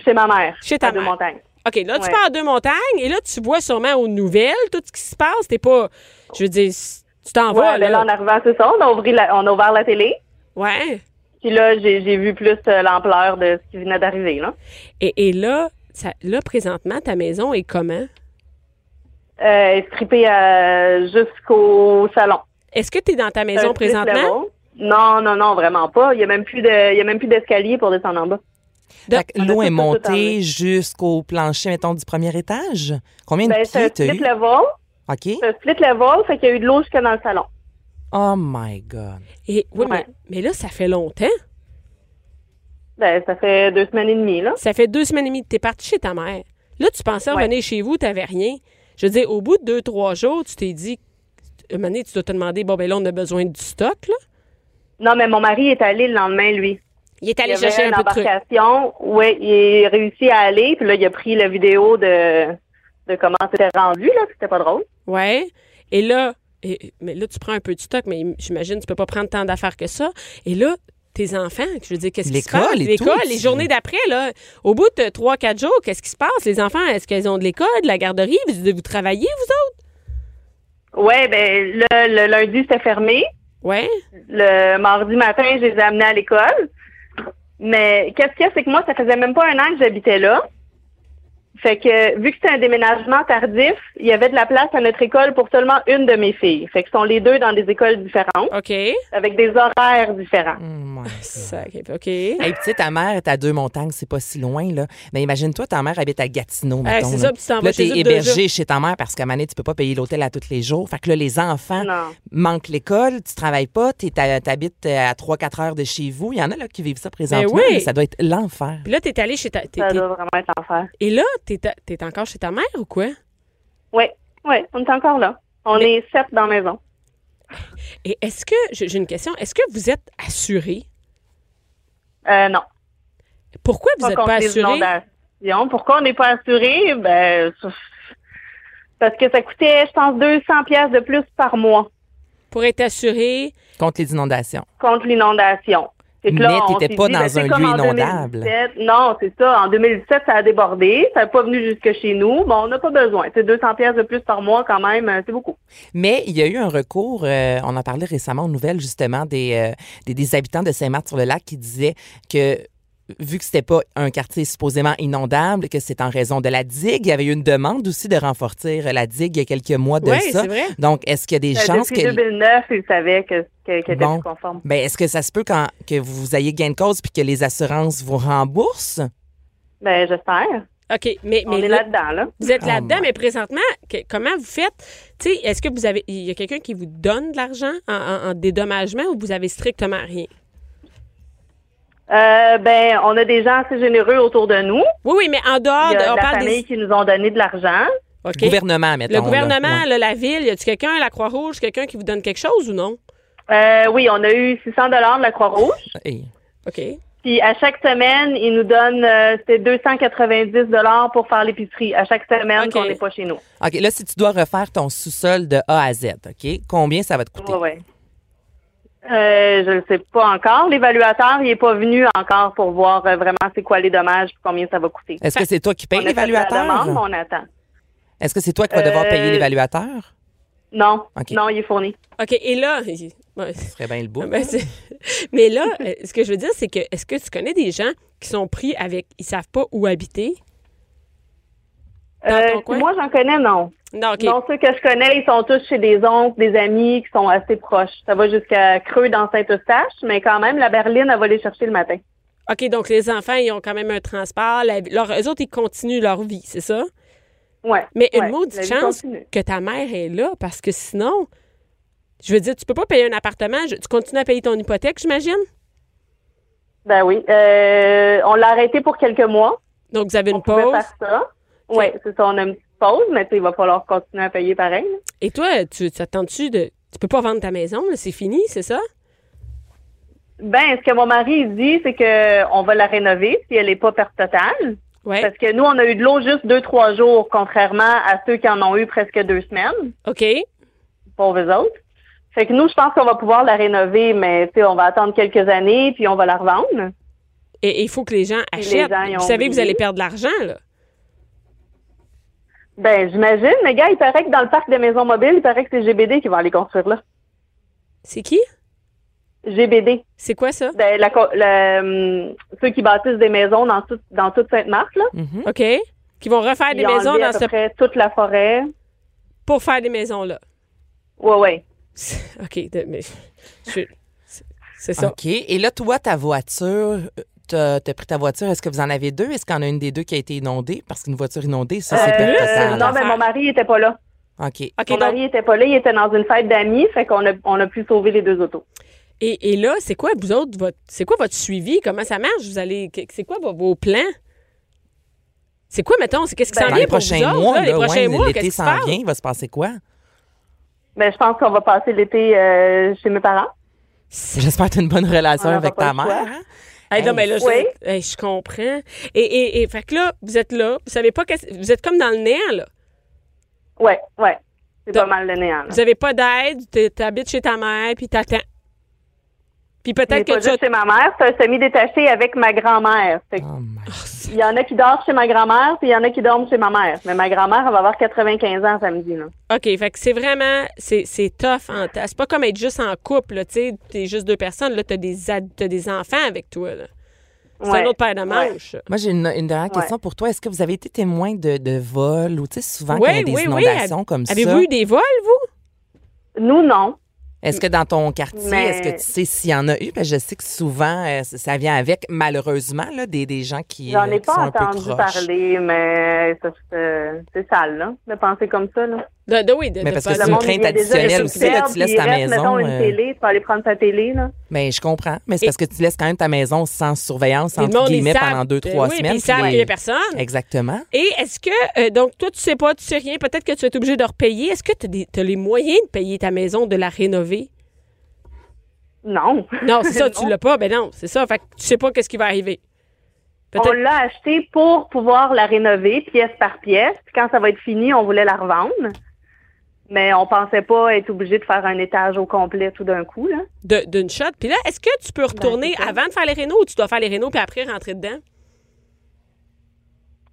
Speaker 8: Chez ma mère.
Speaker 4: Chez ta
Speaker 8: à Deux
Speaker 4: mère.
Speaker 8: Montagnes.
Speaker 4: OK, là, tu
Speaker 8: Ouais.
Speaker 4: pars à deux montagnes et là, tu vois sûrement aux nouvelles tout ce qui se passe. T'es pas. Je veux dire, c- tu t'en
Speaker 8: Ouais,
Speaker 4: vas,
Speaker 8: ben là,
Speaker 4: là.
Speaker 8: en arrivant, c'est ça. On a, ouvri la- on a ouvert la télé.
Speaker 4: Ouais.
Speaker 8: Puis là, j'ai j'ai vu plus euh, l'ampleur de ce qui venait d'arriver. là.
Speaker 4: Et, et là, ça, là, présentement, ta maison est comment?
Speaker 8: Euh, Strippé euh, jusqu'au salon.
Speaker 4: Est-ce que tu es dans ta maison
Speaker 8: Un split
Speaker 4: présentement?
Speaker 8: level. Non, non, non, vraiment pas. Il y a même plus de, il y a même plus d'escalier pour descendre en bas.
Speaker 5: Fait que
Speaker 8: on a
Speaker 5: l'eau
Speaker 8: tout,
Speaker 5: est
Speaker 8: tout, tout
Speaker 5: montée
Speaker 8: enlevé.
Speaker 5: jusqu'au plancher, mettons, du premier étage. Combien
Speaker 8: Ben,
Speaker 5: de
Speaker 8: c'est un
Speaker 5: pieds t'as
Speaker 8: split
Speaker 5: eu?
Speaker 8: level.
Speaker 5: OK.
Speaker 8: C'est un split level, fait qu'il y a eu de l'eau jusque dans le salon.
Speaker 5: Oh my God.
Speaker 4: Et, oui,
Speaker 8: Ouais.
Speaker 4: mais, mais là, ça fait longtemps.
Speaker 8: Ben, ça fait deux semaines et demie, là.
Speaker 4: Ça fait deux semaines et demie que tu es parti chez ta mère. Là, tu pensais
Speaker 8: Ouais.
Speaker 4: revenir chez vous, tu n'avais rien. Je veux dire, au bout de deux, trois jours, tu t'es dit, à un moment donné, tu dois te demander, bon, ben là, on a besoin du stock, là.
Speaker 8: Non, mais mon mari est allé le lendemain, lui.
Speaker 4: Il est allé
Speaker 8: il y avait
Speaker 4: chercher
Speaker 8: une
Speaker 4: un peu de trucs.
Speaker 8: embarcation. Oui, il a réussi à aller. Puis là, il a pris la vidéo de, de comment c'était rendu, là. puis C'était pas drôle.
Speaker 4: Ouais. Et là, et- mais là, tu prends un peu de stock, mais j'imagine, tu peux pas prendre tant d'affaires que ça. Et là, tes enfants, je veux dire, qu'est-ce qui se
Speaker 5: L'école
Speaker 4: passe?
Speaker 5: et tout,
Speaker 4: L'école,
Speaker 5: tu-
Speaker 4: les journées d'après, là, au bout de trois, quatre jours, qu'est-ce qui se passe? Les enfants, est-ce qu'ils ont de l'école, de la garderie? Vous, vous travaillez, vous autres?
Speaker 8: Ouais, ben, le, le lundi, c'était fermé.
Speaker 4: Ouais.
Speaker 8: Le mardi matin, je les ai amenés à l'école. Mais qu'est-ce qu'il y a, c'est que moi, ça faisait même pas un an que j'habitais là. Fait que, vu que c'était un déménagement tardif, il y avait de la place à notre école pour seulement une de mes filles. Fait que sont les deux dans des écoles différentes,
Speaker 4: OK.
Speaker 8: avec des horaires différents.
Speaker 5: Oh my God.
Speaker 4: Ça, OK. OK. Hey,
Speaker 5: Hey, puis tu sais, ta mère est à deux montagnes, c'est pas si loin, là. Mais imagine-toi, ta mère habite à Gatineau, mettons.
Speaker 4: c'est
Speaker 5: là.
Speaker 4: ça, puis tu t'en
Speaker 5: Là,
Speaker 4: vas chez
Speaker 5: t'es
Speaker 4: eux deux jours.
Speaker 5: hébergé chez ta mère parce qu'à Mané, tu peux pas payer l'hôtel à tous les jours. Fait que là, les
Speaker 4: Ah,
Speaker 5: enfants
Speaker 8: Non.
Speaker 5: manquent l'école, tu travailles pas, t'es- t'as- t'habites euh, à 3-4 heures de chez vous. Il y en a là qui vivent ça présentement.
Speaker 4: Ben oui.
Speaker 5: mais Ça doit être l'enfer.
Speaker 4: Puis là, t'es allé chez ta. t'es-
Speaker 8: Ça
Speaker 4: t'es-
Speaker 8: doit vraiment être l'enfer.
Speaker 4: et là, t'es, ta- t'es encore chez ta mère ou quoi?
Speaker 8: Oui, oui, on est encore là. On est sept dans la maison.
Speaker 4: Et est-ce que. J'ai j'ai une question. Est-ce que vous êtes assuré?
Speaker 8: Euh, non.
Speaker 4: Pourquoi vous
Speaker 8: Pas
Speaker 4: n'êtes
Speaker 8: contre
Speaker 4: pas
Speaker 8: les
Speaker 4: assuré?
Speaker 8: inondations. Pourquoi on n'est pas assuré? Ben, pff, parce que ça coûtait, je pense, 200 pièces de plus par mois
Speaker 4: Pour être assuré,
Speaker 5: Contre les inondations.
Speaker 8: contre l'inondation. C'est que là,
Speaker 5: Mais
Speaker 8: on
Speaker 5: t'étais
Speaker 8: s'est
Speaker 5: pas
Speaker 8: dit,
Speaker 5: dans
Speaker 8: ben, c'est
Speaker 5: un
Speaker 8: comme
Speaker 5: lieu
Speaker 8: en
Speaker 5: inondable.
Speaker 8: 2017. Non, c'est ça. En 2017, ça a débordé. Ça n'est pas venu jusque chez nous. Bon, on n'a pas besoin. C'est 200 pièces de plus par mois quand même. euh, C'est beaucoup.
Speaker 5: Mais il y a eu un recours, euh, on en parlait récemment aux nouvelles justement, des, euh, des, des habitants de Saint-Marthe-sur-le-Lac qui disaient que vu que c'était pas un quartier supposément inondable, que c'est en raison de la digue, il y avait eu une demande aussi de renforcer la digue il y a quelques mois de
Speaker 4: Ouais,
Speaker 5: ça.
Speaker 4: c'est vrai.
Speaker 5: Donc, est-ce qu'il y a des
Speaker 8: Euh,
Speaker 5: chances
Speaker 8: Depuis
Speaker 5: que...
Speaker 8: 2009, ils savaient que, que, qu'elle était
Speaker 5: Bon.
Speaker 8: plus conforme.
Speaker 5: Ben, est-ce que ça se peut quand, que vous ayez gain de cause puis que les assurances vous remboursent?
Speaker 8: Ben, j'espère.
Speaker 4: OK, mais,
Speaker 8: On
Speaker 4: mais
Speaker 8: est
Speaker 4: là-
Speaker 8: là-dedans, là.
Speaker 4: vous êtes
Speaker 5: Oh
Speaker 4: là-dedans,
Speaker 5: my-
Speaker 4: mais présentement, que- comment vous faites? Tu sais, est-ce que vous avez. Il y a quelqu'un qui vous donne de l'argent en, en- en dédommagement ou vous avez strictement rien?
Speaker 8: Euh, ben, on a des gens assez généreux autour de nous.
Speaker 4: Oui, oui, mais en dehors,
Speaker 8: Il y
Speaker 4: Ah, de-
Speaker 8: a
Speaker 4: on
Speaker 8: de la
Speaker 4: parle
Speaker 8: famille
Speaker 4: des.
Speaker 8: qui nous ont donné de l'argent.
Speaker 4: OK.
Speaker 5: Gouvernement, mettons.
Speaker 4: Le
Speaker 5: là.
Speaker 4: gouvernement,
Speaker 5: Ouais.
Speaker 4: là, la ville, y a-tu quelqu'un, la Croix-Rouge, quelqu'un qui vous donne quelque chose ou non?
Speaker 8: Euh, oui, on a eu 600 dollars de la Croix-Rouge.
Speaker 5: Hey.
Speaker 4: OK.
Speaker 8: Puis à chaque semaine, ils nous donnent euh, c'était 290 dollars pour faire l'épicerie à chaque semaine
Speaker 4: Ok.
Speaker 8: qu'on n'est pas chez nous.
Speaker 5: OK, là, si tu dois refaire ton sous-sol de A à Z, OK, combien ça va te coûter?
Speaker 8: Ouais, ouais. Euh, je ne sais pas encore. L'évaluateur, il est pas venu encore pour voir euh, vraiment c'est quoi les dommages, puis combien ça va coûter.
Speaker 5: Est-ce que c'est toi qui
Speaker 8: On
Speaker 4: Ben,
Speaker 5: paye
Speaker 8: a fait la
Speaker 5: l'évaluateur?
Speaker 8: demande, mais on attend.
Speaker 5: Est-ce que c'est toi qui vas devoir
Speaker 8: Euh,
Speaker 5: payer l'évaluateur?
Speaker 8: Non,
Speaker 5: Ok.
Speaker 8: non, il est fourni.
Speaker 4: OK. Et là. il- ouais,
Speaker 5: Ce serait bien le bout.
Speaker 4: ben, c'est- mais là, euh, ce que je veux dire, c'est que est-ce que tu connais des gens qui sont pris avec. Ils savent pas où habiter? Dans
Speaker 8: Euh,
Speaker 4: ton coin?
Speaker 8: moi, j'en connais, non.
Speaker 4: Non, OK.
Speaker 8: Non, ceux que je connais, ils sont tous chez des oncles, des amis qui sont assez proches. Ça va jusqu'à Creux dans Saint-Eustache, mais quand même, la berline, elle va les chercher le matin.
Speaker 4: OK, donc les enfants, ils ont quand même un transport. La- leur, eux autres, ils continuent leur vie, c'est ça?
Speaker 8: Ouais.
Speaker 4: Mais
Speaker 8: ouais,
Speaker 4: une maudite
Speaker 8: la vie
Speaker 4: chance
Speaker 8: continue.
Speaker 4: que ta mère est là, parce que sinon, je veux dire, tu peux pas payer un appartement, je- tu continues à payer ton hypothèque, j'imagine?
Speaker 8: Ben oui. Euh, on l'a arrêté pour quelques mois.
Speaker 4: Donc, vous avez une
Speaker 8: on pouvait
Speaker 4: pause.
Speaker 8: faire ça. Oui, c'est ça. On a une petite pause, mais tu sais, il va falloir continuer à payer pareil. là.
Speaker 4: Et toi, tu t'attends-tu de. Tu peux pas vendre ta maison, là, c'est fini, c'est ça?
Speaker 8: Ben, ce que mon mari il dit, c'est que on va la rénover si elle n'est pas perte totale.
Speaker 4: Oui.
Speaker 8: Parce que nous, on a eu de l'eau juste deux, trois jours, contrairement à ceux qui en ont eu presque deux semaines,
Speaker 4: OK.
Speaker 8: pour eux autres. Fait que nous, je pense qu'on va pouvoir la rénover, mais tu sais, on va attendre quelques années, puis on va la revendre.
Speaker 4: Et il faut que les gens
Speaker 8: les
Speaker 4: achètent.
Speaker 8: gens, ils
Speaker 4: vous
Speaker 8: ont
Speaker 4: savez que vous
Speaker 8: oublié.
Speaker 4: allez perdre de l'argent, là.
Speaker 8: Ben, j'imagine, mais gars, il paraît que dans le parc de maisons mobiles, il paraît que c'est GBD qui va aller construire là.
Speaker 4: C'est qui?
Speaker 8: GBD.
Speaker 4: C'est quoi ça?
Speaker 8: Ben, la, co- la, hum, ceux qui bâtissent des maisons dans, tout, dans toute Sainte-Marthe, là.
Speaker 4: OK. Qui vont refaire Ah, des
Speaker 8: Hmm? Ils ont
Speaker 4: maisons
Speaker 8: enlevé à
Speaker 4: dans
Speaker 8: peu
Speaker 4: ce...
Speaker 8: près toute la forêt.
Speaker 4: pour faire des maisons, là.
Speaker 8: Ouais, ouais.
Speaker 4: OK. de- mais je- c'est- C'est ça.
Speaker 5: OK. Et là, toi, ta voiture, euh, t'as t'as pris ta voiture, est-ce que vous en avez deux? Est-ce qu'il y en a une des deux qui a été inondée? Parce qu'une voiture inondée, ça, c'est
Speaker 8: Euh,
Speaker 5: perte
Speaker 8: euh,
Speaker 5: totale.
Speaker 8: non, mais mon mari, il était pas là.
Speaker 5: OK.
Speaker 4: OK,
Speaker 8: Ah. Mon
Speaker 4: donc,
Speaker 8: mari était pas là, il était dans une fête d'amis, fait qu'on a, on a pu sauver les deux autos.
Speaker 4: et, et là, c'est quoi, vous autres, votre, c'est quoi votre suivi? Comment ça marche? Vous allez, que- c'est quoi vos, vos plans? C'est quoi, mettons, c'est qu'est-ce qui
Speaker 8: Ben,
Speaker 4: s'en
Speaker 5: Dans
Speaker 4: vient
Speaker 5: les
Speaker 4: pour vous
Speaker 5: prochains
Speaker 4: autres,
Speaker 5: mois,
Speaker 4: là, les
Speaker 5: là,
Speaker 4: prochains
Speaker 5: ouais,
Speaker 4: mois, qu'est-ce
Speaker 5: l'été
Speaker 4: qui se
Speaker 5: s'en
Speaker 4: passe?
Speaker 5: vient, il va se passer quoi?
Speaker 8: Mais Ben, je pense qu'on va passer l'été euh, chez mes parents.
Speaker 5: J'espère que tu as une bonne relation
Speaker 8: On en
Speaker 5: avec
Speaker 8: aura
Speaker 5: ta
Speaker 8: pas
Speaker 5: mère.
Speaker 8: le choix.
Speaker 5: hein?
Speaker 4: Hey, non, mais là, je-
Speaker 8: Oui.
Speaker 4: hey, je comprends. Et, et, et, fait que là, vous êtes là, vous savez pas qu'est-ce- vous êtes comme dans le néant, là.
Speaker 8: Ouais, ouais. C'est
Speaker 4: Donc,
Speaker 8: pas mal le néant. là.
Speaker 4: Vous avez pas d'aide, t'es- t'habites chez ta mère, puis t'attends. Puis
Speaker 8: C'est
Speaker 4: peut-être
Speaker 8: pas
Speaker 4: que tu as...
Speaker 8: juste chez ma mère, c'est un semi-détaché avec ma grand-mère. Fait que
Speaker 5: Oh my
Speaker 8: Il y en a qui dorment chez ma grand-mère, puis il y en a qui dorment chez ma mère. Mais ma grand-mère, elle va avoir 95 ans samedi. Là.
Speaker 4: OK, fait que c'est vraiment, c'est c'est tough. En ta- c'est pas comme être juste en couple, là, tu sais, t'es juste deux personnes, là, t'as des, ad- t'as des enfants avec toi, là. C'est
Speaker 8: Ouais,
Speaker 4: un autre paire de
Speaker 8: ouais.
Speaker 4: manches.
Speaker 5: Moi, j'ai une, une dernière question pour toi. Est-ce que vous avez été témoin de, de vols ou, tu sais, souvent quand il y a des inondations
Speaker 4: Hab-
Speaker 5: comme ça?
Speaker 4: Avez-vous eu des vols, vous?
Speaker 8: Nous, non.
Speaker 5: Est-ce que dans ton quartier,
Speaker 8: Mais-
Speaker 5: est-ce que tu sais s'il y en a eu? Parce que je sais que souvent, euh, ça- ça vient avec, malheureusement, là, des, des gens qui,
Speaker 8: J'en ai
Speaker 5: euh, qui sont
Speaker 8: pas
Speaker 5: un peu
Speaker 8: entendu
Speaker 5: croches.
Speaker 8: parler, mais ça, c'est euh, c'est sale, là, de penser comme ça. Là.
Speaker 4: De, de- oui, de, de
Speaker 5: Mais parce
Speaker 4: pas-
Speaker 5: que c'est
Speaker 4: de-
Speaker 5: une crainte
Speaker 8: il y a déjà
Speaker 5: additionnelle
Speaker 8: des
Speaker 5: aussi, là,
Speaker 8: superbes,
Speaker 5: tu laisses
Speaker 8: puis il
Speaker 5: ta
Speaker 8: reste,
Speaker 5: maison,
Speaker 8: mettons, une
Speaker 5: euh,
Speaker 8: télé, tu vas aller prendre sa télé, là.
Speaker 5: Mais je comprends. Mais c'est
Speaker 4: Et-
Speaker 5: parce que tu laisses quand même ta maison sans surveillance,
Speaker 4: Puis le
Speaker 5: entre
Speaker 4: monde, ils
Speaker 5: guillemets,
Speaker 4: savent-
Speaker 5: pendant deux,
Speaker 4: Ben
Speaker 5: trois
Speaker 4: oui,
Speaker 5: semaines.
Speaker 4: puis ils savent
Speaker 5: puis
Speaker 4: qu'il
Speaker 5: les-
Speaker 4: y a personne.
Speaker 5: Exactement.
Speaker 4: Et est-ce que, euh, donc, toi, tu sais pas, tu sais rien, peut-être que tu es obligé de repayer. Est-ce que tu as les moyens de payer ta maison, de la rénover?
Speaker 8: Non.
Speaker 4: Non, c'est ça, tu
Speaker 8: Non.
Speaker 4: l'as pas. Ben non, c'est ça. Fait que tu sais pas qu'est-ce qui va arriver.
Speaker 8: On
Speaker 4: Peut-être.
Speaker 8: l'a acheté pour pouvoir la rénover pièce par pièce. Puis quand ça va être fini, on voulait la revendre. Mais on pensait pas être obligé de faire un étage au complet tout d'un coup, là.
Speaker 4: de- d'une shot. Puis là, est-ce que
Speaker 8: Ben,
Speaker 4: tu peux retourner avant de faire les rénaux ou tu dois faire les rénaux puis après rentrer dedans?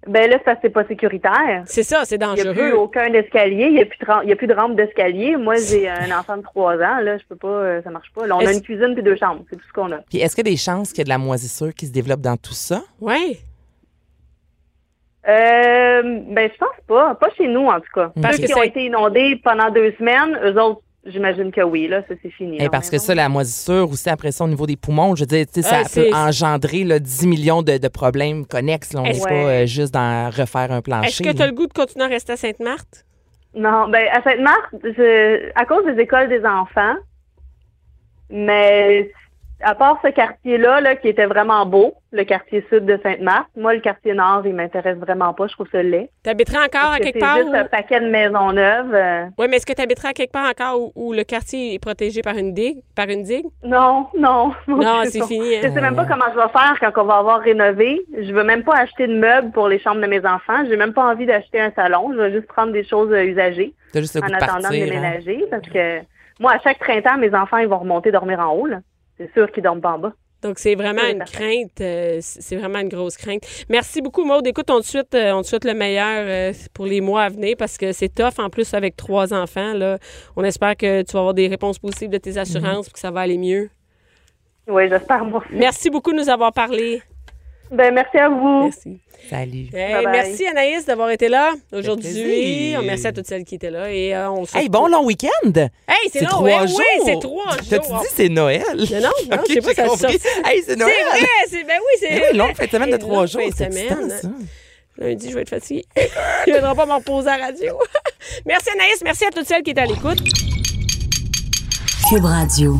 Speaker 8: Ben là, c'est parce que c'est pas sécuritaire.
Speaker 4: C'est ça, c'est
Speaker 8: Il n'y a plus
Speaker 4: dangereux.
Speaker 8: aucun escalier, il n'y a, plus de ram- il y a plus de rampe d'escalier. Moi, j'ai un enfant de 3 ans, là, je peux pas, euh, ça marche pas. Là, on a
Speaker 4: Est-ce-
Speaker 8: une cuisine puis deux chambres, c'est tout ce qu'on a.
Speaker 5: Puis est-ce qu'il y a des chances qu'il y ait de la moisissure qui se développe dans tout ça?
Speaker 4: Oui.
Speaker 8: Euh, ben, je pense pas, pas chez nous en tout cas.
Speaker 4: Parce
Speaker 8: Ceux
Speaker 4: que
Speaker 8: qui ont
Speaker 4: c'est-
Speaker 8: été inondés pendant deux semaines, eux autres, j'imagine que oui, là, ça c'est fini.
Speaker 5: Eh,
Speaker 8: là,
Speaker 5: parce
Speaker 8: on
Speaker 5: que
Speaker 8: est-
Speaker 5: ça, la moisissure, aussi après ça, au niveau des poumons, je veux dire, tu sais,
Speaker 4: Ah,
Speaker 5: ça
Speaker 4: c'est-
Speaker 5: peut engendrer là, 10 millions de, de problèmes connexes. là. on n'est
Speaker 4: Est-ce-
Speaker 5: pas
Speaker 8: Ouais.
Speaker 5: euh, juste dans refaire un plancher.
Speaker 4: Est-ce que tu
Speaker 5: là.
Speaker 4: as le goût de continuer à rester à Sainte-Marthe?
Speaker 8: Non, ben, à Sainte-Marthe, je- à cause des écoles des enfants, mais à part ce quartier-là, là, qui était vraiment beau, le quartier sud de Sainte-Marthe, moi, le quartier nord, il m'intéresse vraiment pas, je trouve ça laid.
Speaker 4: Tu habiterais encore à
Speaker 8: Parce que
Speaker 4: quelque
Speaker 8: c'est
Speaker 4: part?
Speaker 8: juste un paquet de maisons neuves. euh,
Speaker 4: Oui, mais est-ce que tu habiterais à quelque part encore où, où le quartier est protégé par une digue? Par une digue?
Speaker 8: Non, non.
Speaker 4: Non, c'est fini.
Speaker 8: Je
Speaker 4: hein.
Speaker 8: sais même pas comment je vais faire quand on va avoir rénové. Je veux même pas acheter de meubles pour les chambres de mes enfants. J'ai même pas envie d'acheter un salon. Je vais juste prendre des choses euh, usagées
Speaker 5: T'as juste le
Speaker 8: en
Speaker 5: goût de
Speaker 8: attendant de
Speaker 5: partir. hein?
Speaker 8: déménager parce que moi, à chaque printemps, mes enfants, ils vont remonter dormir en haut. là. C'est sûr qu'ils dorment pas en bas.
Speaker 4: Donc, c'est vraiment
Speaker 8: Oui,
Speaker 4: une
Speaker 8: parfait.
Speaker 4: crainte. euh, c'est c'est vraiment une grosse crainte. Merci beaucoup, Maude. Écoute, on te souhaite, euh, on te souhaite le meilleur euh, pour les mois à venir parce que c'est tough en plus avec trois enfants. Là. On espère que tu vas avoir des réponses possibles de
Speaker 5: Mhm.
Speaker 4: tes assurances pour que ça va aller mieux.
Speaker 8: Oui, j'espère moi aussi.
Speaker 4: Merci beaucoup de nous avoir parlé.
Speaker 8: Ben, merci à vous.
Speaker 4: Merci.
Speaker 5: Salut.
Speaker 4: Hey,
Speaker 8: Bye bye.
Speaker 4: merci Anaïs d'avoir été là aujourd'hui.
Speaker 5: plaisir.
Speaker 4: On merci à toutes celles qui étaient là et euh, on se
Speaker 5: Hey, bon long week-end!
Speaker 4: Hey, c'est
Speaker 5: C'est
Speaker 4: long,
Speaker 5: trois
Speaker 4: hein?
Speaker 5: jours!
Speaker 4: Oui, c'est trois
Speaker 5: T'as-tu
Speaker 4: jours.
Speaker 5: dit c'est Noël?
Speaker 4: Non, non, non,
Speaker 5: Ok,
Speaker 4: je sais pas
Speaker 5: j'ai
Speaker 4: si ça a
Speaker 5: compris.
Speaker 4: sorti.
Speaker 5: Hey, c'est Noël!
Speaker 4: C'est vrai, c'est ben oui, c'est
Speaker 5: Eh oui, longue fin de semaine de
Speaker 4: Et
Speaker 5: trois
Speaker 4: longue
Speaker 5: jours,
Speaker 4: fin de
Speaker 5: c'est
Speaker 4: semaine.
Speaker 5: excitant, ça.
Speaker 4: Lundi, je vais être fatiguée. Je ne viendrai pas me reposer à la radio. merci Anaïs, merci à toutes celles qui étaient à l'écoute.
Speaker 2: Cube Radio.